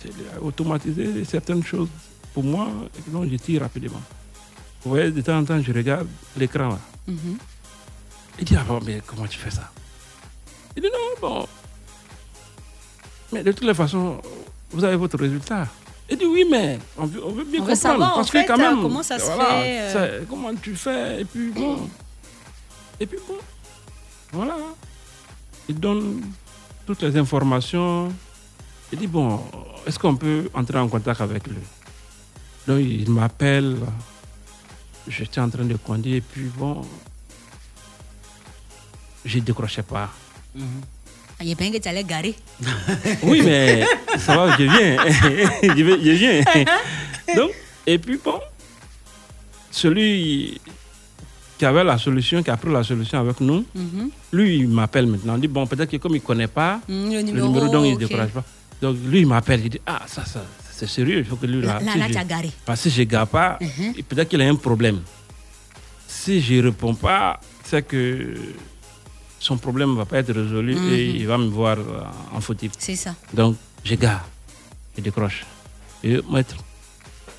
c'est automatisé certaines choses pour moi, et donc je tire rapidement. Vous voyez, de temps en temps, je regarde l'écran là.
Mhm.
Il dit, ah bon, mais comment tu fais ça Il dit, non, bon. Mais de toutes les façons, vous avez votre résultat. Il dit, oui, mais on veut, on veut bien
On veut
comprendre.
savoir, en
parce
fait, hein,
que quand même, ben
comment ça se
voilà,
fait, euh.
ça- Comment tu fais Et puis bon. Et puis bon. Voilà. hein. Il donne toutes les informations. Il dit, bon, est-ce qu'on peut entrer en contact avec lui Donc, il m'appelle. J'étais en train de conduire. Et puis bon, je décrochais pas.
Ah, Il est bien que tu allais garer.
Oui, mais ça va, je viens. je, vais- je viens. Donc, et puis bon, celui qui avait la solution, qui a pris la solution avec nous,
Mhm.
lui, il m'appelle maintenant. Il dit, bon, peut-être que comme il ne connaît pas
Mm, le numéro,
donc il ne
ok.
décourage pas. Donc, lui, il m'appelle. Il dit, ah, ça, ça, c'est sérieux. Il faut que lui,
Là,
là,
là,
si
là,
je-
tu as garé. Uh-huh.
parce que si je ne garde pas, et peut-être qu'il a un problème. Si je ne réponds pas, c'est que son problème ne va pas être résolu et
Mhm.
il va me voir euh, en fautif.
C'est ça.
Donc, je garde, je décroche. Et maître,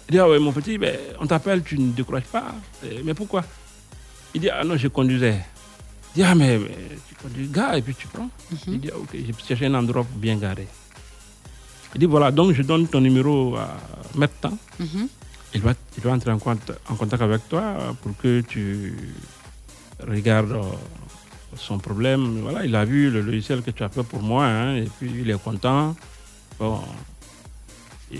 il dit Ah ouais, mon petit, ben, on t'appelle, tu ne décroches pas. Euh, Mais pourquoi Il dit Ah non, je conduisais. Il dit Ah, mais, mais tu conduis, gars, et puis tu prends.
Mhm.
Il dit Ah, ok, j'ai cherché un endroit pour bien garer. Il dit Voilà, donc je donne ton numéro à Maître Temps.
Mhm.
Il va, il va entrer en, cont- en contact avec toi pour que tu regardes euh, son problème. Voilà, il a vu le logiciel que tu as fait pour moi hein, et puis il est content. Bon. Et-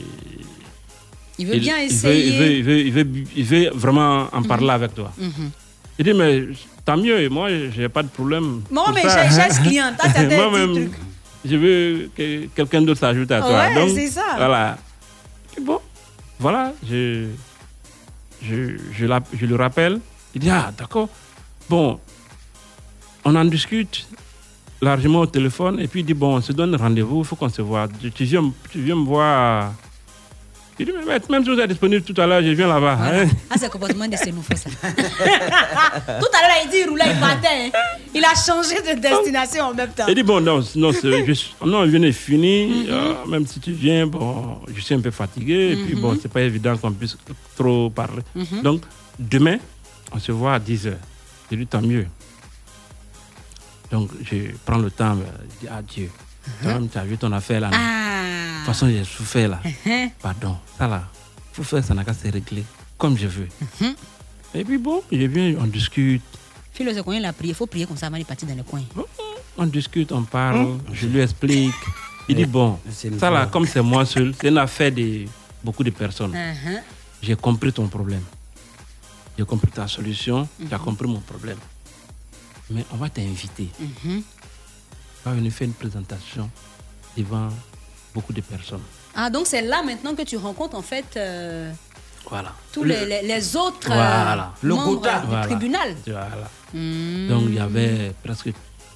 Il veut bien essayer.
Il veut, il veut- il veut- il veut vraiment en parler avec toi.
Mhm.
Il dit, mais tant mieux, moi, j'ai pas de problème.
Bon,
pour
mais
ça.
j'ai- j'ai ce client, t'as- t'as des
Moi-même,
petits trucs.
je veux que quelqu'un d'autre s'ajoute à toi.
Ouais,
Donc,
c'est ça.
Voilà. Et bon, voilà, je, je, je, l'app- je le rappelle. Il dit, ah, d'accord. Bon, on en discute largement au téléphone et puis il dit, bon, on se donne rendez-vous, il faut qu'on se voit. Tu, tu viens, tu viens me voir. Il dit, mais maître, même si vous êtes disponible tout à l'heure, je viens là-bas. hein.
Ah, c'est le comportement de ces moufous, ça. Tout à l'heure, il dit, il roulait, il partait. hein. Il a changé de destination en même temps.
Il dit bon, non, non, c'est- je, suis- non je n'ai fini. euh, même si tu viens, bon, je suis un peu fatigué. Et puis
Mhm.
bon, c'est pas évident qu'on puisse trop parler.
Mhm.
Donc, demain, on se voit à 10 h Je lui dis tant mieux. Donc, je prends le temps, euh, je dis adieu. Toi même, tu as vu ton affaire là. non De toute façon, j'ai souffert là. Pardon, ça là, faut faire ça n'a qu'à se régler comme je veux. Et puis bon, je viens, on discute.
Philo, c'est qu'on il a prié. Il faut prier comme ça avant de partir dans le coin.
Oh. On discute, on parle, je lui explique. Il dit bon, ça là, comme c'est moi seul, c'est une affaire de beaucoup de personnes.
Mhm.
J'ai compris ton problème. J'ai compris
Mhm.
ta solution, tu as compris mon problème. Mais on va t'inviter.
Mhm.
va venir faire une présentation devant beaucoup de personnes.
Ah, donc c'est là maintenant que tu rencontres en fait euh,
Voilà.
tous
Le-
les, les- les autres euh,
Voilà.
membres du
Voilà.
tribunal.
Voilà.
Hmm.
Donc il y avait presque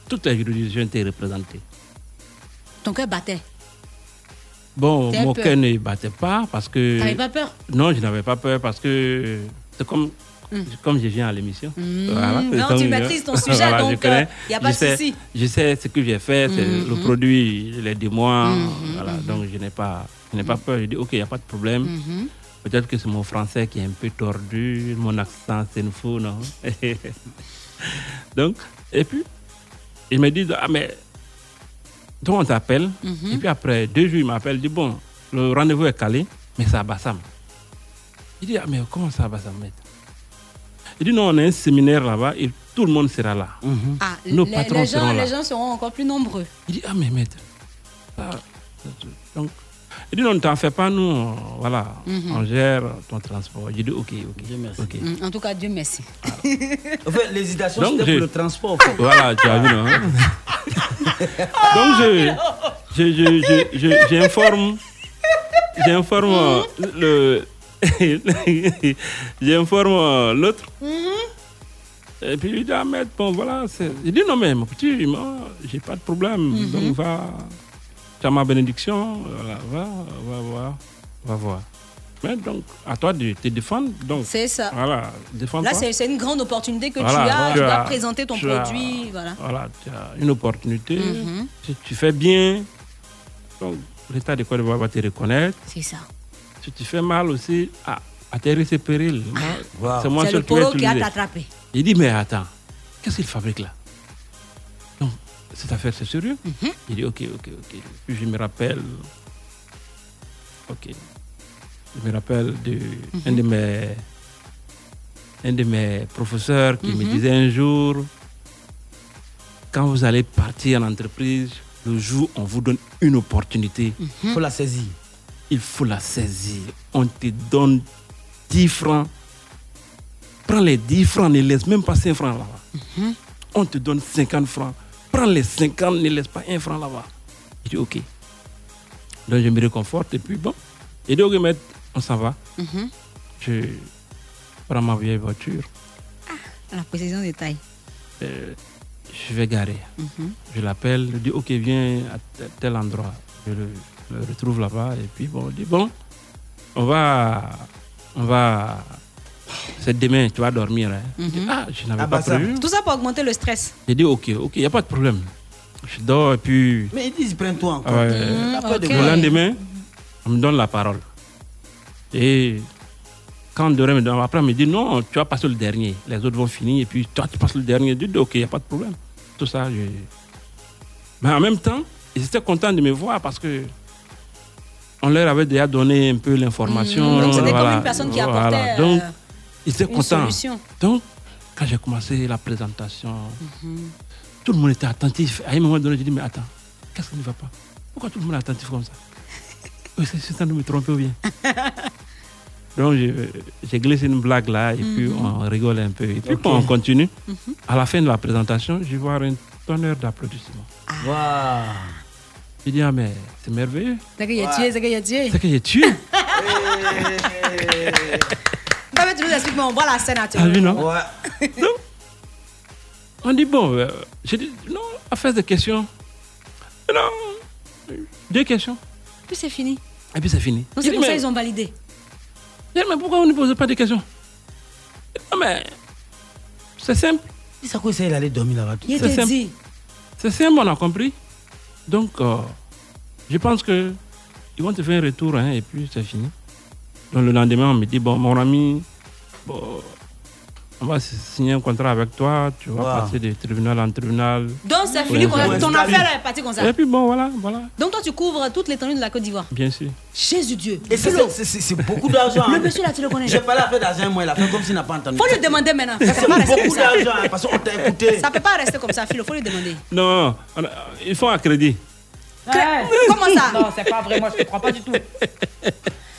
toutes les juridictions étaient représentées.
Ton cœur battait.
Bon,
T'avais
mon
peur.
cœur ne battait pas parce que.
T'avais pas peur
Non, je n'avais pas peur parce que c'est comme. Comme je viens à l'émission.
Hmm. Non,
Donc,
tu
je-
maîtrises ton sujet,
je
donc,
connais.
euh, y a pas
Je
de
sais-
souci.
Je sais ce que j'ai fait, c'est
Mhm,
le
mhm.
produit, il est de moi.
Mhm,
voilà,
mhm.
Donc je n'ai pas, je n'ai pas peur. Je dis, ok, il n'y a pas de problème.
Mhm.
Peut-être que c'est mon français qui est un peu tordu, mon accent c'est une faux, non Donc, et puis, ils me disent, ah mais, toi on t'appelle,
Mhm.
et puis après deux jours, ils m'appellent, ils disent, bon, le rendez-vous est calé, mais c'est à Bassam. Il dit, ah mais comment ça à Bassam maître Il dit, non, on a un séminaire là-bas et tout le monde sera là.
Mhm.
Ah,
Nos
les,
patrons
les
seront
gens,
là.
les gens seront encore plus nombreux.
Il dit, ah mais maître, ça, ça, ça. donc, il dit, non, ne t'en fais pas, nous, on- voilà,
Mhm.
on gère ton transport. J'ai dit, ok, ok, ok.
Hmm, En tout cas, Dieu merci.
En fait, l'hésitation,
Donc,
c'était
je-
pour le transport.
Voilà, tu as vu, non hein? Donc, je, je, je, je, je- j'informe, j'informe euh, le, j'informe euh, l'autre.
Mm-hmm.
Et puis, il dit, ah, maître, bon, voilà. c'est- Il dit, non, mais mon petit, moi, j'ai pas de problème.
Mhm.
Donc, va, tu as ma bénédiction, voilà, va, va voir, va voir. Mais donc, à toi de te défendre. Donc,
C'est ça.
Voilà, défendre
Là, c'est c'est une grande opportunité que
Voilà,
tu as.
voilà.
Tu
Tu
dois
as-
présenter ton
tu as-
produit. Voilà.
voilà, tu as une opportunité.
Mhm.
Si tu fais bien, donc l'État de Côte d'Ivoire va te reconnaître.
C'est ça.
Si tu fais mal aussi, ah, atterrir c'est péril. Moi, C'est moi
C'est le
seul qui vais
poro qui a
utiliser.
t'attrapé.
Il dit, mais attends, qu'est-ce qu'il fabrique là Donc, cette affaire, c'est sérieux Il dit, ok, ok, ok. Puis je me rappelle, ok, je me rappelle de- un de mes un de mes professeurs qui me
Mhm.
disait un jour, quand vous allez partir en entreprise, le jour où on vous donne une opportunité, il
Faut la
saisir. Il faut la saisir. On te donne 10 francs. Prends les 10 francs, ne laisse même pas 5 francs là-bas. On te donne 50 francs. Prends les 50, ne laisse pas 1 franc là-bas. Je dis ok. Donc je me réconforte et puis bon. Et donc, maître, on s'en va.
Mhm.
Je prends ma vieille voiture.
La précision des tailles.
Euh, je vais garer.
Mhm.
Je l'appelle, je dis ok, viens à tel- tel endroit. Je le, le retrouve là-bas et puis bon, on dit bon, on va, on va. C'est demain, tu vas dormir. hein. Je dis, Ah, je n'avais
bah,
pas prévu.
Mhm. Tout ça pour augmenter le stress.
J'ai dit ok, ok, il n'y a pas de problème. Je dors et puis.
Mais ils disent, prends-toi encore.
Ah ouais.
T'as peur de
Hmm, ok.
Le
quoi
lendemain, on me donne la parole. Et quand Doré me donne, après, on me dit non, tu vas passer le dernier. Les autres vont finir et puis toi, tu passes le dernier. Je dis ok, il n'y a pas de problème. Tout ça, je. Mais en même temps, ils étaient contents de me voir parce que. On leur avait déjà donné un peu l'information.
Mhm, donc c'était comme
Voilà,
une personne qui
voilà.
apportait,
Donc,
euh,
ils étaient
une
contents.
solution.
Donc, quand j'ai commencé la présentation,
Mhm.
tout le monde était attentif. À un moment donné, j'ai dit, mais attends, qu'est-ce qui ne va pas Pourquoi tout le monde est attentif comme ça Oui, C'est c'est en train de me tromper ou bien Donc, je- j'ai glissé une blague là, et puis
Mhm.
on rigole un peu. Et puis,
Ok.
bon, on continue.
Mhm.
À la fin de la présentation, je vais voir un tonnerre d'applaudissements.
Ah.
Je dis, ah, mais c'est merveilleux.
C'est que y a tué, c'est que y a tué.
C'est que j'ai tué.
Non, mais tu nous expliques, mais on voit la scène à
Ah oui, non Donc, on dit, bon, euh, j'ai dit, non, à faire des questions. Non, deux questions.
Puis c'est fini.
Et puis c'est fini.
Donc
J'ai
c'est
dit,
pour ça
mais-
qu'ils ont validé.
j'ai dit, mais pourquoi on ne pose pas de questions Non, mais c'est simple.
Il s'est quoi, ça, il allait dormir là-bas.
Il
C'est
était
simple.
dit.
C'est simple, on a compris. Donc, euh, je pense que ils vont te faire un retour hein, et puis c'est fini. Donc, le lendemain, on me dit Bon, mon ami, bon, on va signer un contrat avec toi, tu vas
Wow.
passer de tribunal en tribunal.
Donc c'est fini,
Ouais,
qu'on a-
ouais.
ton affaire est partie comme ça.
Et puis bon, voilà, voilà.
Donc toi, tu couvres toute l'étendue de la Côte d'Ivoire.
Bien sûr.
Jésus Dieu.
Et c'est-
Philo.
c'est- c'est c'est beaucoup d'argent. hein.
Le monsieur là, tu le connais.
J'ai parlé à fait d'argent, moi, il a fait comme s'il n'a pas entendu.
Faut lui demander maintenant. Ça
C'est
peut pas rester comme
beaucoup
ça.
d'argent, hein, parce qu'on t'a écouté.
Ça peut pas rester comme ça, Philo. Faut lui demander.
Non, on a- ils font un crédit.
Comment ça
Non, c'est pas vrai, moi je comprends pas du tout.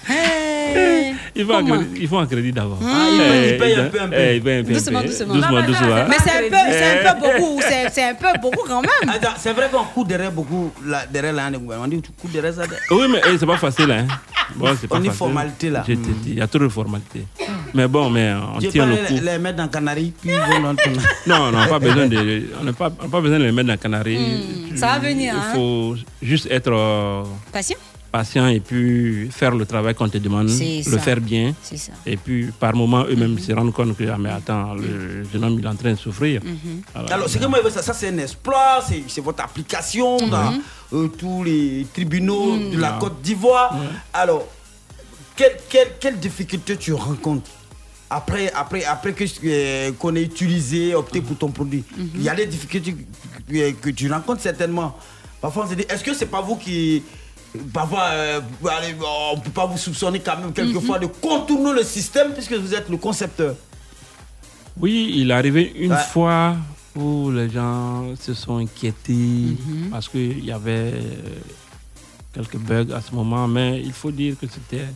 Hey.
Ils font un crédit- ils font un crédit d'avant.
Ah, ils
Eh,
payent- ils payent un
eh,
peu, un peu.
eh, ils payent un peu, un peu.
Doucement, doucement.
Doucement, doucement. hein.
Mais c'est un peu, c'est un peu
Eh.
beaucoup, c'est c'est un peu beaucoup quand même.
Attends, Ah, c'est vrai qu'on court derrière beaucoup, là, derrière la haine du gouvernement. On dit, tu cours derrière ça. dé-
Oui, mais eh, c'est pas facile. Hein. Bon, c'est pas
On est
facile.
formalité, là.
Je te dis, Il y a trop de formalités. Mais bon, mais euh, on
Je
tient le
parlais
coup.
les- les mettre dans Canaries, puis ils vont dans le tunnel.
Non, non, pas besoin de, on n'a pas, on n'a pas besoin de les mettre dans la canarie.
Ça va venir,
Il
Hmm, hein.
faut juste être euh,
Patient.
patient et puis faire le travail qu'on te demande,
C'est
le
ça.
faire bien.
C'est ça. Hmm.
Et puis, par moment, eux-mêmes se rendent compte que, ah, mais attends, le jeune homme, il est en train de souffrir.
Hmm.
Alors,
Alors, c'est que moi, ça, ça c'est un exploit, c'est c'est votre application dans euh, tous les tribunaux de la
Non.
Côte d'Ivoire. Alors, quelle, quelle, quelle difficulté tu rencontres après, après, après que, euh, qu'on ait utilisé, opté pour ton produit Il y a des difficultés que, que- que tu rencontres certainement. Parfois, on se dit, est-ce que c'est pas vous qui. Parfois, euh, allez, on ne peut pas vous soupçonner quand même quelquefois de contourner le système puisque vous êtes le concepteur.
Oui, il est arrivé une
Ouais.
fois où les gens se sont inquiétés
Mhm.
parce qu'il y avait euh, quelques bugs à ce moment, mais il faut dire que c'était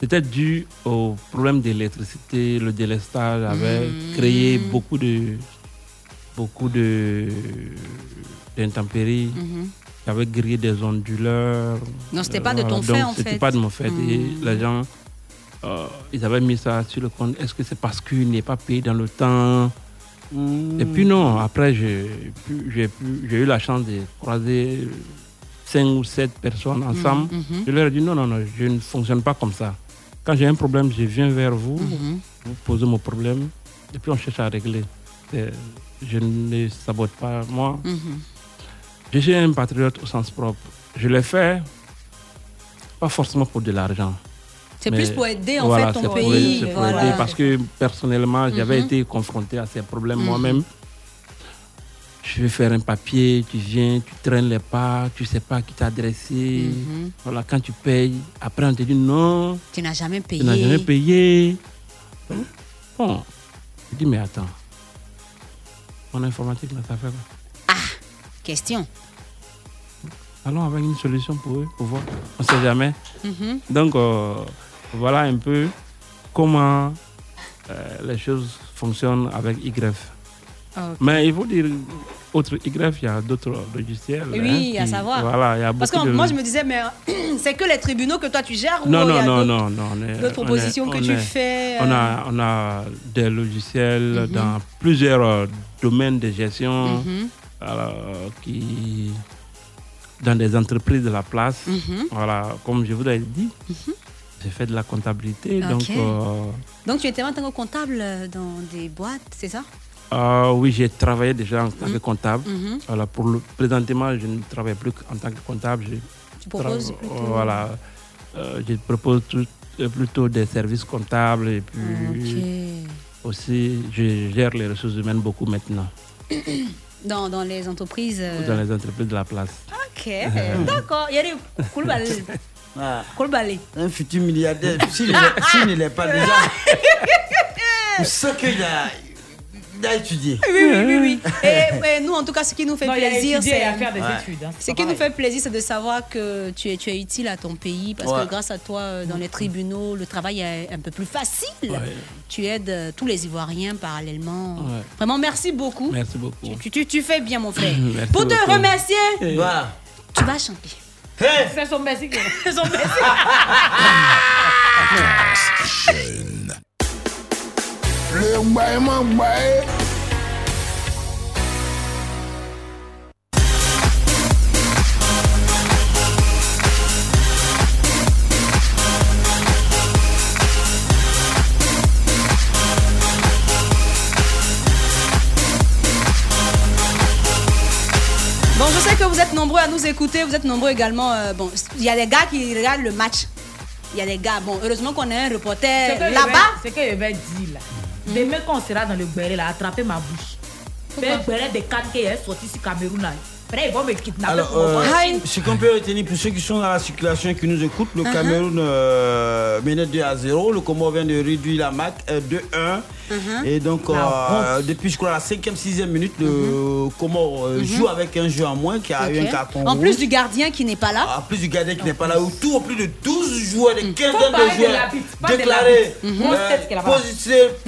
c'était dû au problème de l'électricité, le délestage avait
Mhm.
créé beaucoup de beaucoup de d'intempéries.
Mhm.
Il y avait grillé des onduleurs.
Non, c'était pas de ton
donc
fait, en
C'était
fait.
pas de mon fait.
Mhm.
Et les gens, euh, ils avaient mis ça sur le compte. Est-ce que c'est parce qu'il n'est pas payé dans le temps Et puis non, après, j'ai pu- j'ai pu- j'ai eu la chance de croiser cinq ou sept personnes ensemble.
Mhm.
Je leur ai dit non, non, non, je ne fonctionne pas comme ça. Quand j'ai un problème, je viens vers vous,
Mhm.
vous posez mon problème, et puis on cherche à régler. Euh, Je ne sabote pas moi. Je suis un patriote au sens propre. Je le fais pas forcément pour de l'argent.
C'est
Mais
plus pour aider, en
voilà,
fait, ton
c'est pour
pays,
aider, c'est pour
voilà.
aider, parce que personnellement, j'avais
Mhm.
été confronté à ces problèmes
Mhm.
moi-même. Je vais faire un papier, tu viens, tu traînes les pas, tu sais pas à qui t'adresser.
Mhm.
Voilà, quand tu payes, après on te dit non,
Tu n'as jamais payé.
tu n'as jamais payé. Donc, Bon, je dis mais attends, mon informatique n'a pas fait quoi
Question.
Allons avec une solution pour eux, pour voir. On sait jamais.
Mhm.
Donc, euh, voilà un peu comment euh, les choses fonctionnent avec YF.
Ah, ok.
Mais il faut dire, autre YF, il y a d'autres logiciels.
Oui,
hein,
à
qui-
savoir.
Voilà, il y a
Parce que
beaucoup de-
moi, je me disais, mais euh, c'est que les tribunaux que toi tu gères
non,
ou il y
non,
a
non,
d'autres-
non, non, on est-
d'autres
on est-
propositions que
on
tu
est-
fais,
On
euh,
a, on a des logiciels
Mhm.
dans plusieurs euh, domaines de gestion
Mhm.
alors, qui, dans des entreprises de la place.
Mhm.
Voilà, comme je vous l'ai dit, j'ai fait de la comptabilité,
Mm-hmm. Ok.
donc euh,
Donc tu étais en tant que comptable euh, dans des boîtes, c'est ça
Ah oui, j'ai travaillé déjà en tant que comptable.
Mhm.
Voilà, pour le, présentement, je ne travaille plus en tant que comptable. Je
Tu proposes
trava-
plutôt-
Voilà, Euh, je propose tout- euh, plutôt des services comptables et puis aussi, je gère les ressources humaines beaucoup maintenant
dans, dans les entreprises. euh,
dans les entreprises de la place.
Ok, d'accord. Il y a des Koulibaly. Koulibaly.
Un futur milliardaire, s'il est- s'il ne l'est pas
Ah,
déjà, pour ce qu'il a, il a étudié.
Oui, oui, oui, oui. Et, et nous, en tout cas, ce qui nous fait
Non, il y a
plaisir,
étudié et
c'est
à faire des Ouais. études, hein,
Ce
c'est pas
qui nous
pareil.
fait plaisir, c'est de savoir que tu es, tu es utile à ton pays parce
Ouais.
que grâce à toi, euh, dans les tribunaux, le travail est un peu plus facile.
Ouais.
Tu aides euh, tous les Ivoiriens parallèlement.
Ouais.
Vraiment, merci beaucoup.
Merci beaucoup.
Tu, tu- tu fais bien, mon frère.
Merci
Pour te
beaucoup.
remercier,
Eh.
Bah.
Voilà.
tu vas chanter.
C'est son Eh, basique. hein.
Son basique.
Le mbaye, mbaye.
Bon, je sais que vous êtes nombreux à nous écouter, vous êtes nombreux également. euh, bon, il y a des gars qui regardent le match. Il y a des gars. Bon, heureusement qu'on a un
C'est
reporter
que je
là-bas. Hmm.
vais- C'est que je vais dire là. Demain, quand on sera dans le béret là, attrapez ma bouche.
Pourquoi
Fais béret des cannes qui est sorti sur Cameroun là. Après, ils vont me kidnapper.
Alors,
Ah,
pour me
euh,
vendre.
ce qu'on peut retenir pour ceux qui sont dans la circulation et qui nous écoutent, le
Uh-huh.
Cameroun euh, menait 2 à 0. Le Comore vient de réduire la marque euh, 2-1.
Mhm.
Et donc,
La
euh, depuis, je crois, la 5e, 6e minute, le Comore euh,
Mhm.
joue avec un jeu en moins qui a eu
Ok.
un carton.
En
rouge.
plus du gardien qui n'est pas là.
Ah,
En plus du gardien qui n'est pas là, où tout au plus de 12 joueurs, des quinzaines
parler
de
de
joueurs
l'arbitre, pas de
déclarés
l'arbitre. Mhm. Grosse tête qu'elle a pas.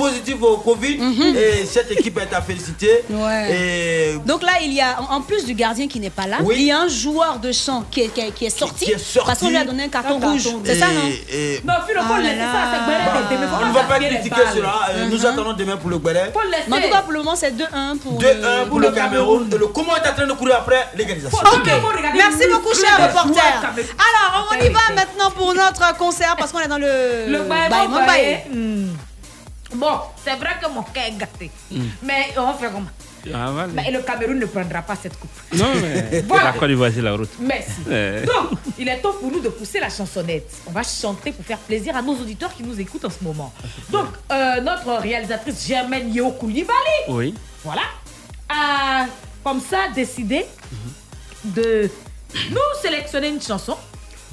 positifs au Covid. Et cette équipe est à féliciter. Et
Donc là, il y a, en en plus du gardien qui n'est pas là,
Oui.
il y a un joueur de champ qui est, qui est- qui est sorti,
qui est sorti.
parce qu'on lui a donné un carton rouge. C'est ça, non
et-
Non, Philo, faut
Ah
laisser
là
ça à cette
là.
balade d'été, mais faut
On
pas
ne va pas
gaspiller les
critiquer
balles.
cela. euh, Nous
Mhm.
attendons demain pour le Guélé.
Mais en tout cas, pour le moment, c'est 2-1 pour,
2-1 pour le Cameroun. Et Le comment est en train de courir après l'égalisation.
Ok, merci beaucoup, cher reporter. Alors, on y va maintenant pour notre concert parce qu'on est dans le.
Le
Baï
Baïmon
Mon Baï.
Baï. Hmm. Bon, c'est vrai que mon cas est gâté.
Hmm.
Mais on fait comment
Ah, voilà.
Bah,
Mais le Cameroun ne prendra pas cette coupe.
Non, mais
Voilà.
la Côte d'Ivoire, c'est la route.
Merci.
Euh.
Donc, il est temps pour nous de pousser la chansonnette. On va chanter pour faire plaisir à nos auditeurs qui nous écoutent en ce moment. Donc, euh, notre réalisatrice Germaine Yo Koulibaly,
Oui.
voilà, a comme ça décidé de nous sélectionner une chanson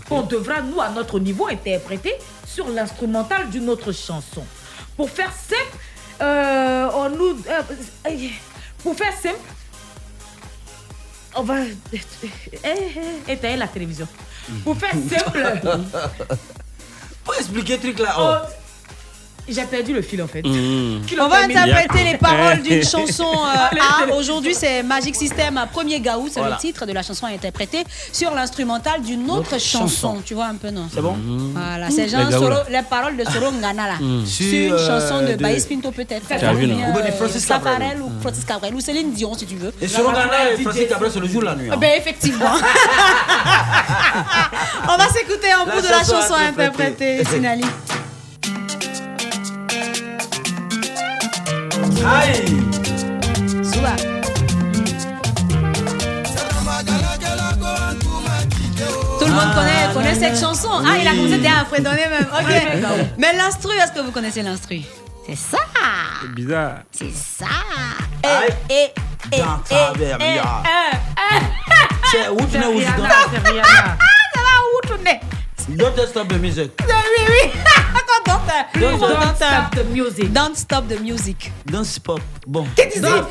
qu'on devra, nous, à notre niveau, interpréter sur l'instrumental d'une autre chanson. Pour faire simple, euh, on nous... euh, euh, pour faire simple, on va eh, eh, éteindre la télévision. Pour faire simple,
Faut expliquer le truc là.
j'ai perdu le fil en fait.
On va
termine.
interpréter les paroles d'une
Eh.
chanson euh,
Allez,
A.
télé-
Aujourd'hui, c'est Magic System, premier Gaou, c'est
Voilà.
le titre de la chanson interprétée sur l'instrumental d'une autre
Notre
chanson.
chanson.
Tu vois un peu, non
C'est bon Mmh.
Voilà, c'est genre
Les Gaou,
Soro-
là.
les paroles de Soro Ngana là.
Mm.
Sur
Sur,
une
euh,
chanson de
de-
Baïs Pinto peut-être.
Tu as vu, non Mmh. Ou bien de
euh,
Francis
Safarel
Cabrel.
ou Francis Cabrel ou Céline Dion si tu veux.
Et selon Ghana et Francis Cabrel, c'est le jour la nuit.
Ah Ben effectivement. On va s'écouter en
La
bout de la
chanson
chanson
interprétée.
interprétée, Sinali.
Aïe
Souba. Tout le monde connaît, connaît cette chanson. Ah, il a commencé déjà à fredonner même. Ok. Mais l'instru, est-ce que vous connaissez l'instru C'est ça.
C'est bizarre.
C'est ça.
Aïe.
Eh, eh, eh, eh,
Dans ta
eh,
verre,
eh,
ya.
eh.
C'est où tu n'es où tu
Rihanna,
danses
c'est Rihanna.
Ah, Ça va où tu n'es
Don't just stop the music.
Oui, oui. Quand on t'a-
Don't-
quand on
don't
t'a-
Stop the music.
Don't stop the music.
Dance pop. Bon.
Alors,
Stop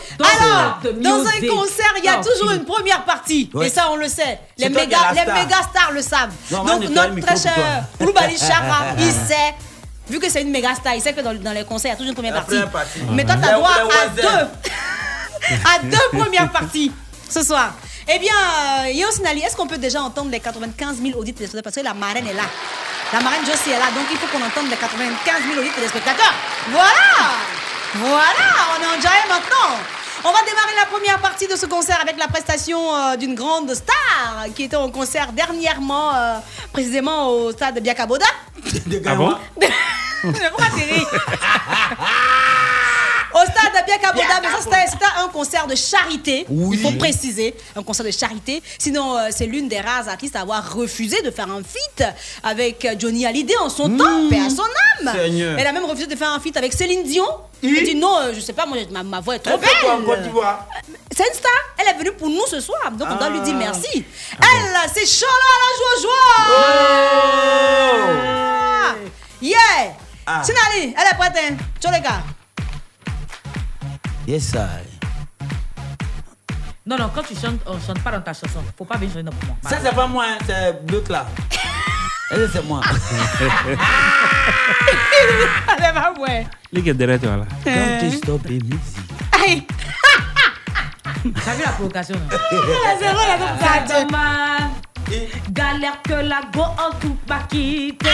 the
dans un
music.
concert, il y a
Stop.
toujours une première partie.
Ouais.
Et ça, on le sait. Les
C'est toi qui
méga,
es la
les
star.
méga stars le savent.
Non, moi,
Donc,
nettoie le
notre
micro
très
pour
cher
toi.
Koulibaly Chara, il sait. Vu que c'est une méga star, il sait que dans, dans les concerts, il y a toujours une première
La
partie.
première partie.
Mais toi,
Les-
t'as droit
les
à
oiseaux.
deux. à deux premières parties ce soir. Eh bien, euh, Yo Sinali, est-ce qu'on peut déjà entendre les 95 000 audits téléspectateurs Parce que la marraine est là. La marraine Josie est là, donc il faut qu'on entende les 95 000 audits téléspectateurs. Voilà Voilà On est en jaillet maintenant on va démarrer la première partie de ce concert avec la prestation euh, d'une grande star qui était en concert dernièrement, euh, précisément au stade de Biakaboda.
Ah bon
Pourquoi tu ris Au stade à Biakaboda, mais ça c'était- c'était un concert de charité.
Oui.
Il faut préciser, un concert de charité. Sinon, euh, c'est l'une des rares artistes à avoir refusé de faire un feat avec euh, Johnny Hallyday en son temps, paix à son âme.
Hmm. Seigneur.
Elle a même refusé de faire un feat avec Céline Dion. Elle dit non, euh, je sais pas, moi ma, ma voix est trop
Elle fait quoi en Côte
belle.
d'Ivoire
C'est une star, elle est venue pour nous ce soir, donc on doit lui dire
Ah.
merci. elle, c'est Chola la joie
Oh.
joie. Ah, Yeah.
Ah.
Sinali, elle est prête. hein. Ciao les gars.
Yes, I.
Non, non, quand tu chantes, on chante pas dans ta chanson. Faut pas venir chanter pour moi.
Ça, c'est pas moi, hein, c'est l'autre là. Elle, c'est moi.
Allez, Ah, va, ouais.
Lui qui est derrière toi là.
Don't you
stop
Aïe.
T'as vu la provocation non
Ah, c'est vrai, la provocation.
Zadama, Galère que la go en tout m'a quitté.
Yes.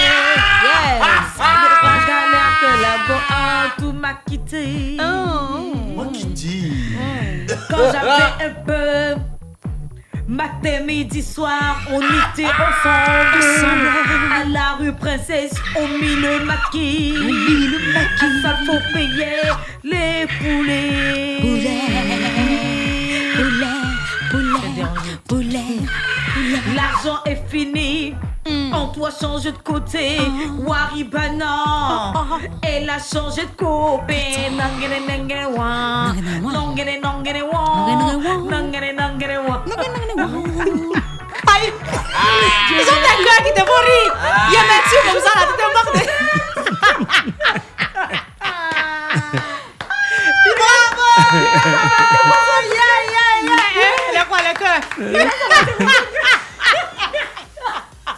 Galère que la go en tout m'a quitté.
Oh.
Moi qui dis.
Quand j'avais un peu. Matin, midi, soir, on était ensemble. À la rue Princesse, on mit le maquis. On mit le maquis. À ça, faut payer les poulets. Poulets, poulets, poulets, poulets. L'argent est fini.
Hmm.
En toi, change de côté.
Ah.
Waribana. Elle a changé de copine. Nangere, nangere, wa. Nangere, nangere, wa. Nangere, nangere, wa.
Aïe. Ils ont des gueules qui te font rire.
Ah.
Il y a même dessus comme ça, là, tu te moques de-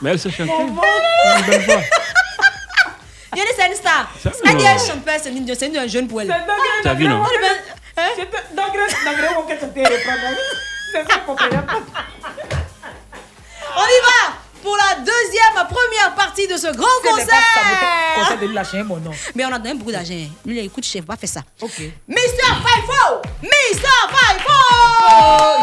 Mais elle sait chanter.
Mon ventre.
Elle a une belle voix.
Il y a des scènes stars.
Ça,
Elle dit,
non.
elle chante pas, Céline Dion, c'est une jeune pour elle. Ah,
T'as vu, non
Elle Hein? est hein. On y va pour la deuxième première partie de ce grand concert.
de lui lâcher mon nom.
Mais on a donné beaucoup d'argent. hein. Lui, il a écoute, chef, va faire ça. Ok. Mr. Fifo Mr. Fifo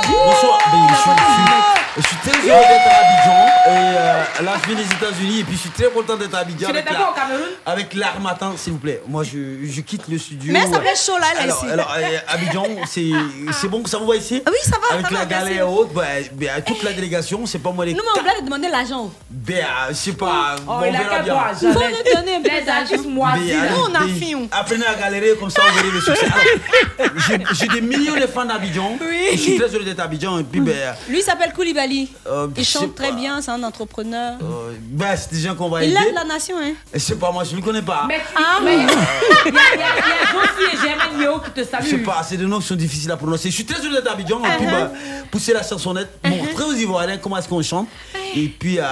Bonsoir, Ben, je suis, je suis- je suis très heureux d'être à Abidjan. Et euh, là, je viens des États-Unis et puis je suis très content d'être à Abidjan.
Tu n'es
avec
pas
la-
au Cameroun
Avec l'Armatan, s'il vous plaît. Moi, je, je quitte le studio.
Mais ça fait chaud, là, là,
alors,
ici. Ah
Alors, euh, Abidjan, c'est c'est bon que ça vous va ici
Oui, ça va,
Avec
ça
la
va, merci.
galère et autres, bah, bah, toute la délégation, c'est pas moi les.
Nous, mais on voulait lui demander l'argent.
Ben, je sais pas,
Oh,
on
il a
verra
qu'à
bien.
boire, Faut Jeannette. nous donner un peu
Les
d'argent.
artistes
Mais,
Ah,
moisis.
euh,
là.
des- Apprenez à galérer, comme ça vous verrez le succès. Alors, j'ai- J'ai des millions de fans d'Abidjan.
Oui.
Je suis très heureux d'être à Abidjan. Et puis, ben,
Lui, il s'appelle Koulibaly.
euh,
Il
je sais
chante très bien, c'est un entrepreneur.
pas, euh, ben, c'est des gens qu'on va
Il
aider.
l'a de la nation, hein.
Je sais pas, moi je ne le connais pas.
Ah,
Il y a- il y a il y a Josie et Germaine Yeo qui te
Je sais
saluent.
pas, c'est des noms qui sont difficiles à prononcer. Je suis très heureux d'être à Abidjan. Et puis,
Uh-huh.
ben, pousser la chansonnette,
Uh-huh.
montrer aux Ivoiriens comment est-ce qu'on chante. Et puis, euh,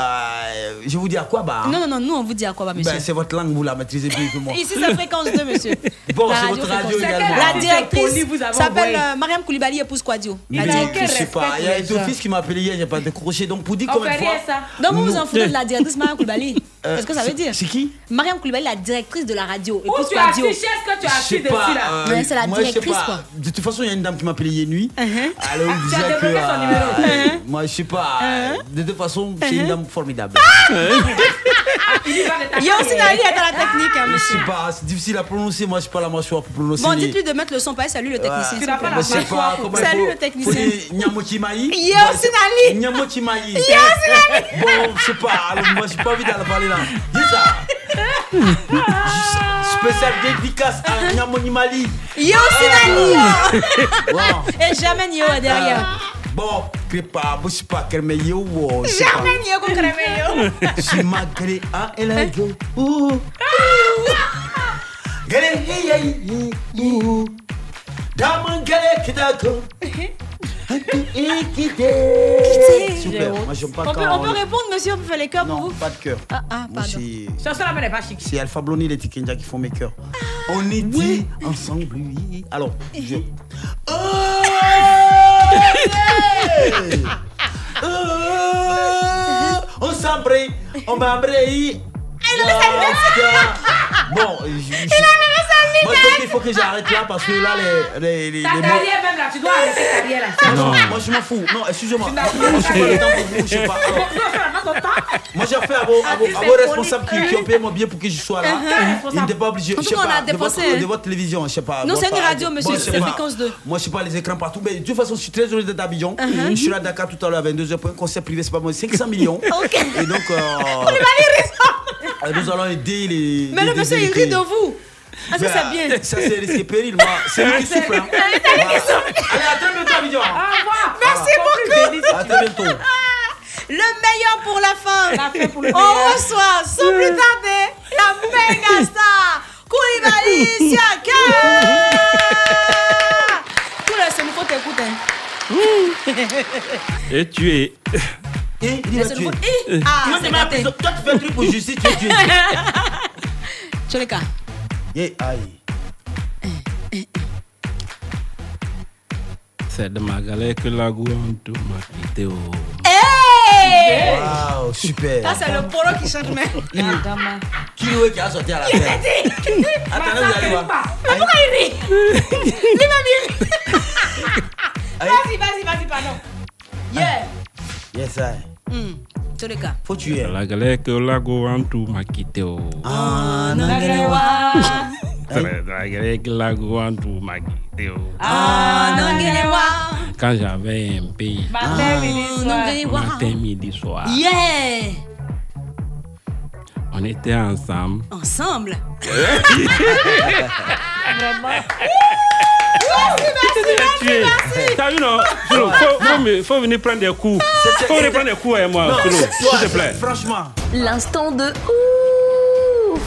je vais vous dire quoi bah,
Ah. Non, non, non, nous, on vous dit à quoi, va, monsieur
ben, c'est votre langue, vous la maîtrisez plus que moi.
Ici, c'est fréquence 2, monsieur.
Bon,
La
c'est
radio
votre
Fréquence
radio
deux.
également.
La
Quel
directrice
colis vous avez
s'appelle
envoyé
euh, Mariam Koulibaly, épouse Kwadio. La
Mais
directrice.
je sais pas, il y a un office qui m'a appelé hier, j'ai pas décroché, donc pour dire
On
combien de
fait
fois.
rien, ça. Donc, vous vous en foutez de la directrice Mariam Koulibaly
Euh,
Qu'est-ce que ça veut
c'est-
dire
C'est qui
Mariam Koulibaly, la directrice de la radio.
Où
épouse
tu as
Kwadio.
affiché ce que tu as
Je sais
affiché dessus
pas,
là
euh,
Ouais, c'est la
moi, je sais
directrice,
pas.
quoi. Uh-huh.
De toute façon, il y a une dame qui m'a appelé hier nuit. Elle vous
Tu as
disait que.
débloqué son
euh,
numéro.
Moi, je sais pas. euh,
Uh-huh.
De toute façon, c'est une dame formidable.
Ah Il y a aussi Nali, elle est à la technique, hein,
Je
monsieur.
sais pas, c'est difficile à prononcer. Moi, je suis pas la mâchoire pour prononcer.
Bon, dites-lui de mettre le son, pas salut le technicien. s'il vous plaît.
Je sais pas comment il
Salut
faut-
le technicien.
faut dire Nyamotimaï.
Yo, Sinali.
Nyamotimaï.
Yo, Sinali.
Bon, je sais pas. Alors, moi, j'ai pas envie d'aller parler là. Dis ça. Spécial dédicace à Ah. Nyamonimali.
Yo, Sinali. Et jamais Nio est derrière.
Ah. Bon, Crépa, je sais pas, Kermé, yo, oh, je sais pas.
Jamais Nio contre Nio.
Si ma gré a elle a yo. Ouh. Gré, hi, hi, hi, ouh. Dame gré, kitako. Hi, kité. Super, moi j'aime pas
On peut,
quand- hein.
on peut répondre, monsieur, on peut faire les cœurs pour vous
Pas de cœur.
Ah, ah,
Moi,
pardon.
c'est-
Chanson la main n'est pas chic.
C'est Alpha Blondy et les Tikinja qui font mes cœurs.
Ah.
On est dit ensemble, oui. Alors, je. Oh, on s'embraye, on m'embraye. Il Bon, je, je- Moi, je pense qu'il faut que j'arrête là parce que là, les. les, les,
Ta
les
carrière même là, tu dois arrêter ta carrière là.
Non, moi je m'en fous. Non, excusez-moi.
Tu
Moi,
n'as pas-
je suis pas le temps pour vous, je sais pas. Alors, Moi j'ai affaire à vos,
Ah,
à vos- à vos responsables qui, qui ont payé mon billet pour que je sois là.
Uh-huh. Quel
Ils
responsable
n'étaient pas obligés.
En tout
Je sais
cas, on a
pas, de votre-
dépensé, hein.
De votre télévision, je sais pas.
Non,
votre
c'est une radio, monsieur,
je sais
c'est
pas.
fréquence 2.
Moi je sais pas les écrans partout. Mais de toute façon, je suis très heureux d'être à Abidjan.
Uh-huh.
Je suis là à Dakar tout à l'heure à 22h pour un concert privé, c'est pas moi, 500 millions.
Ok.
Et donc. euh,
On est malheureux.
euh, Nous allons aider les.
Mais le
les-
monsieur,
les-
il rit de vous. Ah, ça,
Ben,
c'est bien. Ah,
Ça, c'est risqué péril, moi. C'est lui qui souffle. hein. Allez, à très bientôt, Abidjan.
Merci beaucoup.
À très bientôt.
ah, Le meilleur pour la fin.
La fin pour le
On
meilleur.
reçoit sans plus tarder la méga star Koulibaly Siaka. Tout le ce micro t'écoute. hein.
Et tu es.
Et
Le seul micro- Hi. Ah,
Moi,
c'est
c'est ma
gâté.
prison. Toi, tu fais un truc pour justice, tu es tué.
Choleka.
Eh, aïe.
C'est de ma galère que la gouante m'a quitté. oh.
Hey.
Waouh, super.
Eh. Ça, c'est le polo qui chante, mais.
Qui est qui a sorti à la
Il
fin
s'est dit.
Attendez, vous allez voir.
Mais pourquoi il rit Lui-même, il rit.
Aïe.
Vas-y, vas-y, vas-y, pardon. Yeah.
Yes, aïe.
Hmm. Choleka.
Faut tuer. hein.
La galère que la gouante m'a quitté. oh.
Ah,
non,
C'est la galère que la gouante m'a quitté. oh.
Ah, non, guénéwa.
Quand j'avais un pays.
Matin, midi, soir.
Matin, midi, soir.
Yeah.
On était ensemble.
Ensemble.
Tu es. T'as vu, non Flo, faut, faut, me- faut venir prendre des coups. Faut venir prendre des coups avec moi,
Non,
Flo,
c'est toi,
S'il te plaît.
Franchement.
L'instant de ouf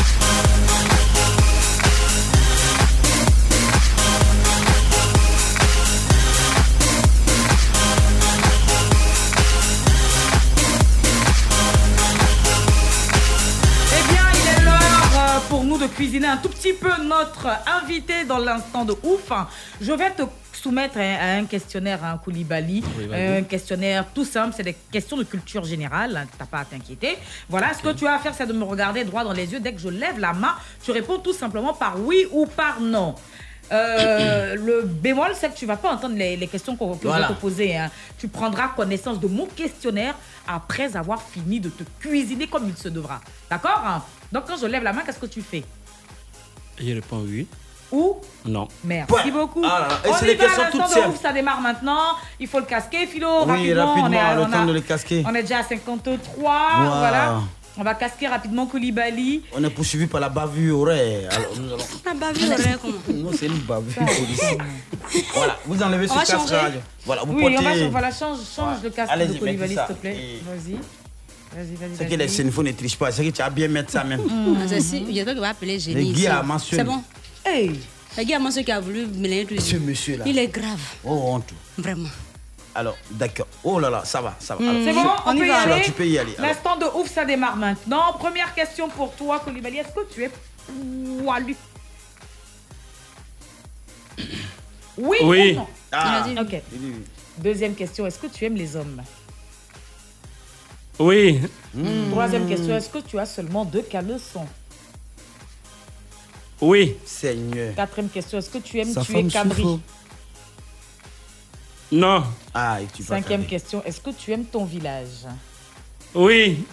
Ouh.
Eh euh, cuisiner un tout petit peu notre invité dans l'instant de ouf. Je vais te soumettre un- à un questionnaire à un Koulibaly. Euh,
Oui, vas-y.
Un questionnaire tout simple, c'est des questions de culture générale. hein, T'as pas à t'inquiéter. Voilà, ce que tu as à faire, c'est de me regarder droit dans les yeux. Dès que je lève la main, tu réponds tout simplement par oui ou par non. Euh, le bémol, c'est que tu vas pas entendre les, les questions qu'on que je vais
Voilà.
te poser. hein. Tu prendras connaissance de mon questionnaire après avoir fini de te cuisiner comme il se devra. D'accord hein Donc quand je lève la main, qu'est-ce que tu fais
Je réponds oui.
Ou
Non.
Merci beaucoup.
Ah là là, et
Eh,
on
c'est
y
des
va,
questions
l'instant
toutes
de
simples.
ouf, ça démarre maintenant. Il faut le casquer, Philo,
Oui,
rapidement.
rapidement,
on, est,
le
on
temps
a-
de le casquer.
on est déjà à 53,
Wow.
voilà. On va casquer rapidement Koulibaly.
On est poursuivi par la bavure. ouais. Alors, nous allons...
La bavure, rien qu'on-
Non, c'est une bavure policière. voilà, vous enlevez
On
ce
va
casque
changer.
radio. Voilà, vous
oui,
portez.
on va, voilà, change, change le casque
Allez-y,
de
mettez
Koulibaly,
ça.
s'il te plaît. Vas-y. Vas-y, vas-y.
C'est que
vas-y.
les sénifaux ne trichent pas, c'est que tu as bien mettre ça même.
Mm.
Mmh. Ça, c'est- Il y a quelqu'un qui va appeler génie.
Les
ici.
gars à mention.
C'est bon.
Hey.
Le gars à mention qui a voulu mélanger tout.
Ce monsieur-là.
Il est grave,
Oh, honte.
vraiment.
Alors, d'accord. Oh là là, ça va, ça va.
Mmh.
Alors,
Mm. C'est bon,
tu-
on peut y
Sheila,
aller.
Tu peux y aller. alors.
L'instant de ouf, ça démarre maintenant. Première question pour toi, Koulibaly. Est-ce que tu es poilu Oui,
Oui.
ou non
Ah.
Il a dit oui. Ok. Deuxième question, est-ce que tu aimes les hommes
Oui. Hmm.
Hmm. Troisième question, est-ce que tu as seulement deux caleçons
Oui.
Seigneur.
Quatrième question, est-ce que tu aimes
Sa
tuer
femme souffre.
Cabri
Non.
Ah, et tu
Cinquième question, est-ce que tu aimes ton
Euh,
village
Oui.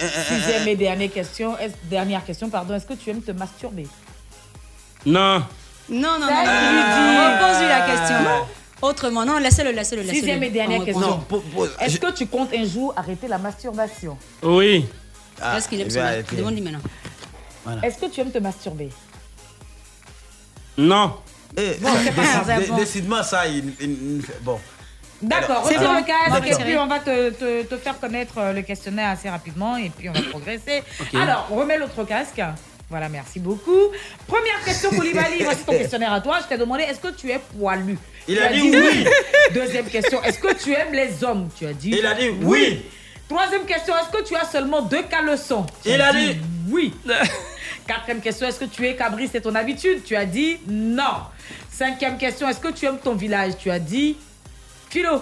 Sixième et dernière question, est dernière question pardon, est-ce que tu aimes te masturber
Non.
Non, non, non.
Ça, il lui dit.
Repose-lui la
Ah,
question. Autrement, non, laissez-le, laissez-le, laissez-le.
Sixième et dernière
On
question.
répond.
Est-ce que tu comptes un jour arrêter la masturbation
Oui.
Ah.
Parce qu'il aime
il
son
va
mari.
arrêter.
Demande-lui maintenant.
Eh ben, Voilà.
Est-ce que tu aimes te masturber
Non.
Bon, c'est pas grave,
Eh, Dé-
bon.
Décidement, ça, il. il- il- Bon.
D'accord,
Alors,
on
c'est
tient
bon.
le casque
D'accord.
et puis on va te, te- te faire connaître euh, le questionnaire assez rapidement et puis on va progresser.
Ok.
Alors, on remet l'autre casque. Voilà, merci beaucoup. Première question, Koulibaly, voici ton questionnaire à toi. Je t'ai demandé, est-ce que tu es poilu
Il
Tu
a
as
dit oui.
Deuxième question, est-ce que tu aimes les hommes Tu as dit
Il a dit oui.
Troisième question, est-ce que tu as seulement deux caleçons Tu
Il
as
a dit
oui. Quatrième question, est-ce que tu es cabri C'est ton habitude Tu as dit non. Cinquième question, est-ce que tu aimes ton village Tu as dit Philo.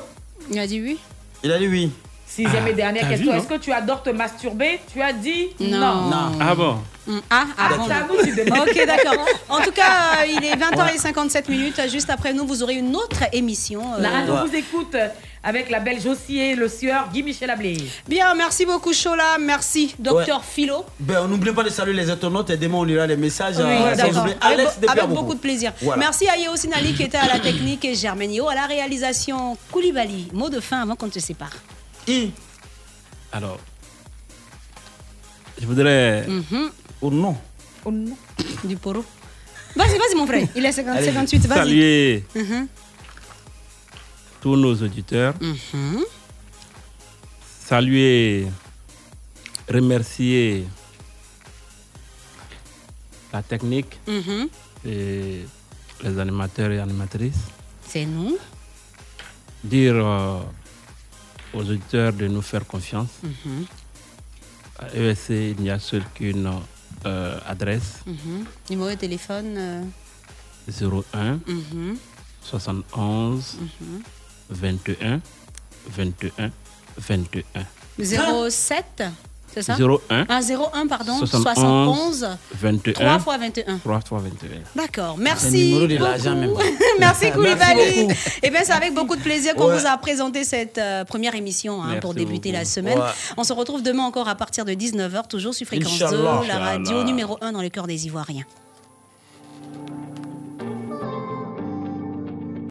Il a dit oui.
Il a dit oui.
Sixième et dernière
Ah, t'as
question,
vu, hein
est-ce que tu adores te masturber Tu as dit non.
Non.
Ah bon.
Hum, Ah, ah
Ah,
bon.
c'est à vous, tu demandes.
Ok, d'accord. En tout cas, euh, il est 20h57 minutes. Euh, Juste après nous, vous aurez une autre émission. euh,
La radio vous écoute euh, avec la belle Jossier, le sieur Guy-Michel Ablé.
Bien, merci beaucoup, Chola. Merci, docteur
Ouais.
Philo.
Ben, on n'oublie pas de saluer les internautes et demain on lira les messages.
Oui,
euh, sans
d'accord.
oublier
Avec,
Alex de
avec
Pierre
beaucoup de plaisir.
Voilà.
Merci à Yeo Sinali qui était à la technique et Germainio à la réalisation. Koulibaly, mot de fin avant qu'on te sépare.
Alors, je voudrais.
Mhm.
Ou Oh, non.
Au nom
du poro. Vas-y, vas-y, mon frère. Il est 50,
Allez-y.
58, vas-y.
Saluer
Mhm.
tous nos auditeurs.
Mhm.
Saluer, remercier la technique
Mhm.
et les animateurs et animatrices.
C'est nous.
Dire euh, aux auditeurs de nous faire confiance.
Mhm.
À ESC, il n'y a seule qu'une euh, adresse
Mhm. Numéro de téléphone. euh,
01
Mm.
mhm.
71
Mhm.
21 21 21.
07, c'est ça
01.
Ah, 01, pardon.
71,
71.
21.
3 fois 21.
3 fois 21.
D'accord,
C'est le
merci.
numéro de
beaucoup.
l'agent, même.
merci
Merci
Koulibaly.
beaucoup.
Et bien c'est avec beaucoup de plaisir qu'on
Ouais.
vous a présenté cette euh, première émission hein,
Merci
pour débuter la
beaucoup.
semaine.
Ouais.
On se retrouve demain encore à partir de 19h, toujours sur Fréquence 2,
Inch'Allah.
la radio
Inch'Allah.
numéro 1 dans le cœur des Ivoiriens.